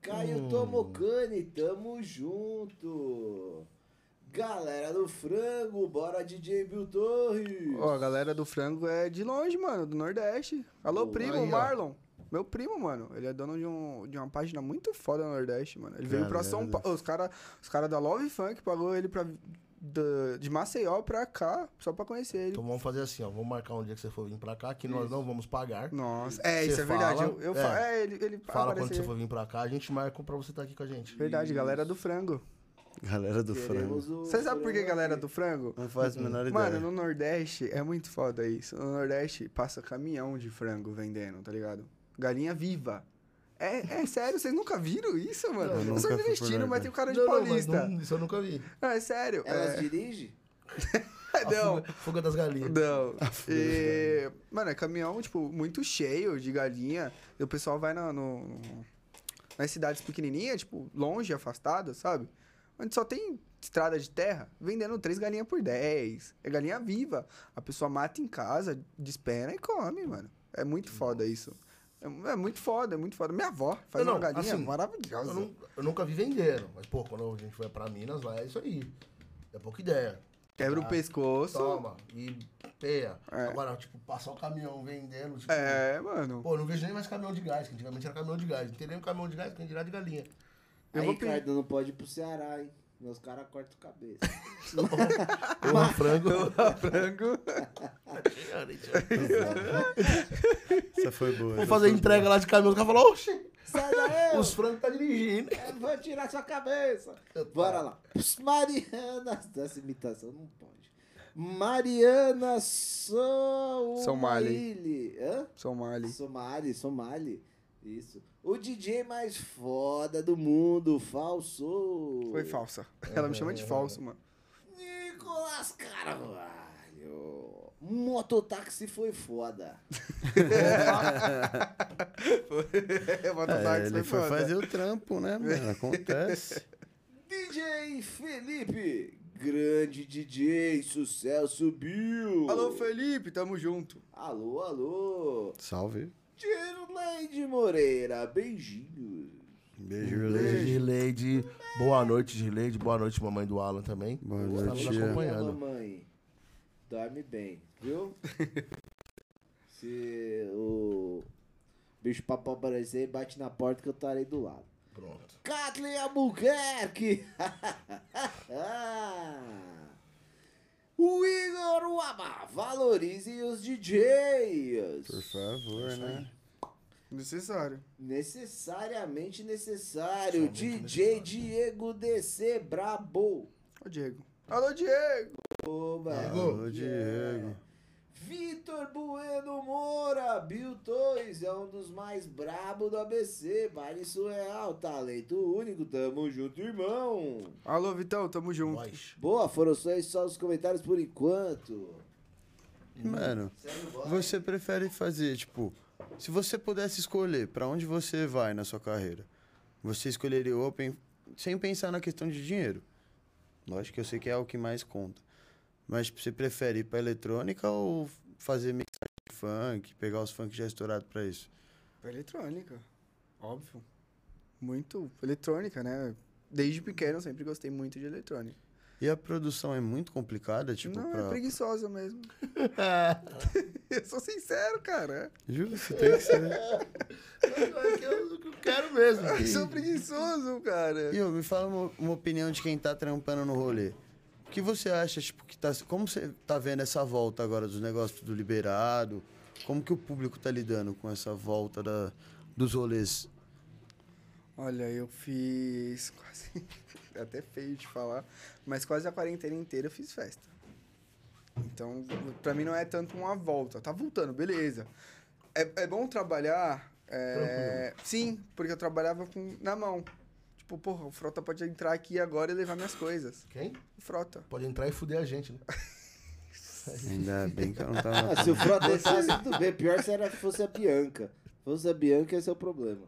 Caio Tomocani, tamo junto. Galera do frango, bora DJ Bill Torres. Ó, a galera do frango é de longe, mano, do Nordeste. Alô, Boa. primo, Aí, ó. Marlon. Meu primo, mano. Ele é dono de, um, de uma página muito foda no Nordeste, mano. Ele veio pra Galera São do- Paulo. Os caras os cara da Love Funk pagou ele pra, da- de Maceió pra cá, só pra conhecer ele. Então vamos fazer assim, ó. Vamos marcar um dia que você for vir pra cá, que nós não vamos pagar. Nossa. É, Você isso é verdade. fala, Eu, eu é. falo. É, ele, ele Fala quando aparece você aí. for vir pra cá, a gente marca pra você estar aqui com a gente. Verdade, galera do frango. Galera do frango. Você sabe por que galera do frango? Uhum. Não faz a menor ideia. Mano, no Nordeste é muito foda isso. No Nordeste passa caminhão de frango vendendo, tá ligado? Galinha viva. É, é sério, vocês nunca viram isso, mano? Eu eu nunca sou fui pro nordestino, mas Nordeste. tem um cara de Não, não, mas paulista. Não, não- isso eu nunca vi. é sério. Elas é. dirigem? A Não. Fuga, fuga das galinhas. Não. E, mano, é caminhão, tipo, muito cheio de galinha. E o pessoal vai na, no, nas cidades pequenininhas, tipo, longe, afastadas, sabe? Onde só tem estrada de terra, vendendo três galinhas por 10. É galinha viva. A pessoa mata em casa, despena e come, mano. É muito foda isso. É, é muito foda, é muito foda. Minha avó faz Não, uma não, galinha assim, maravilhosa. Eu, nu- eu nunca vi vendendo, mas pô, quando a gente vai pra Minas lá, é isso aí. É pouca ideia. Quebra o Ah, pescoço. Toma e peia. É. Agora, tipo, passar o caminhão vendendo, tipo. É, mano. Pô, eu não vejo nem mais caminhão de gás, que antigamente era caminhão de gás. Não tem nem caminhão de gás, tem dirá de galinha. Eu Aí, vou pedir- Ricardo, não pode ir pro Ceará, hein? Meus caras cortam cabeça. Ou um frango. Frango. Essa foi boa. Vou essa fazer foi entrega lá de caminhão, o cara falou, oxe, Sai É. daí! os frangos tá dirigindo. Eu vou tirar sua cabeça. Bora lá. Pss, Mariana. Essa imitação não pode. Mariana Sou. Somali. Hã? Somali. Somali, Somali. Isso. O DJ mais foda do mundo, falso. Foi falsa. É. Ela me chama de falso, mano. Nicolas Carvalho. Mototáxi foi foda. Eu boto boa. o Darks, É, ele foi foi foda. fazer o trampo, né, mano? Acontece. DJ Felipe. Grande DJ, sucesso subiu. Alô, Felipe, tamo junto. Alô, alô. Salve. Dirleide Moreira, beijinhos. Beijo, Beijo, beijo. Gileide. Boa noite, Gileide. Boa noite, mamãe do Alan também. Boa Tá nos noite. Boa, acompanhando. mamãe. Dorme bem, viu? Se o bicho papão aparecer, bate na porta que eu estarei do lado. Pronto. Kathleen Albuquerque! o Igor Uaba, valorize os DJs! Por favor, né? Necessário. Necessariamente necessário. DJ Diego DC, brabo. Ô, Diego. Alô, Diego. Oba. Alô, Diego. Vitor Bueno Moura, Bill Toys é um dos mais brabo do ABC, baile surreal, talento único, tamo junto, irmão. Alô, Vitão, tamo junto. Nós. Boa, foram só, só os comentários por enquanto. Mano, você prefere fazer, tipo, se você pudesse escolher pra onde você vai na sua carreira, você escolheria o Open sem pensar na questão de dinheiro. Lógico que eu sei que é o que mais conta. Mas você prefere ir pra eletrônica ou fazer mixagem de funk, pegar os funk já estourados pra isso? Pra eletrônica, óbvio. Muito eletrônica, né? Desde pequeno eu sempre gostei muito de eletrônica. E a produção é muito complicada, tipo, não, é pra. preguiçosa mesmo. eu sou sincero, cara. Justo, tem que ser. É que eu, que eu quero mesmo. Eu sou preguiçoso, cara. E ô, me fala uma, uma opinião de quem tá trampando no rolê. O que você acha, tipo, que tá. Como você tá vendo essa volta agora dos negócios do liberado? Como que o público tá lidando com essa volta da, dos rolês? Olha, eu fiz quase. É até feio de falar, mas quase a quarentena inteira eu fiz festa. Então, pra mim não é tanto uma volta. Tá voltando, beleza. É, é bom trabalhar. é, Sim, porque eu trabalhava com, na mão. Tipo, porra, o Frota pode entrar aqui agora e levar minhas coisas. Quem? O Frota. Pode entrar e fuder a gente, né? Ainda bem que eu não tava. Ah, se o Frota entrasse, tudo bem. Pior se era, fosse a Bianca. Se fosse a Bianca, esse é o problema.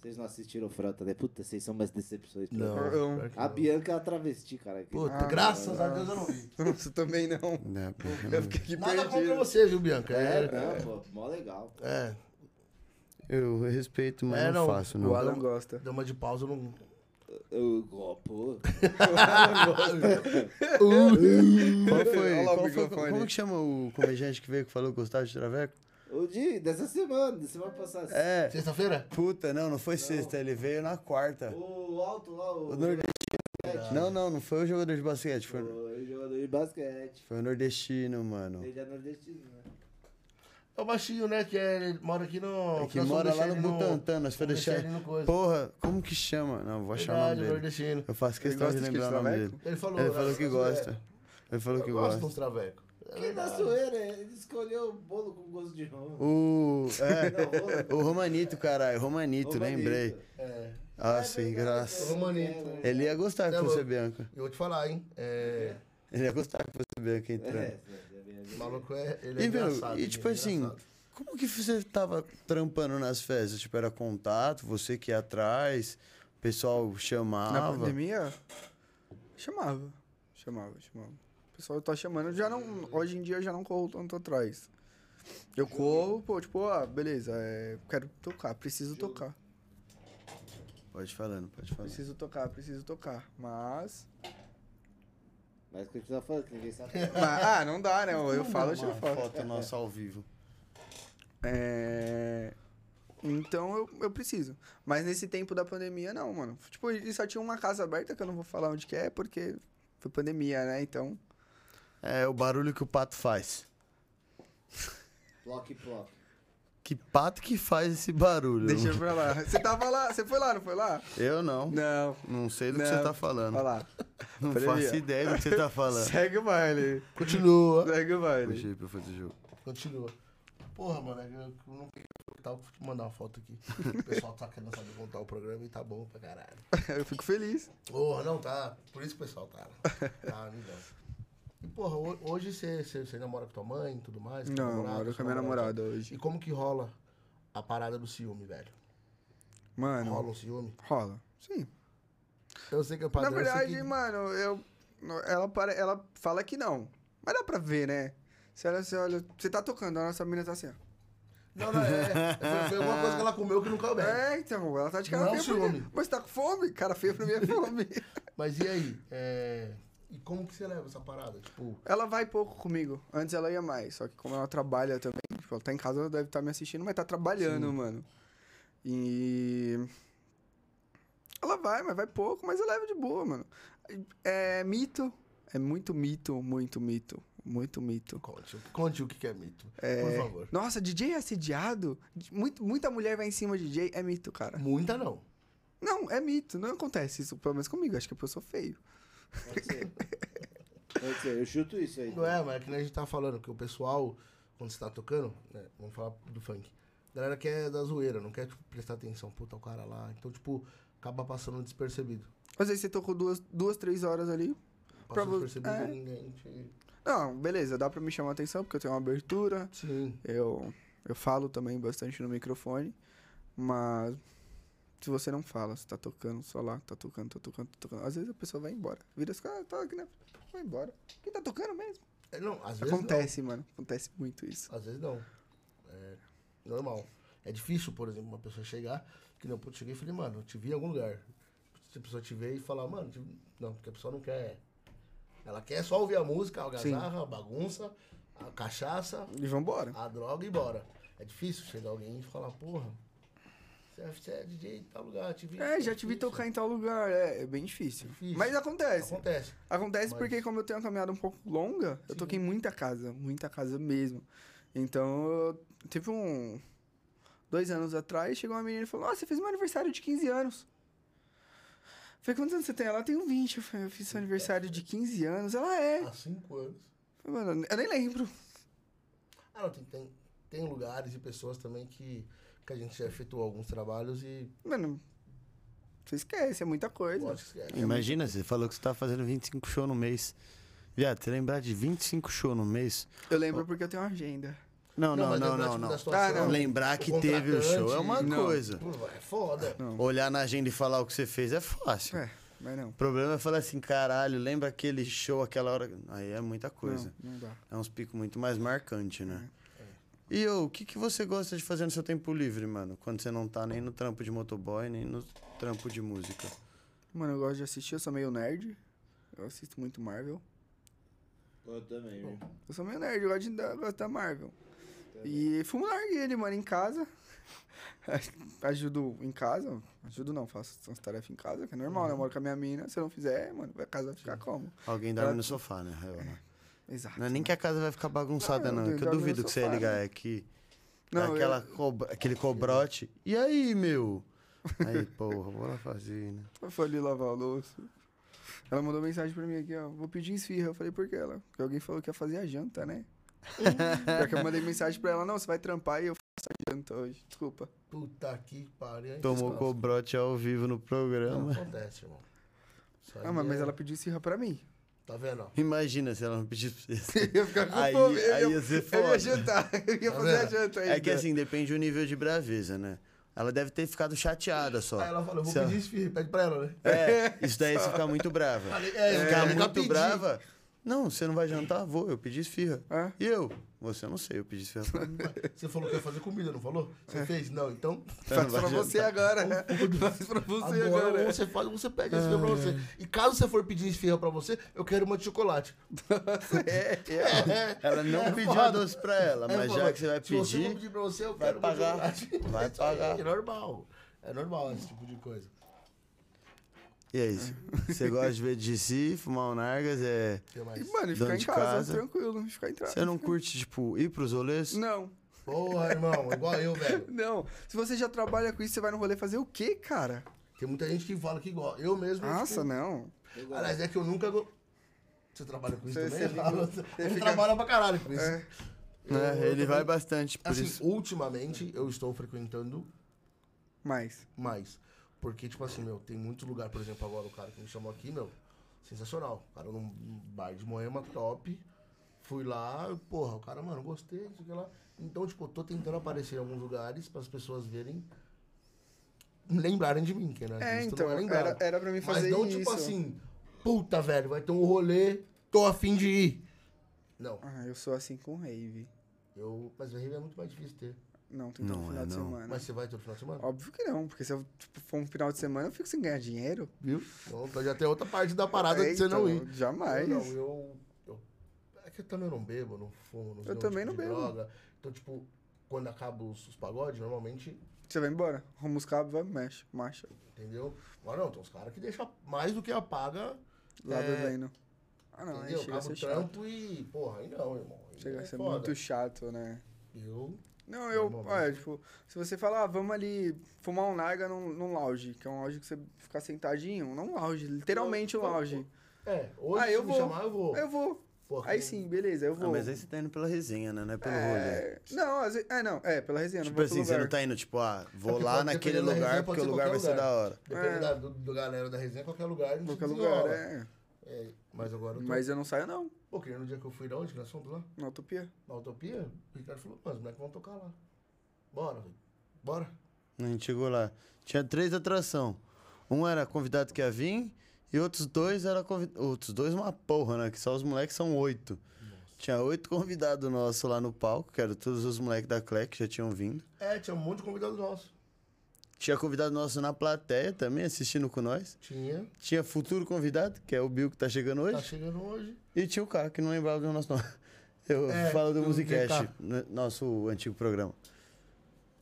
Vocês não assistiram o Frota, né? Puta, vocês são umas decepções. pra mim. Não. pior que A não. Bianca é a travesti, cara. que- Puta, Ah, graças a Deus eu não vi. Nossa, também não. Ainda bem que né? eu Eu não- fiquei aqui Nada contra perdido. você, viu, Bianca? É, É, não, pô. Mó legal. é. Eu respeito, mas É, não, não. faço, O não. Alan gosta. Deu uma de pausa, eu não. Eu, ó, pô. Qual foi? Olha lá o qual foi- microfone. como que chama o comediante que veio que falou que gostava de Traveco? O dia dessa semana, da semana passada. É. Sexta-feira? Puta, não, não foi sexta, ele veio na quarta. O alto lá, o, O nordestino. Não, não, não foi o jogador de basquete, foi, o jogador de basquete. foi o nordestino, mano. Ele é nordestino, né? É o baixinho, né? Que é, ele mora aqui no. É que nós vamos mora lá deixar no ele Butantan, nós foi vamos deixar. ele no coisa. Porra, como que chama? Não, vou achar o Verdade, nome dele. nordestino. Eu faço questão de gosta de lembrar o nome Traveco? dele. Ele falou. Ele né, falou nossa, que gosta. Ele falou que Eu gosto É de uns gosta. traveco. É Que na zoeira, ele escolheu o bolo com gosto de rom. O. Não, rola. É. O Romanito, caralho. Romanito, Romanito. lembrei. É. Ah, sim, O é graças. Romanito. Ele ia gostar Tá com você, louco. Bianca. Eu vou te falar, hein? É. Ele ia gostar com você, Bianca, entrando. É, é, é bem O assim. maluco é. Ele é E, meu, engraçado, e ele tipo é assim, engraçado. como que você tava trampando nas festas? Tipo, era contato, você que ia atrás, o pessoal Na chamava. pandemia, chamava. Chamava, chamava. O pessoal tá chamando. Já não, hoje em dia eu já não corro tanto atrás. Eu corro, pô, tipo, ah, beleza, é, quero tocar, preciso tocar. Pode falando, pode falando. Preciso tocar, preciso tocar. Mas. Mas continua falando, que ninguém sabe. é mas- ah, não dá, né? Eu falo, eu tiro foto. foto nossa ao vivo. É, Então eu, eu preciso. Mas nesse tempo da pandemia, não, mano. Tipo, e só tinha uma casa aberta que eu não vou falar onde que é, porque foi pandemia, né? Então. É o barulho que o pato faz. Plock, plock. Que pato que faz esse barulho? Deixa pra lá. Você tava lá, você foi lá, não foi lá? Eu não. Não. Não sei do que Não. você tá falando. Olha lá. Não Peraí, faço ó. ideia do que você tá falando. Segue o baile. Continua. Segue o baile. Puxei pra eu fazer o jogo. Continua. Porra, mano, é que eu eu não tava vou te mandar uma foto aqui. O pessoal tá querendo saber contar o programa e tá bom pra caralho. Eu fico feliz. Porra, não, tá. Por isso que o pessoal tá. Tá, amigão. E porra, ho- hoje você- você você namora com tua mãe e tudo mais? Não, eu namorado, moro com a seu minha namorado? namorada E hoje. como que rola a parada do ciúme, velho? Rola Mano, um ciúme? rola. Sim. Eu sei que é Na padrão, eu verdade, sei que... mano, eu. no- Ela, para, ela fala que não. Mas dá pra ver, né? Você olha, você olha. Você tá tocando, a nossa menina tá assim, ó. Não, não, é. Foi, foi uma coisa que ela comeu que não caiu bem. É, então, ela tá de cara Não é um feia. pra mim. ciúme. Mas tá com fome? Cara feia pra mim é fome. Mas e aí? É... E como que você leva essa parada? Tipo, ela vai pouco comigo. Antes ela ia mais. Só que como ela trabalha também, tipo, ela tá em casa, ela deve estar me assistindo, mas tá trabalhando, mano. E. Ela vai, mas vai pouco, mas eu levo de boa, mano. É mito. É muito mito, muito mito. Muito mito. conte, conte o que que é mito. Por favor. Nossa, DJ é assediado? Muito, muita mulher vai em cima de DJ. É mito, cara. Muita não. Não, é mito. Não acontece isso, pelo menos comigo. Acho que é porque eu sou feio. Pode ser. Pode ser, eu chuto isso aí. Não é, mas é que nem a gente tava falando, que o pessoal, quando você tá tocando, né, vamos falar do funk, a galera quer da zoeira, não quer, tipo, prestar atenção, puta, o cara lá. Então, tipo, acaba passando despercebido. Às vezes você tocou duas, duas três horas ali. Passou Pra vo- despercebido é. e ninguém te... Não, beleza, dá pra me chamar a atenção, porque eu tenho uma abertura, Sim. eu, eu falo também bastante no microfone, mas se você não fala, você tá tocando só lá, tá tocando, tá tocando, tá tocando. Às vezes a pessoa vai embora. Vira as caras, toca, né? Vai embora. Quem tá tocando mesmo? É, não, às vezes Acontece, mano. Acontece muito isso. não. Às vezes não. É normal. É difícil, por exemplo, uma pessoa chegar, que não, pô, eu cheguei e falei, mano, eu te vi em algum lugar. Se a pessoa te vê e falar, mano, te- não, porque a pessoa não quer. Ela quer só ouvir a música, a algazarra, a bagunça, a cachaça, E vambora. a droga e bora. É difícil chegar alguém e falar, porra, você é- você é DJ em tal lugar, te vi. É, já te vi tocar em tal lugar. É, é bem difícil. Difícil. Mas acontece. Acontece. Acontece Mas- porque, como eu tenho uma caminhada um pouco longa, eu toquei muita casa, muita casa mesmo. Então, eu- teve um. Dois anos atrás, chegou uma menina e falou: Nossa, você fez meu aniversário de 15 anos. Eu Falei, quantos anos você tem? Ela tem 20. Eu falei, eu fiz seu aniversário de 15 anos. Ela é. Eu Há cinco anos. falei, Mano, eu nem lembro. Ah, não, tem, tem, tem lugares e pessoas também que, que a gente já efetuou alguns trabalhos e Mano, você esquece, é muita coisa. lógico que é. Imagina, você falou que você tá fazendo 25 shows no mês. Viado, você lembrar de 25 shows no mês? Eu lembro porque eu tenho uma agenda. Não, não, mas não, lembrar, não. tipo, não. da situação, Ah, não. Lembrar o que teve o show é uma contratante, coisa. Pô, é foda. Olhar na agenda e falar o que você fez é fácil. É, mas não. O problema é falar assim, caralho, lembra aquele show, aquela hora. Aí é muita coisa. Não, não dá. É uns picos muito mais marcantes, né? É. E ô, o que, que você gosta de fazer no seu tempo livre, mano? Quando você não tá nem no trampo de motoboy, nem no trampo de música. Mano, eu gosto de assistir, eu sou meio nerd. Eu assisto muito Marvel. Eu também, viu? Eu sou meio nerd, eu gosto de- da, gosto da Marvel. E fumo narguilha, mano, em casa. Ajudo em casa. Ajudo não, faço as tarefas em casa, que é normal, né? Eu moro com a minha mina. Se eu não fizer, mano, a casa vai ficar como? Alguém dorme no sofá, né? Real, né? Exato. Não é nem que a casa vai ficar bagunçada, Ah, não. É alguém Que eu dorme no duvido que você ia sofá, né? ligar. É que. Não, dá eu- aquela cobra- aquele cobrote. E aí, meu? Aí, porra, vou lá fazer, né? Eu fui ali lavar a louça. Ela mandou mensagem pra mim aqui, ó. Vou pedir esfirra. Eu falei, por que ela? Porque alguém falou que ia fazer a janta, né? Pior que eu mandei mensagem pra ela, não, você vai trampar e eu faço a janta hoje. Desculpa. Puta que pariu. hein? Tomou Desculpa. cobrote ao vivo no Não, programa. acontece, irmão. Isso aí Ah, mas, é- mas ela pediu esfirra pra mim. Tá vendo? ó? Imagina se ela não pedisse pra você. Eu ia ficar com Aí- fome. Eu, aí eu- ia ser eu é foda. ia jantar. Eu ia Tá fazer a vendo? janta ainda. É que assim, depende do nível de braveza, né? Ela deve ter ficado chateada só. Aí ela falou, eu vou Se ela- pedir esfirra. Pede pra ela, né? É, isso daí você fica muito brava. Falei, é, Se eu ficar ia muito pedir. brava. Não, você não vai jantar? Vou, eu pedi esfirra. É. E eu? Você eu não sei, eu pedi esfirra. pra mim. Você falou que ia fazer comida, não falou? Você É. fez? Não, então... Você não Faz vai pra você agora. Faz pra você Tá Agora, agora. ou você faz, ou você pede esfirra pra você. E caso você for pedir esfirra pra você, eu quero uma de chocolate. É, é. É, Ela não É pediu foda. doce pra ela, É, mas foda. já que você Se vai você for pedir. pedir pra você, eu vai quero uma de pagar. chocolate. Vai Isso aí pagar. É normal. É normal esse tipo de coisa. E é isso. Você gosta de ver DC, fumar um Nargas, é. O que mais? E, mano, e Dono ficar em de casa, casa. tranquilo. Ficar em casa. Você não curte, tipo, ir pros rolês? Não. Porra, irmão, igual eu, velho. Não, se você já trabalha com isso, você vai no rolê fazer o quê, cara? Tem muita gente que fala que igual. Eu mesmo. Nossa, tipo, não. Aliás, é que eu nunca. go- Você trabalha com isso Você- também? você Não, fica- Você, você fica- trabalha pra caralho com isso. É. Eu- É, eu ele também- vai bastante, por Assim, isso. ultimamente eu estou frequentando Mas, mais. Porque, tipo assim, meu, tem muito lugar, por exemplo, agora o cara que me chamou aqui, meu, sensacional. O cara num bar de Moema top. Fui lá, porra, o cara, mano, gostei, não sei o que lá. Então, tipo, eu tô tentando aparecer em alguns lugares para as pessoas verem. Lembrarem de mim, que né? É, isso então, não lembrado. era- era pra mim fazer Mas não, tipo isso. assim, puta, velho, vai ter um rolê, tô afim de ir. Não, ah, eu sou assim com rave. eu. Mas o rave é muito mais difícil ter. Não, tem que Não no é, final de não. semana. Mas você vai todo final de semana? Óbvio que não, porque se eu tipo, for um final de semana, eu fico sem ganhar dinheiro. Viu? Então já tem outra parte da parada de você Eita, não ir. Jamais. Eu não, eu, eu- É que eu também não bebo, não fumo, não Eu sei nenhum também tipo não de bebo. droga. Então, tipo, quando acabam os, os pagodes, normalmente, Você vai embora, arruma os cabos, vai, mexe, marcha. entendeu? Agora não, tem uns caras que deixam mais do que a paga, Lá É, bebendo. Ah, não, aí entendeu? chega a Acaba ser o chato. trampo e. Porra, aí não, irmão. Aí Chega a é ser foda. muito chato, né? Eu. Não, eu, Normal, olha, tipo, se você falar, ah, vamos ali fumar um narga num, num lounge, que é um lounge que você ficar sentadinho, não um lounge, literalmente um Não, não, lounge. É, hoje Ah, eu se vou. me chamar, eu vou. Eu vou. Porra, Aí sim, beleza, eu Ah, vou. mas aí você tá indo pela resenha, né? Não é pelo rolê. É, não, às vezes, é, não, é, pela resenha, não Tipo vou assim, pro você não lugar. tá indo, tipo, ah, vou porque lá É pode- naquele dependendo da lugar resenha, porque pode o ser lugar vai qualquer ser da lugar. hora. Depende É. da, do, do galera da resenha, qualquer lugar. em qualquer desenrola. lugar, é. É, mas agora eu tô... Mas eu não saio, não, Pô, que nem no dia que eu fui da onde, que nós fomos lá? na Utopia. Na Utopia, o Ricardo falou, mano, os moleques vão tocar lá. Bora, velho. Bora. A gente chegou lá. Tinha três atração. Um era convidado que ia vir e outros dois era convid... Outros dois uma porra, né? Que só os moleques são oito. Tinha oito convidados nossos lá no palco, que eram todos os moleques da Clé que já tinham vindo. É, tinha um monte de convidado nosso. Tinha convidado nosso na plateia também, assistindo com nós. Tinha. Tinha futuro convidado, que é o Bill que tá chegando hoje. Tá chegando hoje. E tinha o K, que não lembrava do nosso nome. Eu É, falo do do Musicast, VK. no- nosso antigo programa.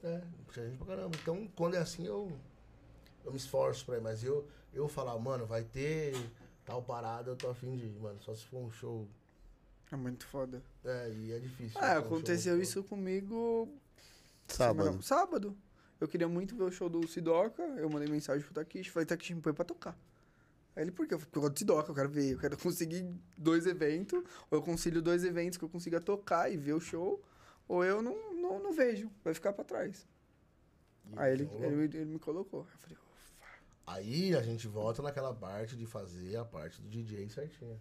É, tinha gente pra caramba. Então, quando é assim, eu, eu me esforço pra ir. Mas eu, eu falar, mano, vai ter tal parada, eu tô afim de ir, mano. Só se for um show. É muito foda. É, e é difícil. Ah, achar um show aconteceu muito isso comigo Sábado. é semana- Sábado. Eu queria muito ver o show do Sidoca. Eu mandei mensagem pro Takishi. Falei, Takishi, me põe pra tocar. Aí ele, por quê? Eu falei, Porque eu gosto de Sidoca, eu quero ver. Eu quero conseguir dois eventos. Ou eu concilio dois eventos que eu consiga tocar e ver o show. Ou eu não, não, não vejo. Vai ficar pra trás. bom. E Aí Ah, ele, então, ele, me- ele me colocou. Eu falei, ufa. Aí a gente volta naquela parte de fazer a parte do DJ certinha.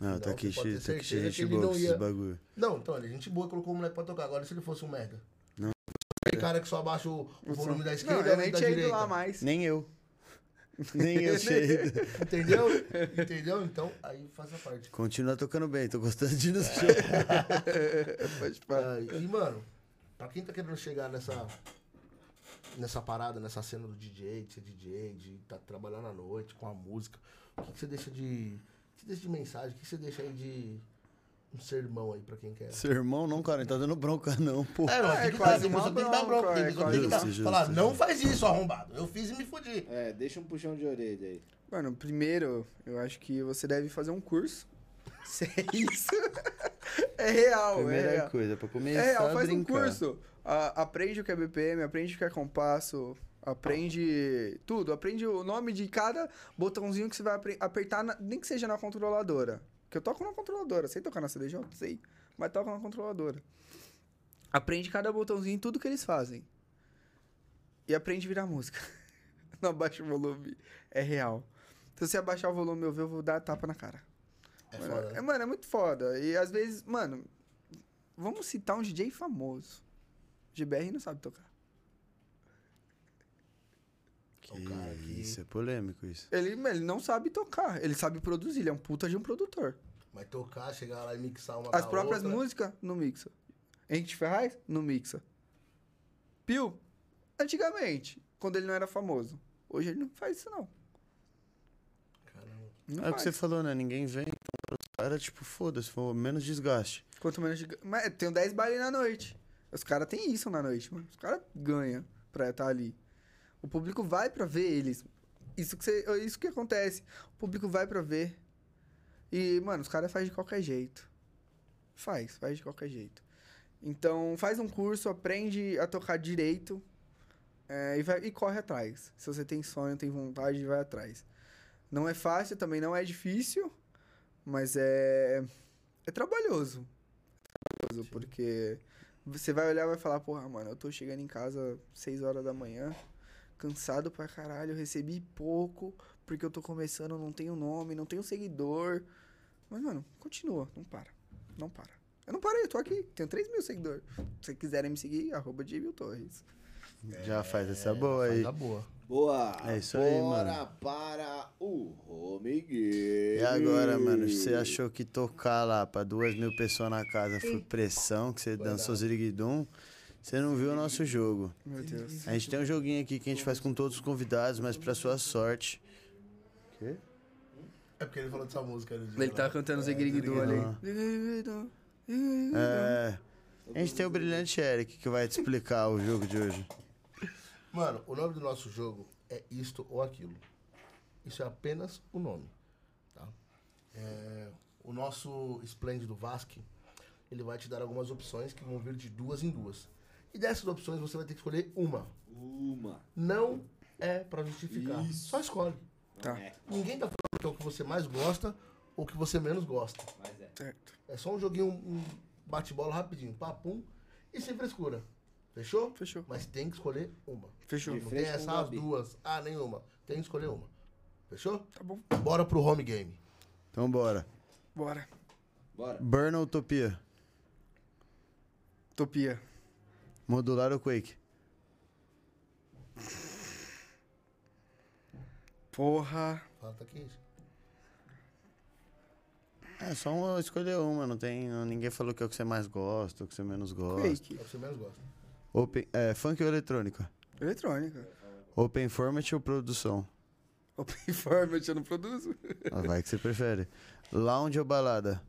Ah, Não, tá aqui, você pode ter tá aqui, certeza que gente ele boa não com esses ia- bagulho. Não, então, ele é gente boa, colocou o moleque pra tocar. Agora, se ele fosse um merda. Não. Aquele cara que só abaixa o, o volume da Não, esquerda e eu o nem da tinha direita. ido lá mais. Nem eu. Nem eu tinha ido. Entendeu? Entendeu? Então, aí faz a parte. Continua tocando bem, tô gostando de ir É. no show. Pode pá. Ah, e, mano, pra quem tá querendo chegar nessa. Nessa parada, nessa cena do DJ, de ser DJ, de tá trabalhando à noite com a música, o que, que você deixa de. O que você deixa de mensagem? O que, que você deixa aí de. Um sermão aí pra quem quer? Seu irmão não, cara, ele tá dando bronca não, pô. É, não, É, tem que quase dar, tem uma pessoa tem que dar bronca, bronca, tem é, pessoa tem que dar. quase justo, Falar, justo. não faz isso, arrombado. Eu fiz e me fudi. É, deixa um puxão de orelha aí. Mano, primeiro, eu acho que você deve fazer um curso. Se é isso. é real, é Primeira real. coisa, pra começar É, ela a faz um brincar. curso. A- aprende o que é BPM, aprende o que é compasso, aprende tudo. Aprende o nome de cada botãozinho que você vai apre- apertar, na- nem que seja na controladora. Que eu toco na controladora. Sei tocar na CDJ? Sei. Mas toco na controladora. Aprende cada botãozinho, tudo que eles fazem. E aprende a virar música. Não abaixa o volume. É real. Se você abaixar o volume, eu ver, eu vou dar tapa na cara. É Mano, foda. é, né? mano, é muito foda. E às vezes, mano, vamos citar um DJ famoso. GBR não sabe tocar. Que isso, é polêmico isso. Ele, mano, ele não sabe tocar. Ele sabe produzir, ele é um puta de um produtor. Mas tocar, chegar lá e mixar uma As com a próprias outra. músicas, não mixa. Henrique Ferraz, não mixa. Pio, antigamente, quando ele não era famoso. Hoje ele não faz isso, não. Caramba. Não é o que faz. você falou, né? Ninguém vem, então para os caras, tipo, foda-se, foi menos desgaste. Quanto menos. de- Mas eu tenho 10 bailes na noite. Os caras têm isso na noite, mano. Os caras ganham pra estar ali. O público vai pra ver eles. Isso que, você- isso que acontece. O público vai pra ver. E, mano, os caras fazem de qualquer jeito. Faz, faz de qualquer jeito. Então, faz um curso, aprende a tocar direito. é, e, vai- e corre atrás. Se você tem sonho, tem vontade, vai atrás. Não é fácil, também não é difícil. Mas é. É trabalhoso maravilhoso, porque você vai olhar e vai falar, porra, mano, eu tô chegando em casa 6 horas da manhã, cansado pra caralho, recebi pouco, porque eu tô começando, não tenho nome, não tenho seguidor. Mas, mano, continua, não para. Não para. Eu não parei, eu tô aqui, tenho 3 mil seguidores. Se vocês quiserem me seguir, arroba Jamil Torres. É, Já faz essa boa Mas aí. Tá boa. Boa! É isso aí, bora mano. para o Home Game. E agora, mano, você achou que tocar lá pra duas mil pessoas na casa foi pressão, que você dançou ziriguidum, você não viu o nosso jogo. Meu Deus. A gente tem um joguinho aqui que a gente faz com todos os convidados, mas pra sua sorte. É porque ele falou dessa música no dia. né? Ele tá- tava lá. cantando o Ziguiguidô. Zegriguidu ali. É. A gente tem o brilhante Eric que vai te explicar o jogo de hoje. Mano, o nome do nosso jogo é Isto ou Aquilo. Isso é apenas o nome. Tá? É, o nosso esplêndido Vasque, ele vai te dar algumas opções que vão vir de duas em duas. E dessas opções você vai ter que escolher uma. Uma. Não é pra justificar. Isso. Só escolhe. Tá. É, Ninguém tá falando que é o que você mais gosta ou o que você menos gosta. mas é. Certo. É só um joguinho, um bate-bola rapidinho, papum e sem frescura. Fechou? Fechou. Mas tem que escolher uma. Fechou. Não tem frente com o essas Gabi. duas. Ah, nenhuma. Tem que escolher uma. Fechou? Tá bom. Bora pro home game. Então bora. Bora. Bora. Burn ou Utopia? Utopia. Modular ou Quake? Porra. Fala, tá aqui. É, só uma, escolher uma, não tem. não- Ninguém falou que é o que você mais gosta, o que você menos gosta. É o Fake. que você menos gosta. Open, é, funk ou eletrônica? Eletrônica. Open format ou produção? Open format eu não produzo. Ah, vai que você prefere. Lounge ou balada?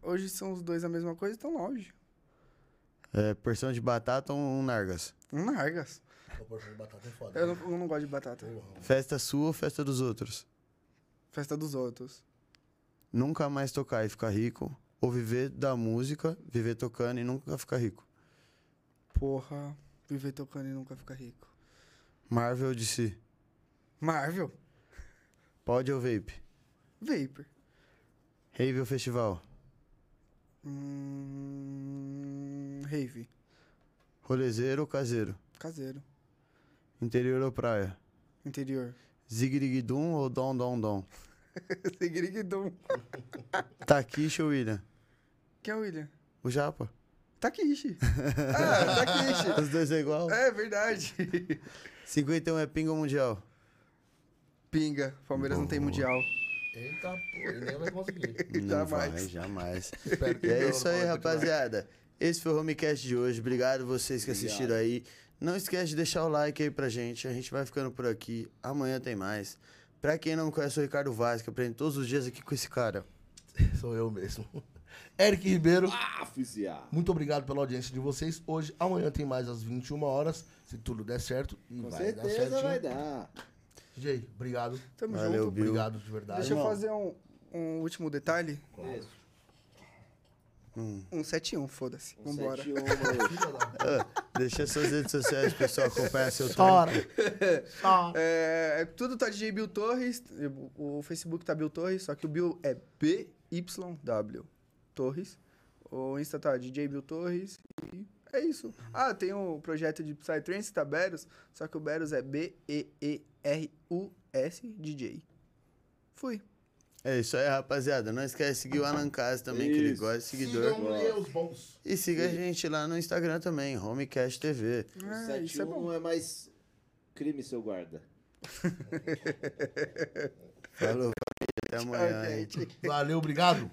Hoje são os dois a mesma coisa, então longe. É, porção de batata ou um nargas? Um Nargas. O porção de batata é foda. Eu não, eu não gosto de batata. Festa sua ou festa dos outros? Festa dos outros. Nunca mais tocar e ficar rico. Ou viver da música, viver tocando e nunca ficar rico. Porra. Viver tocando e nunca ficar rico. Marvel de si. Marvel. Pod ou vape? Vapor. Rave ou festival? Hum, rave. Rolezeiro ou caseiro? Caseiro. Interior ou praia? Interior. Zigrigdum ou dom dom dom? Segriguidum. Takishi ou William? Quem é o William? O japa. Takishi. ah, Takishi. Os dois é igual. É verdade. 51 é pinga ou mundial? Pinga. Palmeiras não tem mundial. Eita, pô, ele nem vai conseguir. Não Jamais. vai, jamais. Espero que E é não, isso não aí, vai continuar. rapaziada. Esse foi o Homecast de hoje. Obrigado vocês que Obrigado. assistiram aí. Não esquece de deixar o like aí pra gente. A gente vai ficando por aqui. Amanhã tem mais. Pra quem não conhece o Ricardo Vaz, que aprende todos os dias aqui com esse cara. Sou eu mesmo. Eric Ribeiro, Ah, Aficiar. muito obrigado pela audiência de vocês. Hoje, amanhã tem mais às 21 horas, se tudo der certo. E Com vai certeza um. dar vai certinho. dar. DJ, obrigado. Tamo Valeu, junto. Bill. Obrigado de verdade. Deixa eu irmão. fazer um, um último detalhe. Isso. Um 71, foda-se. Um Vambora. 7 e 1, mano. Deixa suas redes sociais, pessoal. Acompanha seu Ora. trampo. É, tudo tá DJ Bill Torres. O Facebook tá Bill Torres, só que o Bill é BYW Torres. O Insta tá DJ Bill Torres. E é isso. Ah, tem o projeto de Psytrance, tá Beros, só que o Beros é B-E-E-R-U-S DJ. Fui. É isso aí, rapaziada. Não esquece de seguir o Alan Casa também, que ele Isso. gosta de seguidor. Sigam-lhe os bons. E siga a gente lá no Instagram também, Homecast TV. Ah, isso 7 é 1 bom. é mais crime, seu guarda. Falou, até amanhã. hein? Valeu, obrigado.